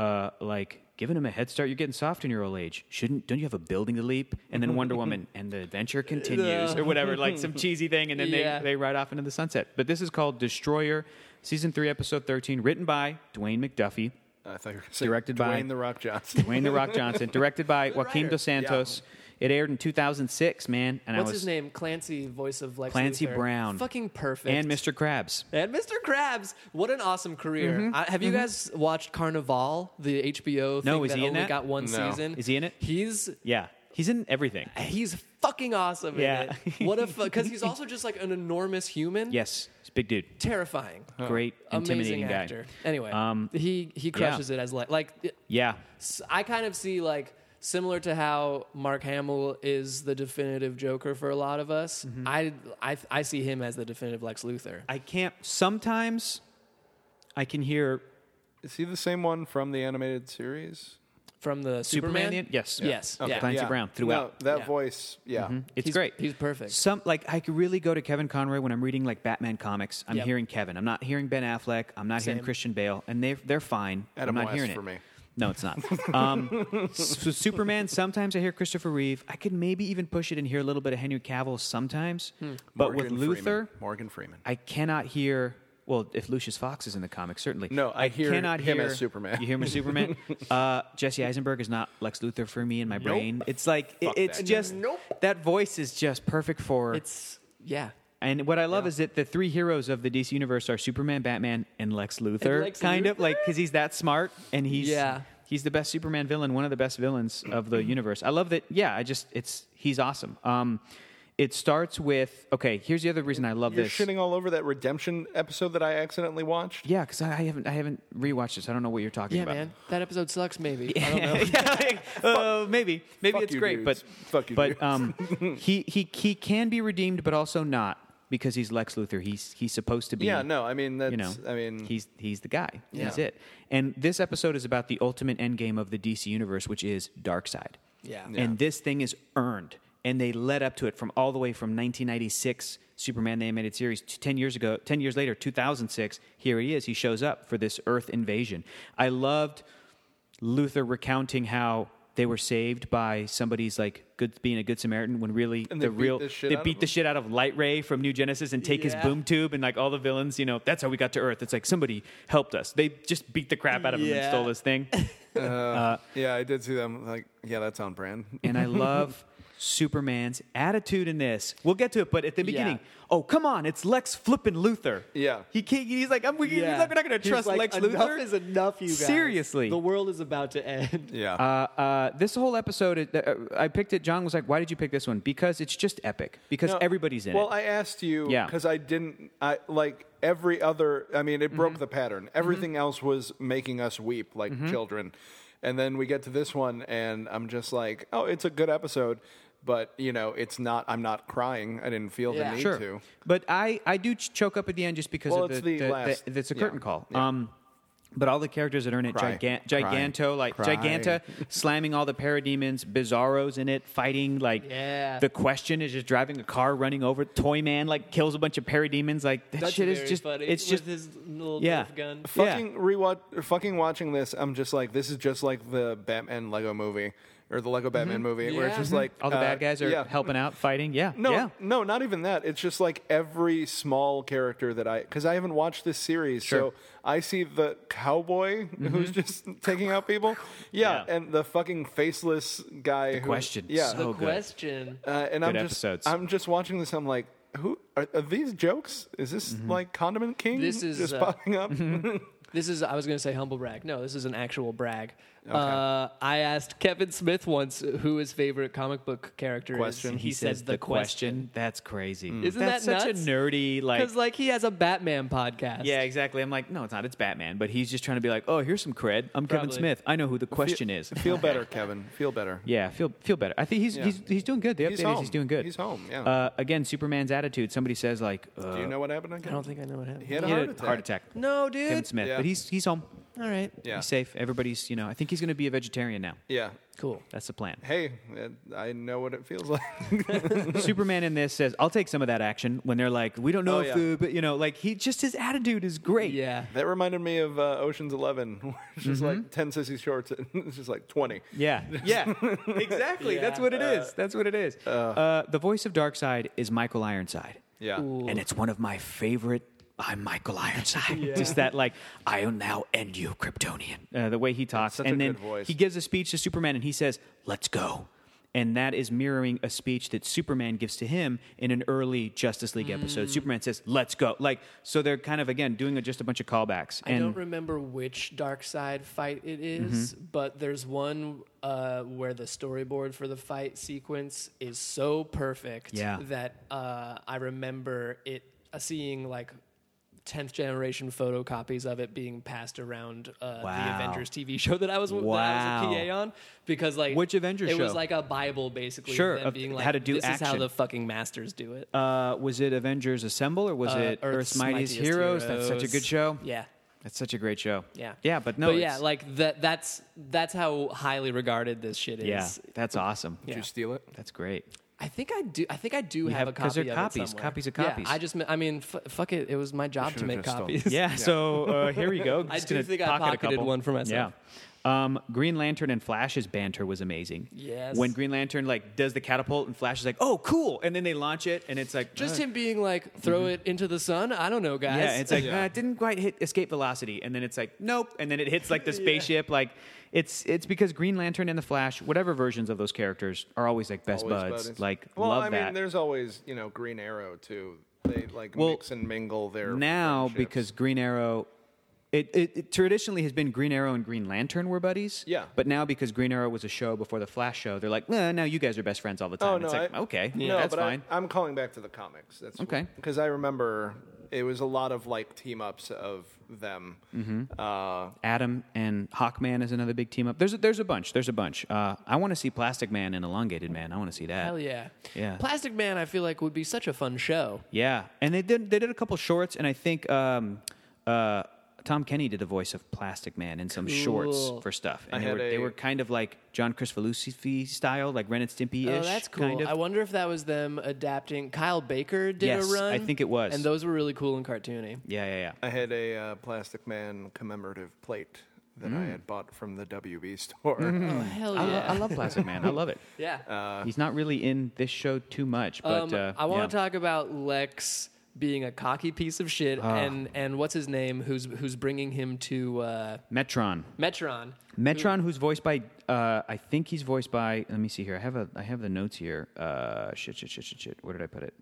Speaker 4: uh, like giving him a head start. You're getting soft in your old age. Shouldn't? Don't you have a building to leap? And then Wonder Woman, and the adventure continues, or whatever. Like some cheesy thing, and then
Speaker 1: Yeah.
Speaker 4: they they ride off into the sunset. But this is called Destroyer, season three, episode thirteen, written by Dwayne McDuffie.
Speaker 3: I thought you were gonna say
Speaker 4: Directed by-
Speaker 3: Dwayne the Rock Johnson.
Speaker 4: Dwayne the Rock Johnson, directed by Joaquin
Speaker 1: writer.
Speaker 4: Dos Santos. It aired in 2006, man, and
Speaker 1: What's
Speaker 4: I was
Speaker 1: his name? Clancy, voice of Lex
Speaker 4: Clancy
Speaker 1: Luthor.
Speaker 4: Brown.
Speaker 1: Fucking perfect.
Speaker 4: and Mr. Krabs.
Speaker 1: And Mr. Krabs, what an awesome career! I, have you guys watched Carnival, the HBO?
Speaker 4: Mm-hmm. No,
Speaker 1: thing
Speaker 4: is
Speaker 1: that
Speaker 4: he in
Speaker 1: only
Speaker 4: that?
Speaker 1: got one
Speaker 3: No.
Speaker 1: season.
Speaker 4: Is he in it?
Speaker 1: He's
Speaker 4: Yeah, he's in everything.
Speaker 1: he's fucking awesome.
Speaker 4: Yeah.
Speaker 1: Yeah, in it. what a because he's also just like an enormous human.
Speaker 4: Yes, he's a big dude,
Speaker 1: terrifying,
Speaker 4: great, intimidating
Speaker 1: amazing
Speaker 4: guy.
Speaker 1: actor. Anyway,
Speaker 4: Um,
Speaker 1: he he crushes it as like like
Speaker 4: Yeah,
Speaker 1: s- I kind of see like similar to how Mark Hamill is the definitive Joker for a lot of us.
Speaker 4: Mm-hmm.
Speaker 1: I, I I see him as the definitive Lex Luthor.
Speaker 4: I can't. Sometimes I can hear
Speaker 3: Is he the same one from the animated series?
Speaker 1: from the
Speaker 4: Superman.
Speaker 1: Superman.
Speaker 4: in- yes,
Speaker 1: Yes.
Speaker 4: Okay.
Speaker 1: Yeah.
Speaker 4: Clancy
Speaker 3: Yeah.
Speaker 4: Brown
Speaker 3: No,
Speaker 4: throughout.
Speaker 3: that
Speaker 1: Yeah.
Speaker 3: voice. Yeah.
Speaker 4: It's
Speaker 1: He's-
Speaker 4: great.
Speaker 1: he's perfect.
Speaker 4: Some like I could really go to Kevin Conroy when I'm reading like Batman comics. I'm
Speaker 1: Yep.
Speaker 4: hearing Kevin. I'm not hearing Ben Affleck. I'm not hearing
Speaker 1: Same.
Speaker 4: Christian Bale, and they they're fine.
Speaker 3: Adam
Speaker 4: I'm not
Speaker 3: West
Speaker 4: hearing it
Speaker 3: for me.
Speaker 4: No, it's not. Um, so Superman. Sometimes I hear Christopher Reeve. I could maybe even push it and hear a little bit of Henry Cavill sometimes.
Speaker 1: Hmm.
Speaker 4: But
Speaker 3: Morgan
Speaker 4: with Luther,
Speaker 3: Freeman. Morgan Freeman.
Speaker 4: I cannot hear. Well, if Lucius Fox is in the comics, certainly.
Speaker 3: No, I hear
Speaker 4: cannot
Speaker 3: him
Speaker 4: hear,
Speaker 3: as Superman.
Speaker 4: You hear him as Superman. uh, Jesse Eisenberg is not Lex Luthor for me in my brain. It's like it-
Speaker 3: Fuck
Speaker 4: it's
Speaker 3: that guy.
Speaker 4: just
Speaker 1: Nope.
Speaker 4: that voice is just perfect for.
Speaker 1: It's yeah.
Speaker 4: and what I love is that the three heroes of the DC universe are Superman, Batman, and Lex Luthor.
Speaker 1: Lex
Speaker 4: kind of
Speaker 1: Luthor?
Speaker 4: like because he's that smart and he's
Speaker 1: Yeah.
Speaker 4: he's the best Superman villain, one of the best villains of the universe. I love that. Yeah, I just it's he's awesome. Um, it starts with okay. Here's the other reason I love
Speaker 3: You're
Speaker 4: this.
Speaker 3: shitting all over that redemption episode that I accidentally watched.
Speaker 4: Yeah, because I I haven't I haven't rewatched this. I don't know what you're talking
Speaker 1: Yeah,
Speaker 4: about.
Speaker 1: man. That episode sucks. Maybe I don't know.
Speaker 4: yeah, like, uh, maybe maybe
Speaker 3: fuck
Speaker 4: it's
Speaker 3: you
Speaker 4: great,
Speaker 3: dudes.
Speaker 4: but
Speaker 3: Fuck you
Speaker 4: but
Speaker 3: dudes.
Speaker 4: um, he he he can be redeemed, but also not because he's Lex Luthor. He's he's supposed to be.
Speaker 3: Yeah, no, I mean that's
Speaker 4: you know,
Speaker 3: I mean
Speaker 4: he's he's the guy. He's
Speaker 3: Yeah.
Speaker 4: it. And this episode is about the ultimate end game of the DC universe, which is Darkseid.
Speaker 1: Yeah.
Speaker 4: and this thing is earned, and they led up to it from all the way from 1996 Superman the animated series to 10 years ago, 10 years later, 2006. Here he is. He shows up for this Earth invasion. I loved. Luther recounting how they were saved by somebody's like good being a good Samaritan when really
Speaker 3: And
Speaker 4: the
Speaker 3: they beat
Speaker 4: real
Speaker 3: the shit
Speaker 4: they
Speaker 3: out of
Speaker 4: beat the
Speaker 3: him.
Speaker 4: shit out of Light Ray from New Genesis and take his
Speaker 1: Yeah.
Speaker 4: boom tube and like all the villains you know that's how we got to Earth it's like somebody helped us they just beat the crap out of him and
Speaker 1: Yeah.
Speaker 4: stole his thing
Speaker 3: Yeah, I did see them like yeah, that's on brand.
Speaker 4: and I love Superman's attitude in this we'll get to it but at the
Speaker 1: Yeah.
Speaker 4: beginning oh come on it's Lex flipping Luther
Speaker 3: Yeah.
Speaker 4: he can't he's like I'm we,
Speaker 1: Yeah.
Speaker 4: are not gonna
Speaker 1: He's
Speaker 4: trust
Speaker 1: like,
Speaker 4: Lex
Speaker 1: enough
Speaker 4: Luthor
Speaker 1: is enough, you guys.
Speaker 4: Seriously.
Speaker 1: the world is about to end.
Speaker 3: Yeah.
Speaker 4: uh, uh, this whole episode, uh, I picked it, John was like, "Why did you pick this one?" Because it's just epic. Because
Speaker 3: No,
Speaker 4: everybody's in
Speaker 3: well,
Speaker 4: it.
Speaker 3: I asked you
Speaker 4: Yeah.
Speaker 3: because I didn't. I like every other. I mean, it broke
Speaker 4: Mm-hmm.
Speaker 3: the pattern. Everything else was making us weep like children, and then we get to this one, and I'm just like, oh, it's a good episode, but you know, it's not. I'm not crying. I didn't feel
Speaker 1: Yeah.
Speaker 3: the need
Speaker 4: sure,
Speaker 3: to.
Speaker 4: but I I do ch- choke up at the end just because
Speaker 3: Well,
Speaker 4: of
Speaker 3: it's
Speaker 4: the,
Speaker 3: the last-
Speaker 4: the- it's a
Speaker 3: yeah,
Speaker 4: curtain call. Um, but all the characters that are in it,
Speaker 3: Cry.
Speaker 4: gigan-
Speaker 3: Cry.
Speaker 4: giganto, like
Speaker 3: Cry.
Speaker 4: giganta, slamming all the parademons, bizarros in it, fighting like
Speaker 1: Yeah.
Speaker 4: the question is just driving a car, running over Toy Man, like kills a bunch of parademons, like that
Speaker 1: That's
Speaker 4: shit
Speaker 1: very
Speaker 4: is just
Speaker 1: funny.
Speaker 4: it's just
Speaker 1: with his little
Speaker 4: yeah.
Speaker 1: Nerf gun.
Speaker 4: Yeah.
Speaker 3: Fucking rewatch, fucking watching this, I'm just like, this is just like the Batman Lego movie or the Lego Batman movie, where it's
Speaker 1: Yeah.
Speaker 3: just like
Speaker 4: Mm-hmm. all the
Speaker 3: uh,
Speaker 4: bad guys are
Speaker 3: yeah.
Speaker 4: helping out, fighting. Yeah,
Speaker 3: No,
Speaker 4: yeah.
Speaker 3: no, not even that. It's just like every small character that I, because I haven't watched this series,
Speaker 4: Sure. Mm-hmm.
Speaker 3: so I see the cowboy who's just taking out people, yeah,
Speaker 4: Yeah.
Speaker 3: and the fucking faceless guy. who,
Speaker 4: question,
Speaker 3: yeah,
Speaker 1: The
Speaker 4: so- Oh, good.
Speaker 1: question.
Speaker 3: uh, and I'm
Speaker 4: Good
Speaker 3: just,
Speaker 4: episodes.
Speaker 3: I'm just watching this. I'm like, who are, are these jokes? Is this
Speaker 4: Mm-hmm.
Speaker 3: like Condiment King?
Speaker 1: This is,
Speaker 3: just
Speaker 1: uh,
Speaker 3: popping up.
Speaker 1: This is, I was going to say humble brag. No, this is an actual brag. Uh, I asked Kevin Smith once who his favorite comic book character
Speaker 3: Question.
Speaker 1: is. And he, says, the question.
Speaker 4: That's crazy.
Speaker 1: Isn't
Speaker 4: That's
Speaker 1: that
Speaker 4: such
Speaker 1: nuts?
Speaker 4: a nerdy like?
Speaker 1: Because, like, he has a Batman podcast.
Speaker 4: yeah, exactly. I'm like, no, it's not. It's Batman, but he's just trying to be like, oh, here's some cred. I'm Kevin
Speaker 1: Probably.
Speaker 4: Smith. I know who the question is.
Speaker 3: Feel better, Kevin. Feel better.
Speaker 4: Yeah, feel feel better. I think he's
Speaker 3: Yeah.
Speaker 4: he's he's doing good. The update
Speaker 3: He's
Speaker 4: is
Speaker 3: home.
Speaker 4: he's doing good.
Speaker 3: He's home. Yeah.
Speaker 4: Uh, again, Superman's attitude. Somebody says like, uh,
Speaker 3: Do you know what happened?
Speaker 1: I don't think I know what happened.
Speaker 3: he had a
Speaker 4: he
Speaker 3: heart
Speaker 4: had
Speaker 3: attack.
Speaker 4: a heart attack.
Speaker 1: No, dude.
Speaker 4: Kevin Smith,
Speaker 3: Yeah.
Speaker 4: but he's he's home.
Speaker 1: All right.
Speaker 3: Yeah.
Speaker 4: He's safe. Everybody's you know. I think he's going to be a vegetarian now.
Speaker 3: Yeah.
Speaker 1: Cool.
Speaker 4: That's the plan.
Speaker 3: Hey, uh, I know what it feels like.
Speaker 4: Superman in this says, "I'll take some of that action." When they're like, "We don't know
Speaker 3: Oh,
Speaker 4: if
Speaker 3: yeah.
Speaker 4: the," but you know, like he just his attitude is great.
Speaker 1: Yeah.
Speaker 3: That reminded me of uh, Ocean's Eleven, where it's just
Speaker 4: Mm-hmm.
Speaker 3: like ten sissy shorts, and it's just like twenty.
Speaker 4: Yeah, yeah, exactly.
Speaker 1: Yeah.
Speaker 4: That's what it is. That's what it is. Uh, the voice of Darkseid is Michael Ironside,
Speaker 3: Yeah,
Speaker 1: Ooh.
Speaker 4: and it's one of my favorite. I'm Michael Ironside. Just that, like, I will now end you, Kryptonian. Uh, the way he talks,
Speaker 3: such
Speaker 4: and
Speaker 3: a
Speaker 4: then
Speaker 3: good voice.
Speaker 4: he gives a speech to Superman, and he says, "Let's go." And that is mirroring a speech that Superman gives to him in an early Justice League episode. Superman says, "Let's go!" Like, so they're kind of again doing a, just a bunch of callbacks.
Speaker 1: I don't remember which Dark Side fight it
Speaker 4: Mm-hmm.
Speaker 1: is, but there's one uh, where the storyboard for the fight sequence is so perfect
Speaker 4: Yeah.
Speaker 1: that uh, I remember it uh, seeing like 10th generation photocopies of it being passed around uh,
Speaker 4: Wow.
Speaker 1: the Avengers TV show that I was that I was a PA
Speaker 4: Wow.
Speaker 1: on because like
Speaker 4: Which Avengers
Speaker 1: it was
Speaker 4: show?
Speaker 1: like a bible basically
Speaker 4: Sure,
Speaker 1: of them
Speaker 4: of
Speaker 1: being
Speaker 4: how
Speaker 1: like
Speaker 4: to do
Speaker 1: this is how
Speaker 4: action.
Speaker 1: the fucking masters do it Uh,
Speaker 4: Uh, was it Avengers Assemble or was it Earth's, Mightiest, Heroes? That's such a good show.
Speaker 1: yeah
Speaker 4: That's such a great show.
Speaker 1: yeah.
Speaker 4: Yeah, but no.
Speaker 1: But yeah,
Speaker 4: it's-
Speaker 1: like that. That's that's how highly regarded this shit is.
Speaker 4: yeah, that's awesome.
Speaker 3: did you steal it?
Speaker 4: That's great.
Speaker 1: I think I do. I think I do have,
Speaker 4: have-
Speaker 1: a
Speaker 4: 'cause
Speaker 1: copy.
Speaker 4: they're
Speaker 1: of
Speaker 4: copies,
Speaker 1: It somewhere.
Speaker 4: copies of
Speaker 1: Yeah,
Speaker 4: copies.
Speaker 1: I just. ma- I mean, f- fuck it. It was my job to
Speaker 3: should've
Speaker 1: make
Speaker 3: just stolen
Speaker 1: copies.
Speaker 4: Yeah. So uh, here we go.
Speaker 1: I
Speaker 4: Just
Speaker 1: do
Speaker 4: gonna
Speaker 1: think I
Speaker 4: pocket a
Speaker 1: pocketed
Speaker 4: couple.
Speaker 1: one for myself.
Speaker 4: Yeah. Um, Green Lantern and Flash's banter was amazing.
Speaker 1: Yes.
Speaker 4: When Green Lantern like does the catapult and Flash is like, "Oh, cool!" and then they launch it and it's like
Speaker 1: Just
Speaker 4: "Ugh."
Speaker 1: him being like, throw it into the sun. I don't know, guys.
Speaker 4: Mm-hmm. Yeah, it's like
Speaker 3: Yeah.
Speaker 4: "Ah, it didn't quite hit escape velocity, and then it's like nope, and then it hits like the spaceship. Like it's it's because Green Lantern and the Flash, whatever versions of those characters, are always like best
Speaker 3: Always
Speaker 4: buds.
Speaker 3: buddies.
Speaker 4: Like
Speaker 3: well,
Speaker 4: love
Speaker 3: I mean,
Speaker 4: that.
Speaker 3: there's always you know Green Arrow too. They like
Speaker 4: Well,
Speaker 3: mix and mingle their
Speaker 4: now
Speaker 3: friendships.
Speaker 4: because Green Arrow. It, it, it traditionally has been Green Arrow and Green Lantern were buddies.
Speaker 3: Yeah.
Speaker 4: But now because Green Arrow was a show before the Flash show, they're like, well, now you guys are best friends all the time.
Speaker 3: oh no,
Speaker 4: it's like,
Speaker 3: I-
Speaker 4: okay,
Speaker 3: no,
Speaker 4: yeah, that's
Speaker 3: but
Speaker 4: fine.
Speaker 3: I, I'm calling back to the comics. That's
Speaker 4: Okay.
Speaker 3: because I remember it was a lot of like team ups of them.
Speaker 4: Mm-hmm.
Speaker 3: Uh,
Speaker 4: Adam and Hawkman is another big team up. There's a, there's a bunch. There's a bunch. Uh, I want to see Plastic Man and Elongated Man. I want to see that.
Speaker 1: hell yeah.
Speaker 4: Yeah.
Speaker 1: Plastic Man, I feel like would be such a fun show.
Speaker 4: Yeah, and they did they did a couple shorts, and I think um, uh, Tom Kenny did the voice of Plastic Man in some shorts
Speaker 1: Cool.
Speaker 4: for stuff, and
Speaker 3: I
Speaker 4: they
Speaker 3: had
Speaker 4: were they
Speaker 3: a-
Speaker 4: were kind of like John Crisfalusi style, like Ren and Stimpy
Speaker 1: Oh,
Speaker 4: ish.
Speaker 1: that's cool.
Speaker 4: Kind of.
Speaker 1: I wonder if that was them adapting. Kyle Baker did
Speaker 4: Yes,
Speaker 1: a run.
Speaker 4: I think it was. Mm.
Speaker 1: And those were really cool and cartoony.
Speaker 4: yeah, yeah, yeah.
Speaker 3: I had a uh, Plastic Man commemorative plate that
Speaker 4: Mm.
Speaker 3: I had bought from the WB store.
Speaker 4: Mm-hmm.
Speaker 1: Oh, hell yeah.
Speaker 4: I, lo- I love Plastic Man. I love it.
Speaker 1: yeah.
Speaker 4: He's not really in this show too much, but
Speaker 1: Um,
Speaker 4: uh,
Speaker 1: I want to
Speaker 4: yeah.
Speaker 1: talk about Lex being a cocky piece of shit,
Speaker 4: Ah.
Speaker 1: and and what's his name? Who's who's bringing him to uh,
Speaker 4: Metron.
Speaker 1: Metron?
Speaker 4: Metron, who's voiced by, uh, I think he's voiced by. Let me see here. I have a, I have the notes here. Uh, shit, shit, shit, shit, shit. Where did I put it?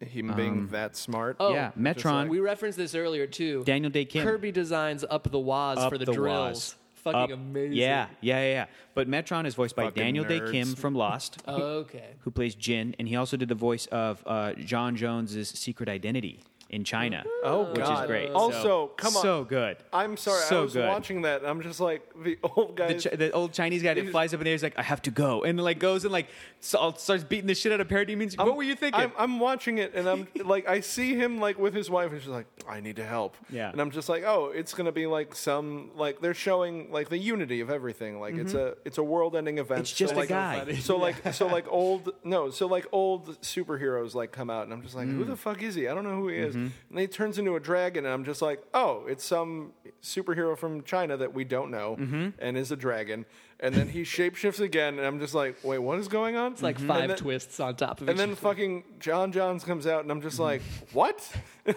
Speaker 3: Him being that smart.
Speaker 1: Oh,
Speaker 4: Um, yeah,
Speaker 1: just
Speaker 4: Metron.
Speaker 1: We referenced this earlier too.
Speaker 4: Daniel Day Kim.
Speaker 1: Kirby designs up the Waz
Speaker 4: Up
Speaker 1: for the,
Speaker 4: the
Speaker 1: drills
Speaker 4: Waz.
Speaker 1: fucking
Speaker 4: up.
Speaker 1: amazing.
Speaker 4: Yeah, yeah, yeah, yeah. But Metron is voiced by
Speaker 3: Fucking
Speaker 4: Daniel Day
Speaker 3: nerds.
Speaker 4: Kim from Lost,
Speaker 3: Oh.
Speaker 1: Okay.
Speaker 4: who plays Jin, and he also did the voice of uh, John Jones's Secret Identity in China.
Speaker 3: Oh,
Speaker 4: which
Speaker 3: God.
Speaker 4: is great.
Speaker 3: Also,
Speaker 4: So-
Speaker 3: come on.
Speaker 4: so good.
Speaker 3: I'm sorry. I
Speaker 4: So
Speaker 3: was
Speaker 4: good.
Speaker 3: watching that. and I'm just like the old
Speaker 4: the,
Speaker 3: guys.
Speaker 4: Chi- the old Chinese guy that
Speaker 3: He's-
Speaker 4: flies up in the air is like, I have to go. And like goes and like so- starts beating the shit out of parademons.
Speaker 3: I'm-
Speaker 4: What were you thinking?
Speaker 3: I'm, I'm watching it, and I'm like, I see him like with his wife, and she's like, "I need to help."
Speaker 4: Yeah.
Speaker 3: and I'm just like, "Oh, it's gonna be like some like they're showing like the unity of everything. Like it's a it's a world-ending event.
Speaker 4: Mm-hmm. It's just a
Speaker 3: like,
Speaker 4: guy.
Speaker 3: So like so like old no, so like old superheroes like come out, and I'm just like,
Speaker 4: Mm.
Speaker 3: "Who the fuck is he? I don't know who he is." And
Speaker 4: Mm-hmm.
Speaker 3: then he turns into a dragon, and I'm just like, "Oh, it's some superhero from China that we don't know,
Speaker 4: Mm-hmm.
Speaker 3: and is a dragon." And then he shapeshifts again, and I'm just like, "Wait, what is going on?"
Speaker 1: It's like
Speaker 3: And
Speaker 1: five
Speaker 3: then-
Speaker 1: twists on top of each
Speaker 3: and then
Speaker 1: other.
Speaker 3: fucking John Johns comes out, and I'm just like, what? you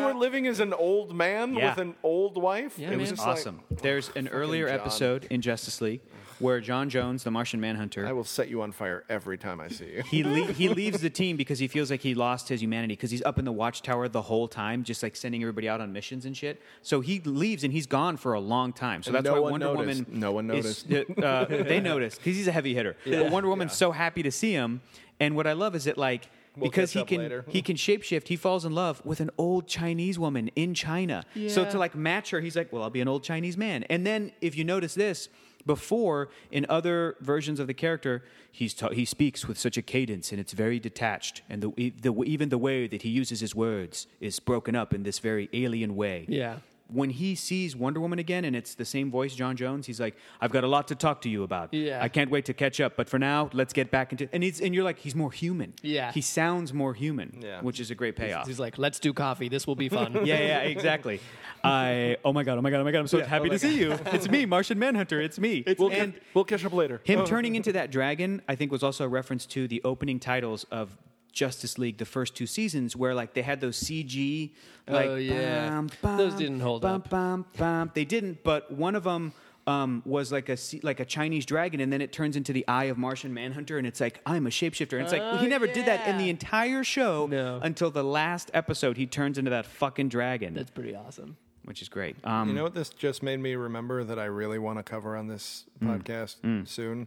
Speaker 3: were living as an old man
Speaker 4: Yeah.
Speaker 3: with an old wife?
Speaker 1: Yeah,
Speaker 3: it was
Speaker 1: man.
Speaker 3: just
Speaker 4: awesome. There's an earlier
Speaker 3: John.
Speaker 4: episode in Justice League where John Jones, the Martian Manhunter,
Speaker 3: Like, I will set you on fire every time I see you.
Speaker 4: he le- he leaves the team because he feels like he lost his humanity because he's up in the watchtower the whole time, just like sending everybody out on missions and shit. So he leaves and he's gone for a long time. So
Speaker 3: And
Speaker 4: that's
Speaker 3: no
Speaker 4: why
Speaker 3: one
Speaker 4: Wonder
Speaker 3: noticed.
Speaker 4: Woman.
Speaker 3: No one
Speaker 4: is- uh, they noticed because he's a heavy hitter. But Wonder Woman's so happy to see him, and what I love is that like.
Speaker 3: We'll
Speaker 4: because
Speaker 3: catch
Speaker 4: he
Speaker 3: up
Speaker 4: can
Speaker 3: later.
Speaker 4: he can shapeshift, he falls in love with an old Chinese woman in China. So
Speaker 1: Yeah.
Speaker 4: to like match her, he's like, "Well, I'll be an old Chinese man." And then if you notice this, before in other versions of the character, he's ta- he speaks with such a cadence and it's very detached, and the, e-, the even the way that he uses his words is broken up in this very alien way.
Speaker 1: Yeah.
Speaker 4: When he sees Wonder Woman again and it's the same voice, John Jones, he's like, I've got a lot to talk to you about.
Speaker 1: Yeah.
Speaker 4: I can't wait to catch up, but for now, let's get back into and he's and you're like, he's more human.
Speaker 1: Yeah.
Speaker 4: He sounds more human.
Speaker 3: Yeah.
Speaker 4: Which is a great payoff.
Speaker 1: He's like, let's do coffee. This will be fun.
Speaker 4: yeah, yeah, exactly. I oh my god, oh my god, oh my god, I'm so happy to see you. It's me, Martian Manhunter. It's me.
Speaker 3: we'll,
Speaker 4: and
Speaker 3: catch, we'll catch up later.
Speaker 1: Oh.
Speaker 4: him turning into that dragon, I think, was also a reference to the opening titles of Justice League, the first two seasons, where like they had those CG, like
Speaker 1: Oh, yeah.
Speaker 4: bum,
Speaker 1: Those
Speaker 4: bum,
Speaker 1: didn't hold
Speaker 4: bum,
Speaker 1: up.
Speaker 4: Bum, bum. They didn't, but one of them. Um, was like a C- like a Chinese dragon, and then it turns into the eye of Martian Manhunter, and it's like I'm a shapeshifter. And it's like
Speaker 1: Oh,
Speaker 4: he never did that in
Speaker 1: yeah.
Speaker 4: the entire show
Speaker 1: No.
Speaker 4: until the last episode. He turns into that fucking dragon,
Speaker 1: That's pretty awesome.
Speaker 4: which is great. Um,
Speaker 3: You know what this just made me remember that I really want to cover on this
Speaker 4: Mm.
Speaker 3: podcast soon?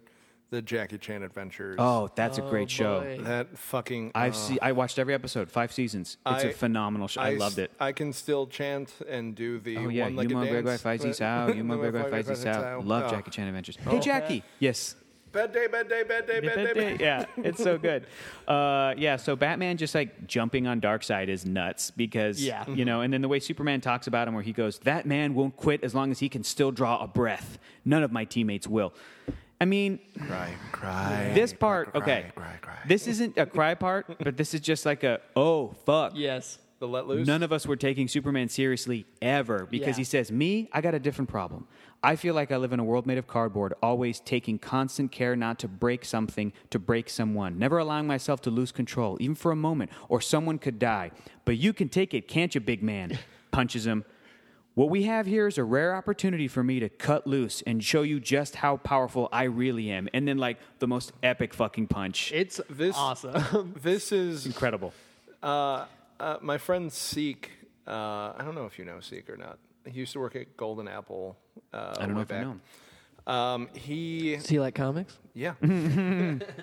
Speaker 3: The Jackie Chan Adventures.
Speaker 4: oh, that's a great show.
Speaker 1: boy.
Speaker 3: That fucking.
Speaker 4: I've
Speaker 3: uh,
Speaker 4: seen. I watched every episode, five seasons. It's a
Speaker 3: I-
Speaker 4: phenomenal show. I, loved
Speaker 3: s-
Speaker 4: it.
Speaker 3: I can still chant and do the
Speaker 4: Oh yeah,
Speaker 3: one-legged
Speaker 4: Yuma Gregor
Speaker 3: dance.
Speaker 4: Faizi's out. Yuma
Speaker 3: Yuma
Speaker 4: Gregor
Speaker 3: Gregor
Speaker 4: Faizi's
Speaker 3: Faizi's
Speaker 4: out.
Speaker 3: out.
Speaker 4: Love
Speaker 3: Oh.
Speaker 4: Jackie Chan Adventures. Hey Jackie. Yes.
Speaker 3: Bad day, bad day, bad day, bad day, bad day.
Speaker 4: yeah, it's so good. Uh, yeah, so Batman just like jumping on Darkseid is nuts because
Speaker 1: Yeah.
Speaker 4: you know, and then the way Superman talks about him, where he goes, "That man won't quit as long as he can still draw a breath. None of my teammates will." I mean,
Speaker 3: Cry, cry.
Speaker 4: this part,
Speaker 3: cry,
Speaker 4: okay,
Speaker 3: Cry, cry.
Speaker 4: this isn't a cry part, but this is just like a oh fuck,
Speaker 1: Yes.
Speaker 3: the let loose.
Speaker 4: None of us were taking Superman seriously ever because
Speaker 1: Yeah.
Speaker 4: he says, Me, I got a different problem. I feel like I live in a world made of cardboard, always taking constant care not to break something, to break someone, never allowing myself to lose control, even for a moment, or someone could die. But you can take it, can't you, big man? Punches him. What we have here is a rare opportunity for me to cut loose and show you just how powerful I really am. And then, like, the most epic fucking punch.
Speaker 1: It's
Speaker 3: This-
Speaker 1: awesome.
Speaker 3: Um, This is
Speaker 4: Incredible.
Speaker 3: uh, uh, my friend Seek. Uh, I don't know if you know Seek or not. He used to work at Golden Apple. Uh,
Speaker 4: I don't know
Speaker 3: way
Speaker 4: if I
Speaker 3: back.
Speaker 4: know him.
Speaker 3: Um, he
Speaker 1: Does he like comics?
Speaker 3: yeah.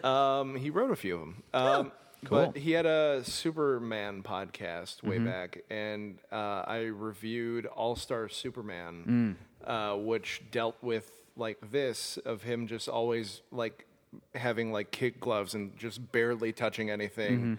Speaker 3: um, he wrote a few of them. Um, But he had a Superman podcast way back, and uh, I reviewed All Star Superman, uh, which dealt with like this of him just always like having like kid gloves and just barely touching anything,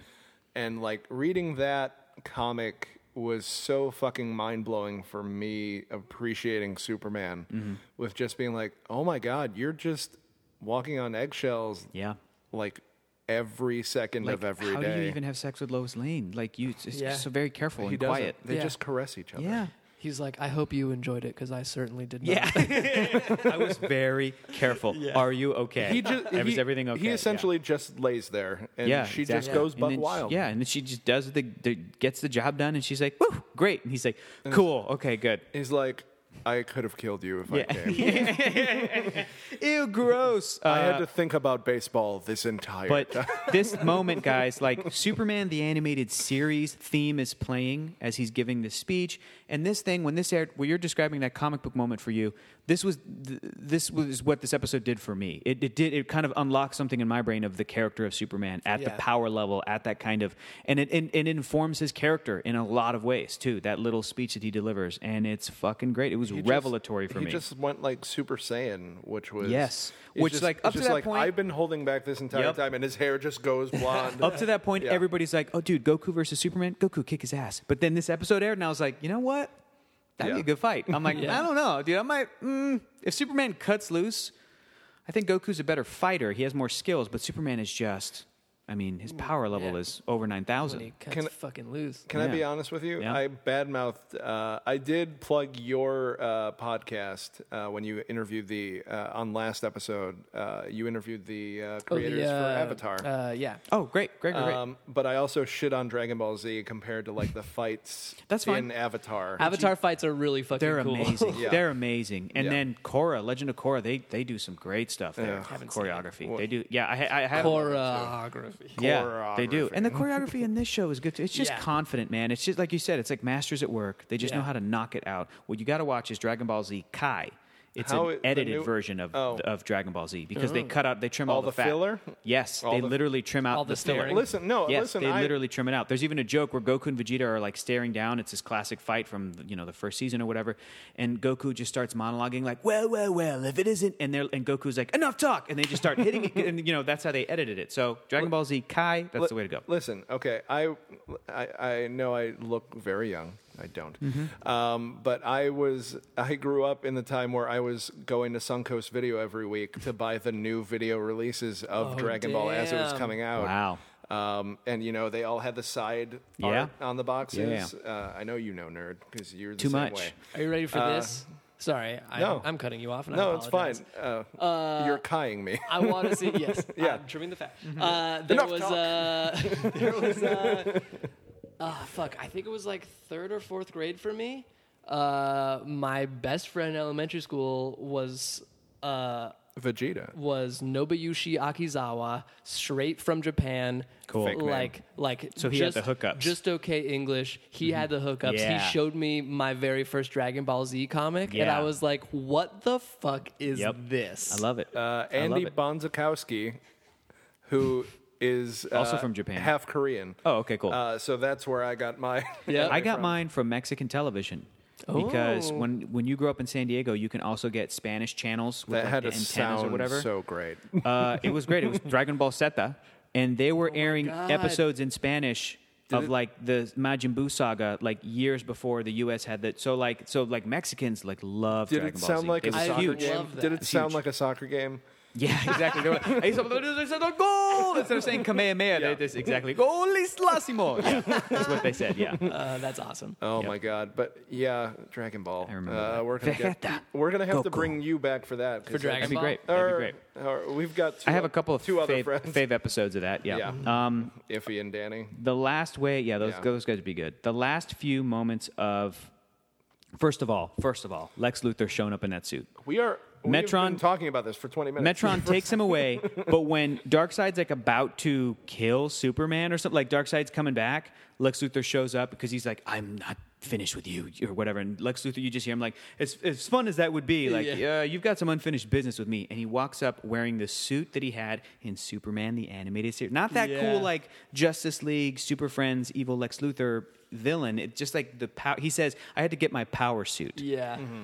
Speaker 3: and like reading that comic was so fucking mind blowing for me appreciating Superman with just being like, oh my god, you're just walking on eggshells.
Speaker 4: Yeah.
Speaker 3: Like every second of every day.
Speaker 4: how do you even have sex with Lois Lane? Like you, it's
Speaker 1: Yeah.
Speaker 4: so very careful
Speaker 3: he
Speaker 4: and
Speaker 3: doesn't.
Speaker 4: quiet.
Speaker 3: They
Speaker 1: Yeah.
Speaker 3: just caress each other.
Speaker 4: Yeah,
Speaker 1: He's like, I hope you enjoyed it because I certainly did not.
Speaker 4: I was very careful. Are you okay?
Speaker 3: He just
Speaker 4: Is
Speaker 3: he,
Speaker 4: everything okay?
Speaker 3: He
Speaker 4: Yeah.
Speaker 3: essentially just lays there and
Speaker 4: Yeah,
Speaker 3: she just
Speaker 4: exactly.
Speaker 3: goes
Speaker 4: And
Speaker 3: buck
Speaker 4: then she-
Speaker 3: wild.
Speaker 4: yeah, and then she just does the, the gets the job done, and she's like, "Woo, great!" And he's like, "Cool, okay, good."
Speaker 3: He's like, I could have killed you if I came.
Speaker 4: Ew, gross.
Speaker 3: I had
Speaker 4: Uh,
Speaker 3: to think about baseball this entire
Speaker 4: But
Speaker 3: time.
Speaker 4: this moment, guys, like Superman the animated series theme is playing as he's giving this speech, and this thing when this aired, where you're describing that comic book moment for you, this was th- this was what this episode did for me. It, it did it kind of unlocked something in my brain of the character of Superman at the
Speaker 1: Yeah.
Speaker 4: power level, at that kind of, and it and, and it informs his character in a lot of ways too. That little speech that he delivers, and it's fucking great. It was
Speaker 3: He just-
Speaker 4: revelatory for me.
Speaker 3: He just went like Super Saiyan, which was
Speaker 4: Yes.
Speaker 3: it's
Speaker 4: Which,
Speaker 3: just-
Speaker 4: like,
Speaker 3: it's
Speaker 4: up to
Speaker 3: just
Speaker 4: that
Speaker 3: like,
Speaker 4: point-
Speaker 3: I've been holding back this entire
Speaker 4: Yep.
Speaker 3: time, and his hair just goes blonde.
Speaker 4: Up to that point,
Speaker 3: Yeah.
Speaker 4: everybody's like, "Oh, dude, Goku versus Superman. Goku kick his ass." But then this episode aired, and I was like, "You know what? That'd be
Speaker 3: Yeah.
Speaker 4: a good fight." I'm like,
Speaker 1: Yeah.
Speaker 4: "I don't know, dude. I might. Mm, if Superman cuts loose, I think Goku's a better fighter. He has more skills, but Superman is just. I mean, his power level
Speaker 1: Mm, Yeah.
Speaker 4: is over nine
Speaker 1: When he
Speaker 4: thousand.
Speaker 1: cuts
Speaker 3: Can-
Speaker 1: fucking loose.
Speaker 3: Can I be
Speaker 4: Yeah.
Speaker 3: honest with you?
Speaker 4: Yeah.
Speaker 3: I badmouthed. Uh, I did plug your uh, podcast uh, when you interviewed the uh, on last episode. Uh, you interviewed the uh,
Speaker 1: Oh, the,
Speaker 3: creators
Speaker 1: uh,
Speaker 3: for Avatar.
Speaker 1: Uh, yeah.
Speaker 4: Oh, great, great, great, great.
Speaker 3: Um, but I also shit on Dragon Ball Z compared to like the fights
Speaker 4: That's fine.
Speaker 3: in Avatar.
Speaker 1: Avatar fights are really fucking
Speaker 4: They're
Speaker 1: cool.
Speaker 4: amazing.
Speaker 3: Yeah.
Speaker 4: They're amazing. And
Speaker 3: Yeah.
Speaker 4: then Korra, Legend of Korra, they they do some great stuff there.
Speaker 1: Haven't seen it.
Speaker 4: Choreography. They do. Yeah, I, I, I have.
Speaker 1: Choreography.
Speaker 4: Yeah, they do.
Speaker 3: Choreography.
Speaker 4: And the choreography in this show is good too. It's just
Speaker 1: Yeah.
Speaker 4: confident, man. It's just like you said, it's like masters at work. They just know
Speaker 1: Yeah.
Speaker 4: how to knock it out. What you got to watch is Dragon Ball Z Kai. It's
Speaker 3: How
Speaker 4: an
Speaker 3: it- the
Speaker 4: edited
Speaker 3: new-
Speaker 4: version of
Speaker 3: oh.
Speaker 4: of Dragon Ball Z because they cut out, they trim all,
Speaker 3: All
Speaker 4: the,
Speaker 3: the
Speaker 4: fat.
Speaker 3: filler?
Speaker 4: Yes,
Speaker 3: All
Speaker 4: they
Speaker 3: the-
Speaker 4: literally trim out
Speaker 1: all
Speaker 4: the,
Speaker 1: the
Speaker 4: filler.
Speaker 1: staring.
Speaker 3: Listen, no,
Speaker 4: yes,
Speaker 3: listen,
Speaker 4: they
Speaker 3: I-
Speaker 4: literally trim it out. There's even a joke where Goku and Vegeta are like staring down. It's this classic fight from you know the first season or whatever, and Goku just starts monologuing like, "Well, well, well, if it isn't," and they are and Goku's like, "Enough talk," and they just start hitting, it, and you know that's how they edited it. So Dragon Ball Z Kai, that's the way to go.
Speaker 3: Listen, okay, I, I, I know I look very young. I don't,
Speaker 4: Mm-hmm.
Speaker 3: um, but I was I grew up in the time where I was going to Suncoast Video every week to buy the new video releases of
Speaker 1: Oh,
Speaker 3: Dragon Ball as it was
Speaker 1: damn.
Speaker 3: coming out.
Speaker 4: Wow.
Speaker 3: Um, and you know they all had the side
Speaker 4: Yeah.
Speaker 3: art on the boxes.
Speaker 4: Yeah.
Speaker 3: Uh, I know you know nerd because you're the
Speaker 4: Too
Speaker 3: same
Speaker 4: much.
Speaker 3: way.
Speaker 1: Are you ready for this? Sorry, I,
Speaker 3: Uh, no.
Speaker 1: I'm cutting you off. And
Speaker 3: no,
Speaker 1: I
Speaker 3: it's fine.
Speaker 1: apologize.
Speaker 3: Uh, you're kying me.
Speaker 1: I want to see. Yes,
Speaker 3: Yeah. Mm-hmm.
Speaker 1: I'm trimming the fat. Uh, there,
Speaker 3: Enough
Speaker 1: was,
Speaker 3: talk.
Speaker 1: uh, there was. uh, ah, fuck. I think it was like third or fourth grade for me. Uh, my best friend in elementary school was uh,
Speaker 3: Vegeta.
Speaker 1: was Nobuyushi Akizawa, straight from Japan.
Speaker 4: Cool. Fake
Speaker 3: name.
Speaker 1: Like, like.
Speaker 4: So he had
Speaker 1: just,
Speaker 4: the hookups. Mm-hmm.
Speaker 1: Just okay English. He had the hookups.
Speaker 4: Yeah.
Speaker 1: He showed me my very first Dragon Ball Z comic, and
Speaker 4: Yeah.
Speaker 1: I was like, "What the fuck is
Speaker 4: Yep.
Speaker 1: this?"
Speaker 4: I love it.
Speaker 3: uh,
Speaker 4: I love
Speaker 3: Andy
Speaker 4: it.
Speaker 3: Bonzakowski, who is uh,
Speaker 4: Also from Japan.
Speaker 3: half Korean.
Speaker 4: Oh, okay, cool.
Speaker 3: Uh, so that's where I got my.
Speaker 1: Yeah.
Speaker 4: I got
Speaker 3: from-
Speaker 4: mine from Mexican television. Because
Speaker 1: Oh.
Speaker 4: when when you grow up in San Diego, you can also get Spanish channels with
Speaker 3: that
Speaker 4: like
Speaker 3: had
Speaker 4: the
Speaker 3: a
Speaker 4: antennas
Speaker 3: sound
Speaker 4: or whatever.
Speaker 3: so great.
Speaker 4: uh, it was great. It was Dragon Ball Zeta, and they
Speaker 3: Oh
Speaker 4: were airing
Speaker 1: God.
Speaker 4: episodes in Spanish of
Speaker 3: it-
Speaker 4: like the Majin Buu saga, like years before the U.S. had that. So like so like Mexicans like love
Speaker 3: Did
Speaker 4: Dragon
Speaker 3: it
Speaker 4: Ball
Speaker 3: sound
Speaker 4: Z.
Speaker 3: like
Speaker 4: It
Speaker 3: a
Speaker 4: was
Speaker 3: soccer
Speaker 4: huge.
Speaker 1: I
Speaker 3: game?
Speaker 1: love that.
Speaker 3: Did it
Speaker 1: It's
Speaker 3: sound
Speaker 4: huge.
Speaker 3: like a soccer game?
Speaker 4: Yeah, exactly. They were, I used to- they said, goal instead of saying Kamehameha.
Speaker 3: Yeah.
Speaker 4: They just exactly goal is lásimo. Yeah, that's what they said. Yeah.
Speaker 1: Uh, that's awesome.
Speaker 3: Oh my god! But yeah, Dragon Ball. I
Speaker 4: remember
Speaker 3: Uh,
Speaker 4: that.
Speaker 3: we're gonna get-
Speaker 4: Vegeta.
Speaker 3: we're gonna have to
Speaker 4: Goku.
Speaker 3: bring you back for that 'cause
Speaker 1: Dragon
Speaker 4: That'd be
Speaker 1: Ball.
Speaker 4: great.
Speaker 3: Or,
Speaker 4: That'd be great.
Speaker 3: or we've got. Two
Speaker 4: I have a couple of
Speaker 3: two other
Speaker 4: fave,
Speaker 3: friends,
Speaker 4: fave episodes of that. Yeah. Um,
Speaker 3: Iffy and Danny.
Speaker 4: the last way, yeah, those
Speaker 3: Yeah.
Speaker 4: those guys would be good. The last few moments of, first of all, first of all, Lex Luthor showing up in that suit.
Speaker 3: We are. we have
Speaker 4: Metron-
Speaker 3: been talking about this for twenty minutes.
Speaker 4: Metron takes him away, but when Darkseid's like about to kill Superman or something, like Darkseid's coming back, Lex Luthor shows up because he's like, I'm not finished with you or whatever. And Lex Luthor, you just hear him like, as, as fun as that would be, like,
Speaker 1: Yeah.
Speaker 4: uh, you've got some unfinished business with me. And he walks up wearing the suit that he had in Superman, the animated series. Not that
Speaker 1: Yeah.
Speaker 4: cool, like Justice League, Super Friends, evil Lex Luthor villain. It's just like the power. He says, I had to get my power suit.
Speaker 1: Yeah.
Speaker 4: Mm-hmm.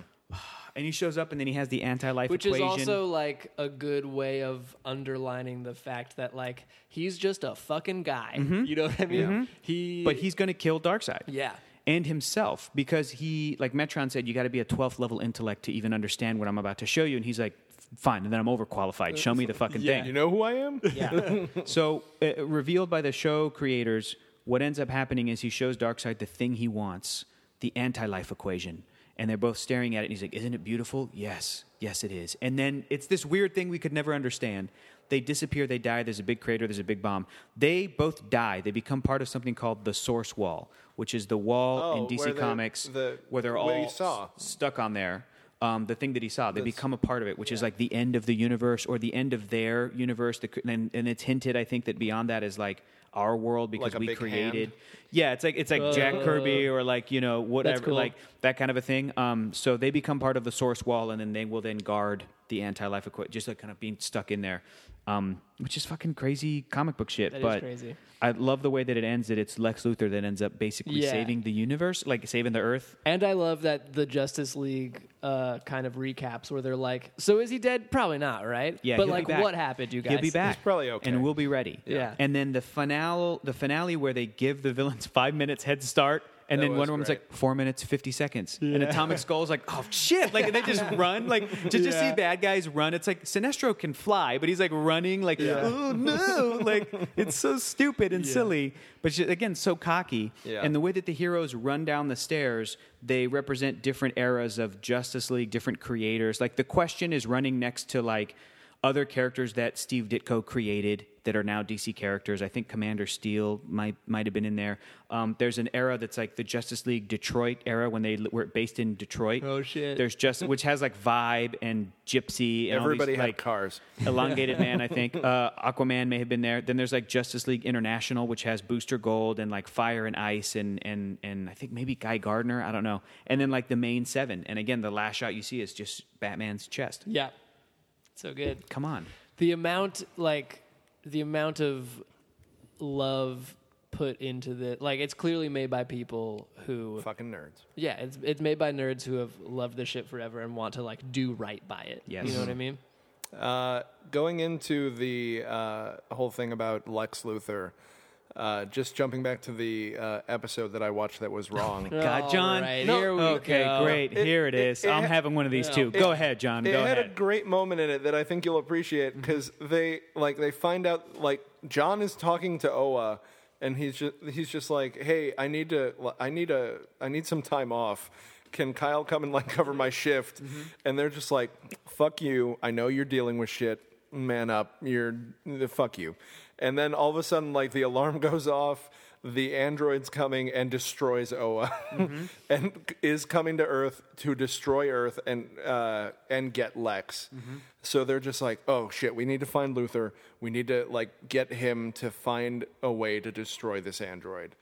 Speaker 4: And he shows up and then he has the anti life
Speaker 1: Which
Speaker 4: equation.
Speaker 1: is also like a good way of underlining the fact that like he's just a fucking guy. You know what I mean? He
Speaker 4: Mm-hmm. but he's going to kill Darkseid.
Speaker 1: Yeah.
Speaker 4: And himself, because he, like Metron said, you got to be a 12th level intellect to even understand what I'm about to show you. And he's like, fine. And then I'm overqualified. Show me the fucking
Speaker 3: You
Speaker 4: thing.
Speaker 3: know who I am?
Speaker 1: yeah.
Speaker 4: So, uh, revealed by the show creators, what ends up happening is he shows Darkseid the thing he wants, the anti life equation. And they're both staring at it. And he's like, isn't it beautiful? Yes. Yes, it is. And then it's this weird thing we could never understand They disappear, they die, there's a big crater, there's a big bomb. They both die. They become part of something called the Source Wall, which is the wall
Speaker 3: Oh,
Speaker 4: in DC
Speaker 3: where they-
Speaker 4: Comics
Speaker 3: the-
Speaker 4: where they're
Speaker 3: what
Speaker 4: all
Speaker 3: you
Speaker 4: s-
Speaker 3: saw.
Speaker 4: stuck on there. Um, the thing that he saw, they become a part of it, which is like the end of the universe or the end of their universe. The, cr- and, and it's hinted, I think, that beyond that is like our world because
Speaker 3: a
Speaker 4: we
Speaker 3: big
Speaker 4: created.
Speaker 3: hand?
Speaker 4: Yeah, it's like it's like Jack Kirby or like you know whatever,
Speaker 1: Uh, cool.
Speaker 4: like that kind of a thing. Um, so they become part of the source wall, and then they will then guard the anti-life equipment, just like kind of being stuck in there, um, which is fucking crazy comic book shit.
Speaker 1: That is
Speaker 4: but
Speaker 1: crazy.
Speaker 4: I love the way that it ends. That it's Lex Luthor that ends up basically
Speaker 1: Yeah.
Speaker 4: saving the universe, like saving the Earth.
Speaker 1: And I love that the Justice League uh, kind of recaps where they're like, "So is he dead? Probably not, right?
Speaker 4: Yeah,
Speaker 1: but
Speaker 4: he'll be
Speaker 1: like,
Speaker 4: back.
Speaker 1: what happened, you guys?
Speaker 4: He'll be back.
Speaker 3: probably okay.
Speaker 4: and we'll be ready.
Speaker 1: Yeah.
Speaker 4: And then the finale, the finale where they give the villains five minutes head start, and
Speaker 3: That
Speaker 4: then
Speaker 3: was
Speaker 4: Wonder Woman's
Speaker 3: great.
Speaker 4: like four minutes fifty seconds, and Atomic Skull's like, oh shit, like and they just run, like to just see bad guys run. It's like Sinestro can fly, but he's like running, like oh no, like it's so stupid and silly, but she, again so cocky.
Speaker 3: Yeah.
Speaker 4: And the way that the heroes run down the stairs, they represent different eras of Justice League, different creators. Like the question is running next to like other characters that Steve Ditko created that are now DC characters. I think Commander Steel might might have been in there. Um, there's an era that's like the Justice League Detroit era when they l- were based in Detroit.
Speaker 1: Oh, shit.
Speaker 4: There's just which has like Vibe and Gypsy and all these,
Speaker 3: Everybody had
Speaker 4: like,
Speaker 3: cars.
Speaker 4: Elongated Man, I think. Uh, Aquaman may have been there. Then there's like Justice League International, which has Booster Gold and like Fire and Ice and and and I think maybe Guy Gardner. I don't know. And then like the main seven. And again, the last shot you see is just Batman's chest.
Speaker 1: Yeah, so good.
Speaker 4: Come on.
Speaker 1: The amount, like, the amount of love put into the like, it's clearly made by people who,
Speaker 3: Fucking nerds.
Speaker 1: yeah, it's it's made by nerds who have loved this shit forever and want to like do right by it.
Speaker 4: Yes.
Speaker 1: you know what I mean.
Speaker 3: Uh, going into the uh, whole thing about Lex Luthor, uh, just jumping back to the uh, episode that I watched that was wrong.
Speaker 4: God,
Speaker 1: All
Speaker 4: John.
Speaker 1: right, No. here we
Speaker 4: okay,
Speaker 1: go.
Speaker 4: great.
Speaker 3: It-
Speaker 4: Here it
Speaker 3: it-
Speaker 4: is.
Speaker 3: it
Speaker 4: I'm
Speaker 3: ha-
Speaker 4: having one of these two. go ahead, John.
Speaker 3: it
Speaker 4: Go
Speaker 3: had
Speaker 4: ahead. Mm-hmm.
Speaker 3: a great moment in it that I think you'll appreciate because they like they find out like John is talking to Oa, and he's just he's just like, hey, I need to I need a I need some time off. Can Kyle come and like cover my shift?
Speaker 4: Mm-hmm.
Speaker 3: And they're just like, fuck you. I know you're dealing with shit. Man up. You're the fuck you. And then all of a sudden, like the alarm goes off. The android's coming and destroys Oa, and is coming to Earth to destroy Earth and uh, and get Lex. So they're just like, oh shit, we need to find Luther. We need to like get him to find a way to destroy this android.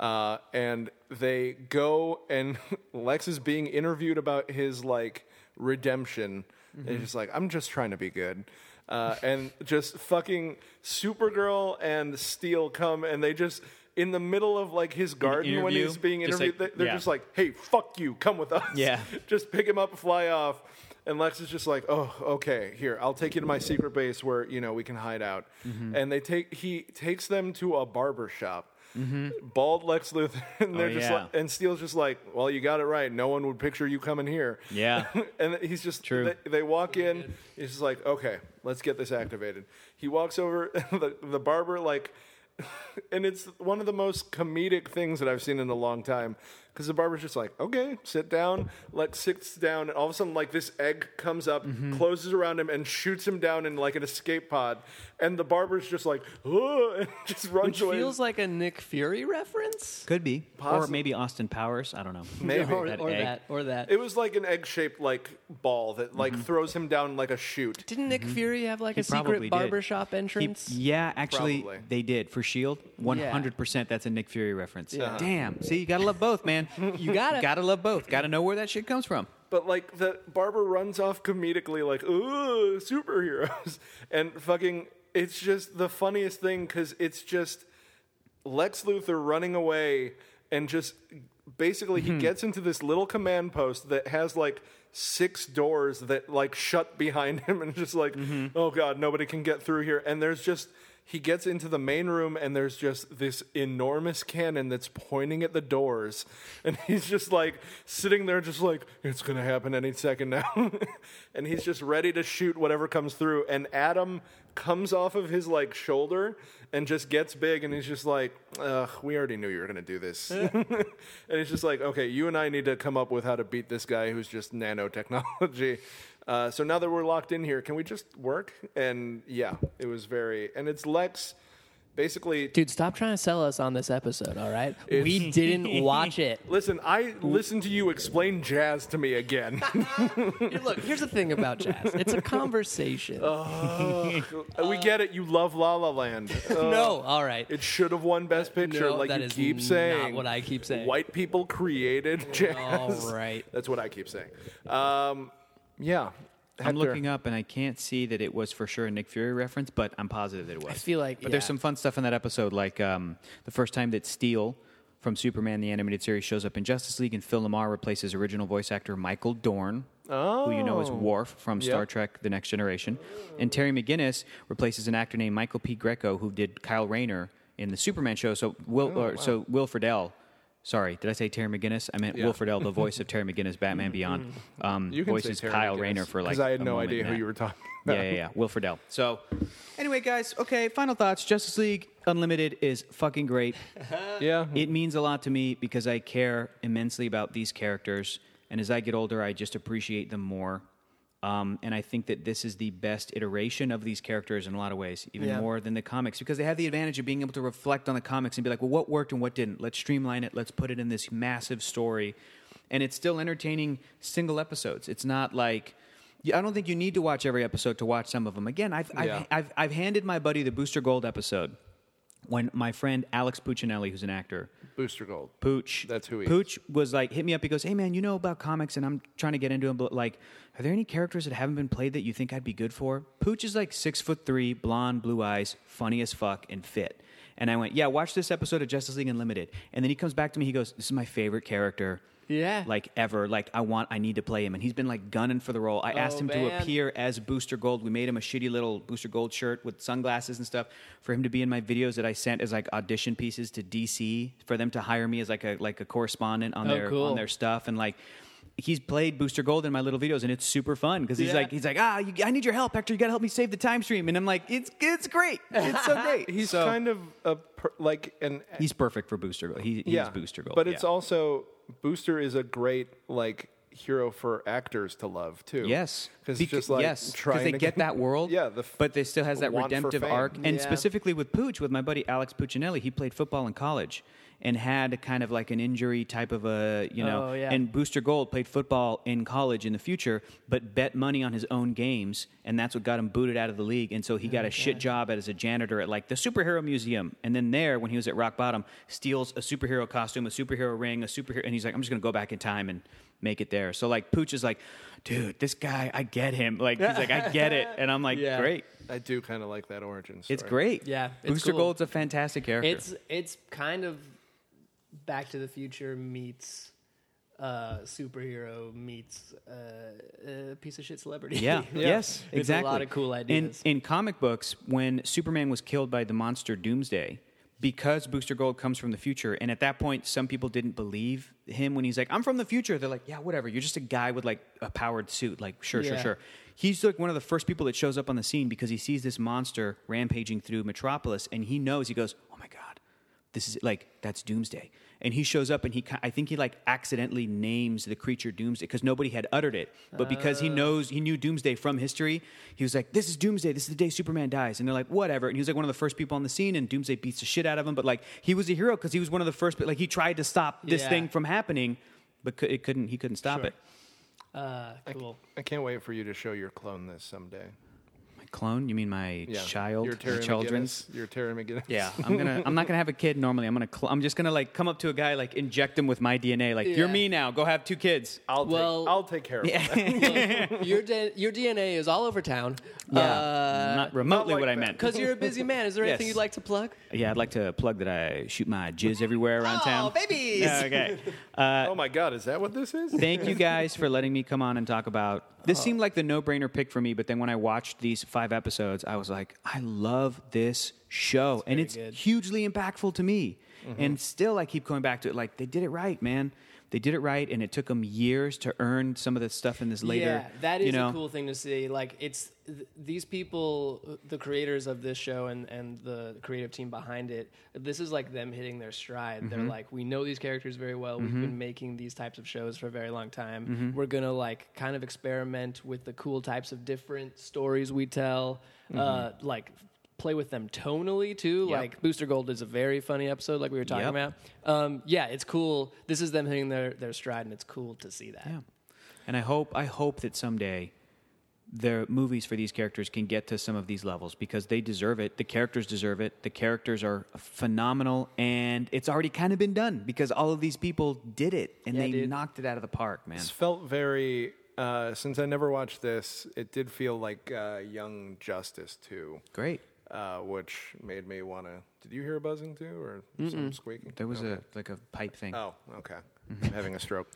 Speaker 3: Uh, and they go and Lex is being interviewed about his like redemption. And
Speaker 4: Mm-hmm.
Speaker 3: he's just like, I'm just trying to be good. Uh, and just fucking Supergirl and Steel come and they just in the middle of like his garden when
Speaker 4: interview,
Speaker 3: he's being
Speaker 4: just
Speaker 3: interviewed,
Speaker 4: like-
Speaker 3: they- they're
Speaker 4: yeah.
Speaker 3: just like, "Hey, fuck you, come with us."
Speaker 4: Yeah.
Speaker 3: just pick him up, fly off. And Lex is just like, "Oh, okay, here, I'll take you to my secret base where you know we can hide out."
Speaker 4: Mm-hmm.
Speaker 3: And they take he takes them to a barber shop. Bald Lex Luthor, and they're
Speaker 4: Mm-hmm. Oh,
Speaker 3: just
Speaker 4: yeah.
Speaker 3: like, and Steele's just like, "Well, you got it right. No one would picture you coming here."
Speaker 4: Yeah.
Speaker 3: and he's just
Speaker 4: True.
Speaker 3: They, they walk in. He's just like, okay, let's get this activated. He walks over the, the barber like, and it's one of the most comedic things that I've seen in a long time. Because the barber's just like, okay, sit down. Like sits down, and all of a sudden, like this egg comes up,
Speaker 1: Mm-hmm.
Speaker 3: closes around him, and shoots him down in like an escape pod. And the barber's just like, oh, and just runs
Speaker 1: Which
Speaker 3: away.
Speaker 1: feels like a Nick Fury reference.
Speaker 4: Could be. Or
Speaker 3: Possible.
Speaker 4: maybe Austin Powers. I don't know.
Speaker 3: Maybe.
Speaker 1: Or,
Speaker 4: That
Speaker 1: or
Speaker 4: egg.
Speaker 1: that, or that.
Speaker 3: it was like an egg-shaped like ball that like
Speaker 1: Mm-hmm.
Speaker 3: throws him down like a chute.
Speaker 1: Didn't Nick Fury have like a
Speaker 4: Mm-hmm. probably
Speaker 1: secret
Speaker 4: did.
Speaker 1: barbershop
Speaker 4: He-
Speaker 1: entrance?
Speaker 4: yeah, actually,
Speaker 3: Probably.
Speaker 4: they did for Shield. E One hundred percent. That's a Nick Fury reference.
Speaker 1: Yeah.
Speaker 4: Damn. See, you gotta love both, man. you
Speaker 1: gotta.
Speaker 4: gotta love both. Gotta know where that shit comes from.
Speaker 3: But like the barber runs off comedically, like ooh superheroes, and fucking it's just the funniest thing because it's just Lex Luthor running away and just basically he gets into this little command post that has like six doors that like shut behind him and just like oh god nobody can get through here and there's just he gets into the main room and there's just this enormous cannon that's pointing at the doors and he's just like sitting there just like it's going to happen any second now and he's just ready to shoot whatever comes through and Adam comes off of his like shoulder and just gets big and he's just like Ugh, we already knew you were going to do this and it's just like okay you and i need to come up with how to beat this guy who's just nanotechnology uh, so now that we're locked in here can we just work and yeah it was very and it's lex basically
Speaker 1: Dude, stop trying to sell us on this episode, all right?
Speaker 3: It's-
Speaker 1: we didn't watch it.
Speaker 3: listen i listened to you explain jazz to me again
Speaker 1: Look, here's the thing about jazz. It's a conversation.
Speaker 3: Uh, we get it you love la la land Uh,
Speaker 1: no, all right.
Speaker 3: It should have won Best Picture,
Speaker 1: No,
Speaker 3: like
Speaker 1: that
Speaker 3: you
Speaker 1: is
Speaker 3: keep
Speaker 1: not
Speaker 3: saying.
Speaker 1: what I keep saying.
Speaker 3: White people created jazz.
Speaker 1: All right.
Speaker 3: That's what I keep saying. Um, yeah.
Speaker 4: I'm looking up and I can't see that it was for sure a Nick Fury reference, but I'm positive it was. I
Speaker 1: feel like-
Speaker 4: but there's
Speaker 1: yeah.
Speaker 4: some fun stuff in that episode, like um, the first time that Steel from Superman the animated series shows up in Justice League, and Phil Lamar replaces original voice actor Michael Dorn, who you know as Worf from Star
Speaker 3: Yep.
Speaker 4: Trek: The Next Generation, and Terry McGinnis replaces an actor named Michael P. Greco, who did Kyle Rayner in the Superman show. So Will, or, so Will Friedle. Sorry, did I say Terry McGinnis? I meant
Speaker 3: Yeah.
Speaker 4: Will Friedle, the voice of Terry McGinnis, Batman Beyond. Um,
Speaker 3: You can say
Speaker 4: voices
Speaker 3: Terry
Speaker 4: Kyle
Speaker 3: McGinnis,
Speaker 4: Rayner for like
Speaker 3: 'cause I had
Speaker 4: a
Speaker 3: no
Speaker 4: moment
Speaker 3: idea
Speaker 4: in
Speaker 3: who
Speaker 4: that.
Speaker 3: you were talking about.
Speaker 4: yeah, yeah, yeah. Will Friedle. So, anyway, guys. Okay, final thoughts. Justice League Unlimited is fucking great.
Speaker 3: Yeah.
Speaker 4: it means a lot to me because I care immensely about these characters, and as I get older, I just appreciate them more. Um, and I think that this is the best iteration of these characters in a lot of ways, even
Speaker 1: Yeah.
Speaker 4: more than the comics, because they have the advantage of being able to reflect on the comics and be like, well, what worked and what didn't? Let's streamline it. Let's put it in this massive story. And it's still entertaining single episodes. It's not like, I don't think you need to watch every episode to watch some of them. Again, I've, I've,
Speaker 3: Yeah.
Speaker 4: I've, I've handed my buddy the Booster Gold episode when my friend Alex Puccinelli, who's an actor,
Speaker 3: Booster Gold.
Speaker 4: Pooch.
Speaker 3: That's who he
Speaker 4: Pooch was like, hit me up. He goes, hey man, you know about comics, and I'm trying to get into them. But like, are there any characters that haven't been played that you think I'd be good for? Pooch is like six foot three, blonde, blue eyes, funny as fuck, and fit. And I went, yeah, watch this episode of Justice League Unlimited. And then he comes back to me. He goes, this is my favorite character.
Speaker 1: Yeah.
Speaker 4: Like ever. Like I want, I need to play him. And he's been like gunning for the role. I asked him to
Speaker 1: Oh, man.
Speaker 4: appear as Booster Gold. We made him a shitty little Booster Gold shirt with sunglasses and stuff for him to be in my videos that I sent as like audition pieces to DC for them to hire me as like a like a correspondent on
Speaker 1: Oh,
Speaker 4: their
Speaker 1: cool.
Speaker 4: on their stuff and like he's played Booster Gold in my little videos and it's super fun because he's
Speaker 1: Yeah.
Speaker 4: like he's like ah you, I need your help Hector you got to help me save the time stream and I'm like it's it's great it's so great
Speaker 3: He's
Speaker 4: So,
Speaker 3: kind of a per- like an
Speaker 4: he's perfect for Booster Gold he, he's
Speaker 3: yeah,
Speaker 4: Booster Gold
Speaker 3: But it's
Speaker 4: yeah.
Speaker 3: also Booster is a great like hero for actors to love too.
Speaker 4: Yes,
Speaker 3: because
Speaker 4: Bec-
Speaker 3: just like
Speaker 4: yes,
Speaker 3: trying
Speaker 4: they
Speaker 3: to
Speaker 4: get that world.
Speaker 3: Yeah, the f-
Speaker 4: but they still has that
Speaker 3: want for
Speaker 4: redemptive
Speaker 3: fame.
Speaker 4: arc, and
Speaker 1: Yeah.
Speaker 4: specifically with Pooch, with my buddy Alex Puccinelli, he played football in college and had a kind of like an injury type of a you know.
Speaker 1: Oh, yeah.
Speaker 4: And Booster Gold played football in college in the future, but bet money on his own games, and that's what got him booted out of the league. And so
Speaker 1: Oh
Speaker 4: he got a shit job as a janitor at like the superhero museum, and then there when he was at rock bottom, steals a superhero costume, a superhero ring, a superhero, and he's like, I'm just gonna go back in time and make it there. So like Pooch is like, dude, this guy, I get him. Like he's like, I get it, and I'm like,
Speaker 1: Yeah.
Speaker 4: great,
Speaker 3: I do kind of like that origin. Story.
Speaker 4: it's great.
Speaker 1: Yeah, it's
Speaker 4: Booster
Speaker 1: cool.
Speaker 4: Gold's a fantastic character.
Speaker 1: It's it's kind of Back to the Future meets uh, superhero meets uh, a piece of shit celebrity.
Speaker 4: Yeah. Yes.
Speaker 1: It's
Speaker 4: Exactly.
Speaker 1: A lot of cool ideas.
Speaker 4: In, in comic books, when Superman was killed by the monster Doomsday, because Booster Gold comes from the future, and at that point, some people didn't believe him when he's like, "I'm from the future." They're like, "Yeah, whatever. You're just a guy with like a powered suit. Like, sure, sure,
Speaker 1: Yeah.
Speaker 4: sure." He's like one of the first people that shows up on the scene because he sees this monster rampaging through Metropolis, and he knows. He goes, "Oh my god, this is like that's doomsday and he shows up and he ki- i think he like accidentally names the creature doomsday because nobody had uttered it but because he knows he knew doomsday from history he was like this is doomsday this is the day superman dies and they're like whatever and he was like one of the first people on the scene and doomsday beats the shit out of him but like he was a hero because he was one of the first but like he tried to stop this
Speaker 1: Yeah.
Speaker 4: thing from happening but cou- it couldn't he couldn't stop
Speaker 3: Sure.
Speaker 4: it
Speaker 1: uh, cool.
Speaker 3: I can't wait for you to show your clone this someday.
Speaker 4: my clone you mean my child
Speaker 3: your Terry
Speaker 4: my children's
Speaker 3: McGinnis, your Terry McGinnis.
Speaker 4: Yeah, I'm gonna. I'm not gonna have a kid normally. I'm gonna. Cl- I'm just gonna like come up to a guy, like inject him with my DNA. Like you're
Speaker 1: Yeah.
Speaker 4: me now. Go have two kids.
Speaker 3: I'll
Speaker 1: Well-
Speaker 3: take, I'll take care of it.
Speaker 1: your de- your DNA is all over town.
Speaker 4: Yeah,
Speaker 1: Uh,
Speaker 4: not remotely
Speaker 3: not like
Speaker 4: what I
Speaker 3: that.
Speaker 4: meant.
Speaker 1: Because you're a busy man. Is there anything
Speaker 4: Yes.
Speaker 1: you'd like to plug?
Speaker 4: Yeah, I'd like to plug that I shoot my jizz everywhere around town.
Speaker 1: babies!
Speaker 4: Okay.
Speaker 3: oh my God, is that what this is?
Speaker 4: Thank you guys for letting me come on and talk about. This seemed like the no-brainer pick for me, but then when I watched these five episodes, I was like, I love this show, and
Speaker 1: very
Speaker 4: it's
Speaker 1: good. Mm-hmm.
Speaker 4: hugely impactful to me. And still, I keep going back to it. Like they did it right, man. They did it right, and it took them years to earn some of the stuff in this later.
Speaker 1: Yeah, that is
Speaker 4: you know,
Speaker 1: a cool thing to see. Like it's th- these people, the creators of this show and and the creative team behind it. This is like them hitting their stride.
Speaker 4: Mm-hmm.
Speaker 1: They're like, we know these characters very well. We've been making these types of shows for a very long time.
Speaker 4: Mm-hmm.
Speaker 1: We're gonna like kind of experiment with the cool types of different stories we tell. Uh, like play with them tonally too.
Speaker 4: Mm-hmm. Yep.
Speaker 1: Like Booster Gold is a very funny episode, like we were talking
Speaker 4: Yep.
Speaker 1: about. Um, yeah, it's cool. This is them hitting their their stride, and it's cool to see that.
Speaker 4: Yeah. And I hope I hope that someday the movies for these characters can get to some of these levels because they deserve it. The characters deserve it. The characters are phenomenal and it's already kind of been done because all of these people did it and
Speaker 1: Yeah,
Speaker 4: they
Speaker 1: dude.
Speaker 4: knocked it out of the park, man.
Speaker 3: This felt very. Uh, since I never watched this, it did feel like uh, Young Justice too,
Speaker 4: Great.
Speaker 3: uh, which made me want to. Did you hear a buzzing too, or some squeaking?
Speaker 4: There Mm-hmm. was a like a pipe thing.
Speaker 3: Oh, uh, okay. Oh, I'm having a stroke.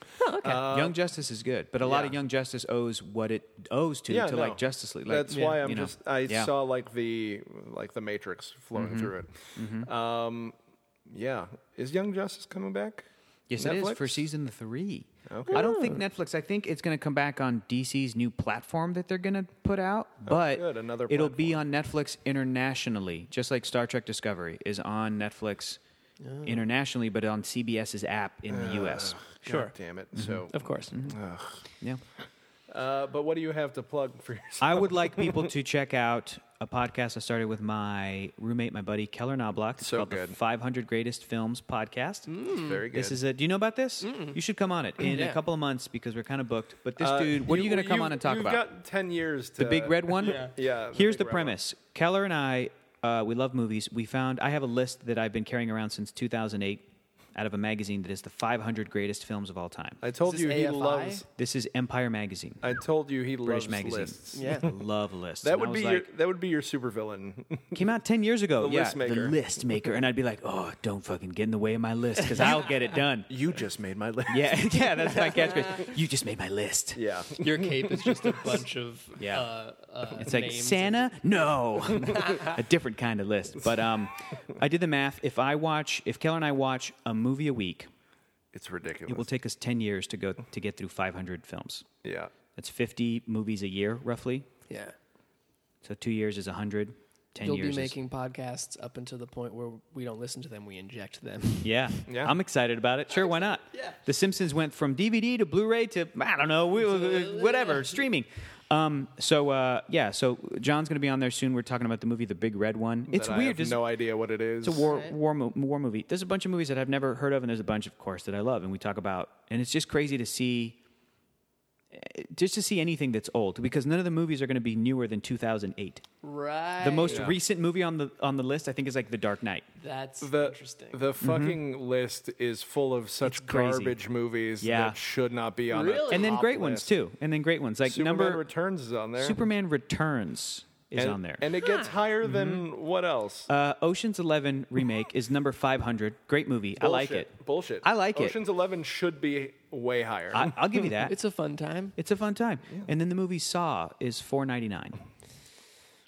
Speaker 4: Young Justice is good, but a lot of
Speaker 3: yeah.
Speaker 4: Young Justice owes what it owes to to
Speaker 3: no.
Speaker 4: like Justice League. Like,
Speaker 3: That's why
Speaker 4: you
Speaker 3: I'm
Speaker 4: know,
Speaker 3: just. I
Speaker 4: yeah. Mm-hmm.
Speaker 3: saw like the like the Matrix flowing through it. Um, yeah, is Young Justice coming back?
Speaker 4: Yes, it is
Speaker 3: Netflix?
Speaker 4: for season three. Okay. I don't think Netflix. I think it's going to come back on DC's new platform that they're going to put out, but
Speaker 3: good, another
Speaker 4: it'll be on Netflix internationally, just like Star Trek Discovery is on Netflix
Speaker 3: Ah.
Speaker 4: internationally, but on CBS's app in the US.
Speaker 3: Sure. damn it.
Speaker 4: Mm-hmm.
Speaker 3: So,
Speaker 1: Of course.
Speaker 4: Yeah.
Speaker 3: uh, but what do you have to plug for yourself?
Speaker 4: I would like people to check out a podcast I started with my roommate, my buddy Keller Knobloch. It's
Speaker 3: So
Speaker 4: called
Speaker 3: good. Mm.
Speaker 4: the 500 Greatest Films Podcast.
Speaker 3: Very good.
Speaker 4: Hmm. This is a. Do you know about this? You should come on it in
Speaker 1: Yeah.
Speaker 4: a couple of months because we're kind of booked. But this
Speaker 3: Uh,
Speaker 4: dude, what are you going to come
Speaker 3: you've-
Speaker 4: on and talk
Speaker 3: you've
Speaker 4: about?
Speaker 3: got ten years. To,
Speaker 4: the big red one.
Speaker 3: Yeah, the
Speaker 4: Here's
Speaker 3: big
Speaker 4: the
Speaker 3: red one.
Speaker 4: premise. Keller and I, uh, we love movies. We found I have a list that I've been carrying around since 2008, out of a magazine that is the 500 greatest films of all time.
Speaker 3: I told
Speaker 1: Is
Speaker 3: you
Speaker 1: this
Speaker 3: he
Speaker 1: AFI?
Speaker 3: loves.
Speaker 4: This is Empire magazine,
Speaker 3: I told you he
Speaker 4: British
Speaker 3: loves
Speaker 4: magazine.
Speaker 3: lists.
Speaker 1: Yeah.
Speaker 4: love lists.
Speaker 3: That
Speaker 4: And I
Speaker 3: would
Speaker 4: was
Speaker 3: be
Speaker 4: like,
Speaker 3: your, that would be your supervillain.
Speaker 4: came out 10 years ago.
Speaker 3: The
Speaker 4: yeah,
Speaker 3: list maker.
Speaker 4: the list maker, and I'd be like, oh, don't fucking get in the way of my list because I'll get it done.
Speaker 3: you just made my list.
Speaker 4: Yeah, yeah, that's my catchphrase. You just made my list.
Speaker 3: Yeah.
Speaker 1: Your cape is just a bunch of
Speaker 4: Yeah.
Speaker 1: Uh, uh,
Speaker 4: It's like
Speaker 1: names
Speaker 4: Santa? No, a different kind of list. But um, I did the math. If I watch, if Keller and I watch a movie a week,
Speaker 3: It's ridiculous.
Speaker 4: it will take us ten years to go to get through 500 films.
Speaker 3: yeah.
Speaker 4: That's 50 movies a year, roughly.
Speaker 1: And, yeah,
Speaker 4: So two years is 100. 10
Speaker 1: you'll
Speaker 4: years.
Speaker 1: be
Speaker 4: is-
Speaker 1: making podcasts up until the point where we don't listen to them; we inject them.
Speaker 4: yeah.
Speaker 3: Yeah.
Speaker 4: I'm excited about it. Sure, why not?
Speaker 1: Yeah.
Speaker 4: The Simpsons went from DVD to Blu-ray to I don't know, we- whatever, streaming. Um, so uh, yeah, so John's going to be on there soon. We're talking about the movie The Big Red One. It's
Speaker 3: That I
Speaker 4: weird.
Speaker 3: have
Speaker 4: Just-
Speaker 3: no idea what it is.
Speaker 4: It's a war war mo- war movie. There's a bunch of movies that I've never heard of, and there's a bunch, of course, that I love, and we talk about. And it's just crazy to see, eh, just to see anything that's old, because none of the movies are going to be newer than 2008.
Speaker 1: right.
Speaker 4: The most
Speaker 3: Yeah.
Speaker 4: recent movie on the on the list, I think, is like The Dark Knight.
Speaker 1: that's
Speaker 3: The,
Speaker 1: interesting.
Speaker 3: the fucking list is full of such
Speaker 4: Mm-hmm. It's crazy.
Speaker 3: garbage movies
Speaker 4: Yeah.
Speaker 3: that should not be on
Speaker 1: Really?
Speaker 3: it.
Speaker 4: And then
Speaker 3: top
Speaker 4: great ones
Speaker 3: list.
Speaker 4: too, and then great ones like
Speaker 3: Superman
Speaker 4: number
Speaker 3: Returns is on there.
Speaker 4: Superman Returns is
Speaker 3: and,
Speaker 4: on there. Mm-hmm.
Speaker 3: And it gets higher than what else?
Speaker 4: uh, Ocean's Eleven remake is number 500. Great movie. I like
Speaker 3: Bullshit.
Speaker 4: it.
Speaker 3: Bullshit.
Speaker 4: I like it.
Speaker 3: Ocean's Eleven should be way higher.
Speaker 4: I, I'll give you that.
Speaker 1: it's a fun time.
Speaker 4: It's a fun time. And then the movie Saw is 4.99.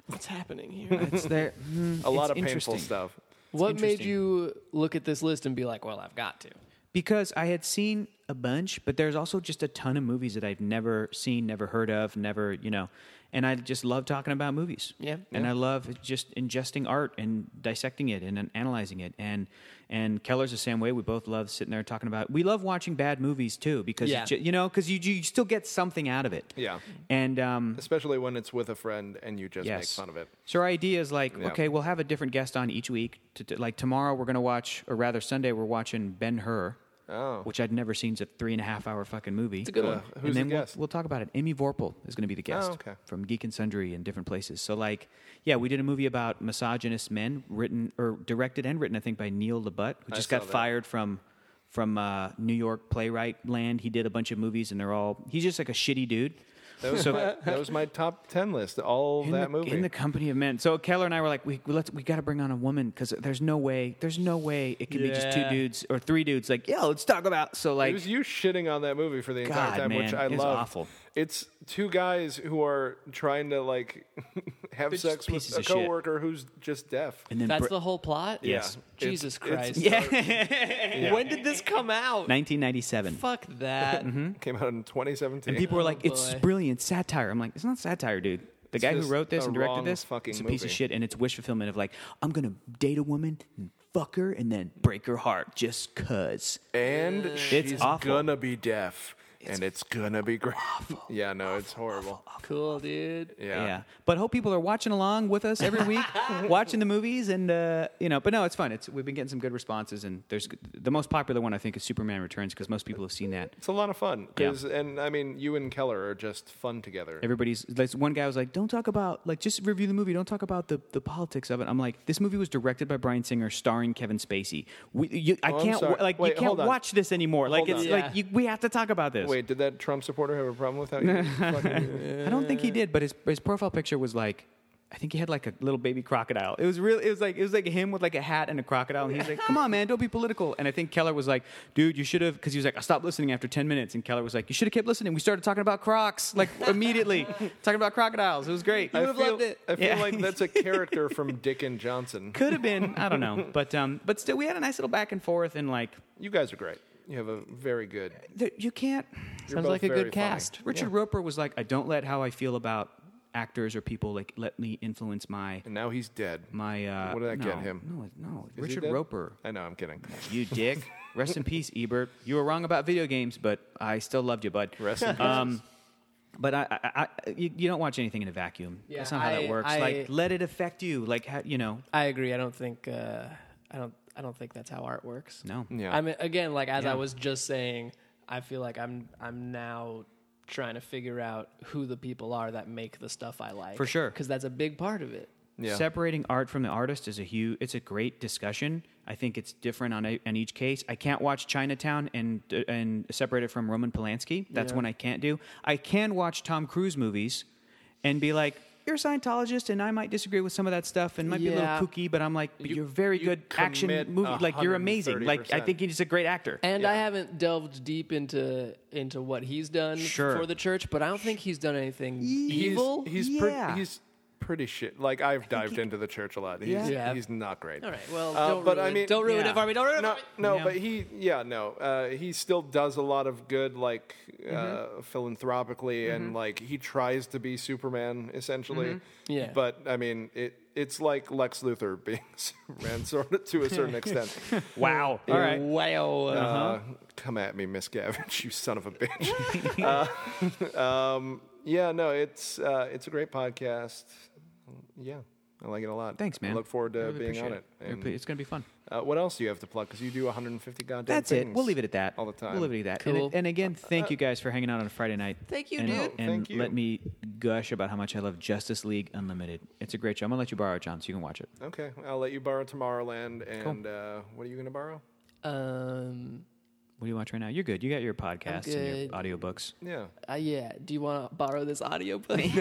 Speaker 1: What's happening here?
Speaker 4: It's there. Mm,
Speaker 3: a lot
Speaker 4: it's
Speaker 3: of painful
Speaker 4: interesting.
Speaker 3: stuff.
Speaker 1: what made
Speaker 4: interesting.
Speaker 1: you look at this list and be like, "Well, I've got to."
Speaker 4: because I had seen a bunch, but there's also just a ton of movies that I've never seen, never heard of, never, you know. And I just love talking about movies.
Speaker 1: Yeah.
Speaker 4: And I love just ingesting art and dissecting it and, and analyzing it. And and Keller's the same way. We both love sitting there talking about. We love watching bad movies too because
Speaker 1: Yeah.
Speaker 4: you, ju- you know because you you still get something out of it.
Speaker 3: Yeah.
Speaker 4: And um,
Speaker 3: Especially when it's with a friend and you just make
Speaker 4: yes.
Speaker 3: fun of it.
Speaker 4: So our idea is like,
Speaker 3: Yeah.
Speaker 4: okay, we'll have a different guest on each week. To, to- like tomorrow, we're gonna watch, or rather Sunday, we're watching Ben Hur,
Speaker 3: Oh.
Speaker 4: which I'd never seen. It's a three and a half hour fucking movie. It's a
Speaker 1: good
Speaker 3: Uh,
Speaker 1: one.
Speaker 3: who's
Speaker 4: and
Speaker 3: the
Speaker 4: then we'll,
Speaker 3: guest?
Speaker 4: we'll talk about it. Amy Vorpal is going to be the guest
Speaker 3: Oh, okay.
Speaker 4: from Geek and Sundry and different places. So like, yeah, we did a movie about misogynist men, written or directed and written, I think, by Neil LaBute, who just got
Speaker 3: saw that.
Speaker 4: fired from from uh, New York playwright land. He did a bunch of movies, and they're all he's just like a shitty dude.
Speaker 3: That was, my, that was my top ten list. All
Speaker 4: in
Speaker 3: that
Speaker 4: the,
Speaker 3: movie.
Speaker 4: in the company of men. So Keller and I were like, we let's we got to bring on a woman because there's no way, there's no way it could be just two
Speaker 1: Yeah.
Speaker 4: dudes or three dudes. Like, yeah, let's talk about. So
Speaker 3: it
Speaker 4: like,
Speaker 3: was you shitting on that movie for the entire
Speaker 4: God,
Speaker 3: time,
Speaker 4: man,
Speaker 3: which I
Speaker 4: it was
Speaker 3: love.
Speaker 4: awful.
Speaker 3: It's two guys who are trying to like have
Speaker 4: They're just
Speaker 3: sex with
Speaker 4: pieces
Speaker 3: a
Speaker 4: of shit.
Speaker 3: coworker who's just deaf.
Speaker 4: And then
Speaker 1: That's
Speaker 4: Bra-
Speaker 1: the whole plot.
Speaker 4: Yes.
Speaker 3: Yeah.
Speaker 1: Jesus
Speaker 3: It's-
Speaker 1: Christ.
Speaker 3: it's-
Speaker 4: yeah.
Speaker 1: When did this come out?
Speaker 4: 1997.
Speaker 1: Fuck that.
Speaker 4: Mm-hmm.
Speaker 3: Came out in 2017.
Speaker 4: People were like, "It's
Speaker 1: boy.
Speaker 4: brilliant satire." I'm like, "It's not satire, dude." The guy who
Speaker 3: just
Speaker 4: wrote this
Speaker 3: a
Speaker 4: and
Speaker 3: wrong
Speaker 4: directed this,
Speaker 3: fucking
Speaker 4: it's a piece
Speaker 3: movie.
Speaker 4: of shit, and it's wish fulfillment of like, "I'm gonna date a woman, and fuck her, and then break her heart just cause."
Speaker 3: and she's
Speaker 4: awful.
Speaker 3: gonna be deaf, and it's gonna be great. yeah, no, it's horrible.
Speaker 1: Cool, dude.
Speaker 3: Yeah.
Speaker 4: But hope people are watching along with us every week, watching the movies, and uh, you know. But no, it's fun. It's we've been getting some good responses, and there's the most popular one I think is Superman Returns because most people have seen that.
Speaker 3: It's a lot of fun 'cause-
Speaker 4: Yeah.
Speaker 3: and I mean, you and Keller are just fun together.
Speaker 4: Everybody's like, one guy was like, "Don't talk about like just review the movie. Don't talk about the, the politics of it." I'm like, "This movie was directed by Brian Singer, starring Kevin Spacey. We, you, I
Speaker 3: Oh, I'm
Speaker 4: can't
Speaker 3: sorry.
Speaker 4: wa- like
Speaker 3: Wait,
Speaker 4: you can't
Speaker 3: hold on.
Speaker 4: watch this anymore. like
Speaker 3: Hold
Speaker 4: it's
Speaker 1: on.
Speaker 4: like you, we have to talk about this."
Speaker 3: Wait, did that Trump supporter have a problem with how you? fucking-
Speaker 4: I don't think he did, but his his profile picture was like. I think he had like a little baby crocodile. It was real. It was like it was like him with like a hat and a crocodile, and he's like, "Come on, man, don't be political." And I think Keller was like, "Dude, you should have," because he was like, "I stopped listening after ten minutes," and Keller was like, "You should have kept listening." We started talking about crocs like immediately, talking about crocodiles. It was great.
Speaker 3: I
Speaker 4: You would have
Speaker 3: feel,
Speaker 4: loved it.
Speaker 3: I feel
Speaker 4: Yeah.
Speaker 3: like that's a character from Dick and Johnson.
Speaker 4: could have been. I don't know, but um, but still, we had a nice little back and forth, and like,
Speaker 3: You guys are great. You have a very good.
Speaker 4: there, you can't.
Speaker 3: you're
Speaker 1: Sounds
Speaker 3: both
Speaker 1: like a
Speaker 3: very
Speaker 1: good
Speaker 3: funny.
Speaker 1: cast.
Speaker 4: Richard Roper was like, "I don't let how I feel about actors or people like let me influence my."
Speaker 3: And now he's dead.
Speaker 4: My uh,
Speaker 3: What did that
Speaker 4: no,
Speaker 3: get him?
Speaker 4: No, no,
Speaker 3: Is he
Speaker 4: Richard
Speaker 3: dead?
Speaker 4: Roper.
Speaker 3: I know. I'm kidding.
Speaker 4: You dick. Rest in peace, Ebert. You were wrong about video games, but I still loved you, bud.
Speaker 3: Rest in peace.
Speaker 1: Uh,
Speaker 4: Um, but I, I, I you, you don't watch anything in a vacuum.
Speaker 1: Yeah,
Speaker 4: That's not how
Speaker 1: I-
Speaker 4: that works.
Speaker 1: I-
Speaker 4: like, let it affect you. Like, how, you know,
Speaker 1: I agree. I don't think uh, I don't I don't think that's how art works.
Speaker 4: no.
Speaker 3: yeah.
Speaker 1: I mean, again, like as
Speaker 4: Yeah.
Speaker 1: I was just saying, I feel like I'm I'm now trying to figure out who the people are that make the stuff I like.
Speaker 4: For sure.
Speaker 1: because that's a big part of it.
Speaker 3: Yeah.
Speaker 4: Separating art from the artist is a huge. It's a great discussion. I think it's different on, a, on each case. I can't watch Chinatown and and separate it from Roman Polanski. That's
Speaker 1: Yeah.
Speaker 4: when I can't do. I can watch Tom Cruise movies, and be like, "You're a Scientologist, and I might disagree with some of that stuff, and might be a
Speaker 1: Yeah.
Speaker 4: little kooky, but I'm like, but
Speaker 3: You-
Speaker 4: you, are a very
Speaker 3: you
Speaker 4: good action
Speaker 3: commit
Speaker 4: movie. Like you're amazing. Like I
Speaker 3: 130%.
Speaker 4: think he's a great actor.
Speaker 1: And I
Speaker 3: Yeah.
Speaker 1: haven't delved deep into into what he's done
Speaker 4: Sure.
Speaker 1: for the church, but I don't think he's done anything evil.
Speaker 3: He's he's,
Speaker 4: Yeah.
Speaker 3: pretty, he's pretty shit. Like I've dived into the church a lot. He's,
Speaker 1: Yeah.
Speaker 3: he's not great.
Speaker 1: All right, well,
Speaker 3: Uh,
Speaker 1: don't,
Speaker 3: but
Speaker 1: ruin,
Speaker 3: I mean-
Speaker 1: don't ruin
Speaker 4: Yeah.
Speaker 1: it for me. Don't ruin
Speaker 3: No,
Speaker 1: it for me.
Speaker 3: no,
Speaker 4: Yeah.
Speaker 3: but he, yeah, no, uh, he still does a lot of good, like
Speaker 4: Mm-hmm.
Speaker 3: uh, philanthropically, and like he tries to be Superman essentially.
Speaker 4: Mm-hmm.
Speaker 1: Yeah.
Speaker 3: but I mean, it it's like Lex Luthor being Superman, sort of to a certain extent.
Speaker 4: wow. All right.
Speaker 1: Wow. Uh-huh.
Speaker 3: Uh, come at me, Miss Gavage, you son of a bitch. uh, um, yeah, no, it's uh, it's a great podcast. Yeah, I like it a lot.
Speaker 4: Thanks, man.
Speaker 3: I look forward to
Speaker 4: I really
Speaker 3: being on it.
Speaker 4: appreciate
Speaker 3: And,
Speaker 4: It's gonna be fun.
Speaker 3: uh, what else do you have to plug? Because you do 150 goddamn.
Speaker 4: That's it.
Speaker 3: things
Speaker 4: We'll leave it at that.
Speaker 3: All the time. Uh,
Speaker 4: We'll leave it at that. And-
Speaker 1: Cool.
Speaker 4: And, again, thank you guys for hanging out on a Friday night.
Speaker 1: Thank you,
Speaker 4: and,
Speaker 1: dude.
Speaker 4: And
Speaker 3: Thank you.
Speaker 4: let me gush about how much I love Justice League Unlimited. It's a great show. I'm gonna let you borrow it, John, so you can watch it.
Speaker 3: Okay, I'll let you borrow Tomorrowland, and uh, what are you going to borrow?
Speaker 1: Um.
Speaker 4: What do you watch right now? You're good. You got your podcasts and your
Speaker 1: good.
Speaker 4: audiobooks.
Speaker 3: Yeah,
Speaker 1: Uh, yeah. Do you want to borrow this audio book?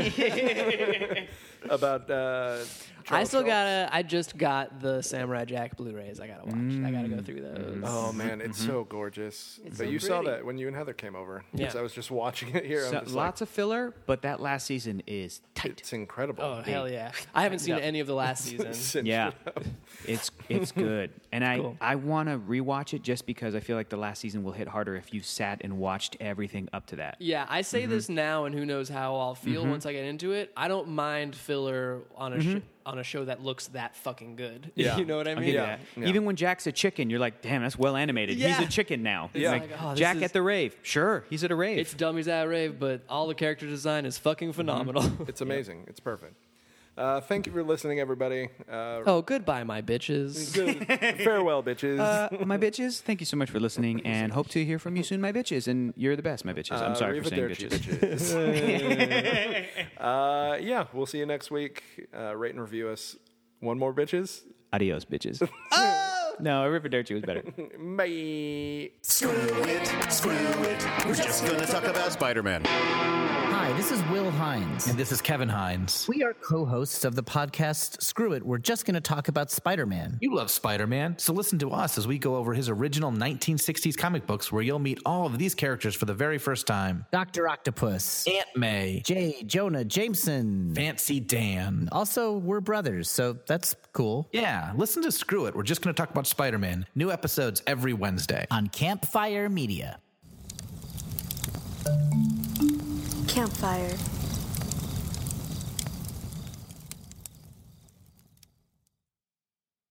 Speaker 3: about. Uh,
Speaker 1: I
Speaker 3: Charles
Speaker 1: still
Speaker 3: Schultz.
Speaker 1: gotta. I just got the Samurai Jack Blu-rays. I gotta watch. I gotta go through those.
Speaker 3: Oh man, it's
Speaker 4: Mm-hmm.
Speaker 3: so gorgeous. but
Speaker 1: so
Speaker 3: you saw
Speaker 1: pretty.
Speaker 3: that when you and Heather came over. 'cause
Speaker 1: Yeah.
Speaker 3: I was just watching it here. I'm
Speaker 4: So-
Speaker 3: just like,
Speaker 4: lots of filler, but that last season is tight.
Speaker 3: it's incredible.
Speaker 1: Oh hell yeah! I haven't seen
Speaker 4: Yeah.
Speaker 1: any of the last season.
Speaker 3: Cinch
Speaker 4: Yeah,
Speaker 3: it.
Speaker 4: it's it's good, and I
Speaker 1: Cool.
Speaker 4: I want to rewatch it just because I feel like the last season will hit harder if you sat and watched everything up to that.
Speaker 1: Yeah, I say this now, and who knows how I'll feel once I get into it. I don't mind filler on a sh- on a show that looks that fucking good.
Speaker 3: Yeah.
Speaker 1: you know what I
Speaker 4: I'll
Speaker 1: mean?
Speaker 4: give you
Speaker 3: Yeah.
Speaker 4: that.
Speaker 3: Yeah.
Speaker 4: Even when Jack's a chicken, you're like, damn, that's well animated.
Speaker 1: Yeah.
Speaker 4: He's a chicken now.
Speaker 3: Yeah.
Speaker 4: Like,
Speaker 1: Like, oh, this
Speaker 4: Jack
Speaker 1: is-
Speaker 4: at the rave. Sure, he's at a rave.
Speaker 1: It's dummies at a rave, but all the character design is fucking phenomenal.
Speaker 3: It's amazing. It's perfect. Uh, thank you for listening, everybody. Uh,
Speaker 1: oh, goodbye, my bitches.
Speaker 3: good- farewell, bitches.
Speaker 4: uh, my bitches, thank you so much for listening, and hope to hear from you soon, my bitches. And you're the best, my bitches.
Speaker 3: Uh,
Speaker 1: Uh,
Speaker 4: I'm sorry for saying
Speaker 3: Arrivederci,
Speaker 4: bitches.
Speaker 3: bitches. uh, yeah, we'll see you next week. Uh, rate and review us. One more, bitches.
Speaker 4: Adios, bitches.
Speaker 1: Oh,
Speaker 4: No, River Dirty was better.
Speaker 3: Bye.
Speaker 5: Screw it, screw it. We're just gonna talk about Spider Man.
Speaker 6: Hi, this is Will Hines.
Speaker 7: And this is Kevin Hines.
Speaker 6: We are co hosts of the podcast Screw It. We're just going to talk about Spider Man.
Speaker 7: You love Spider Man, so listen to us as we go over his original 1960s comic books where you'll meet all of these characters for the very first time
Speaker 6: Dr. Octopus,
Speaker 7: Aunt May,
Speaker 6: J. Jonah Jameson.
Speaker 7: Fancy Dan. Oh,
Speaker 6: Also, we're brothers, so that's cool.
Speaker 7: Yeah, listen to Screw It. We're just going to talk about Spider Man. New episodes every Wednesday.
Speaker 6: On Campfire Media.
Speaker 8: Campfire.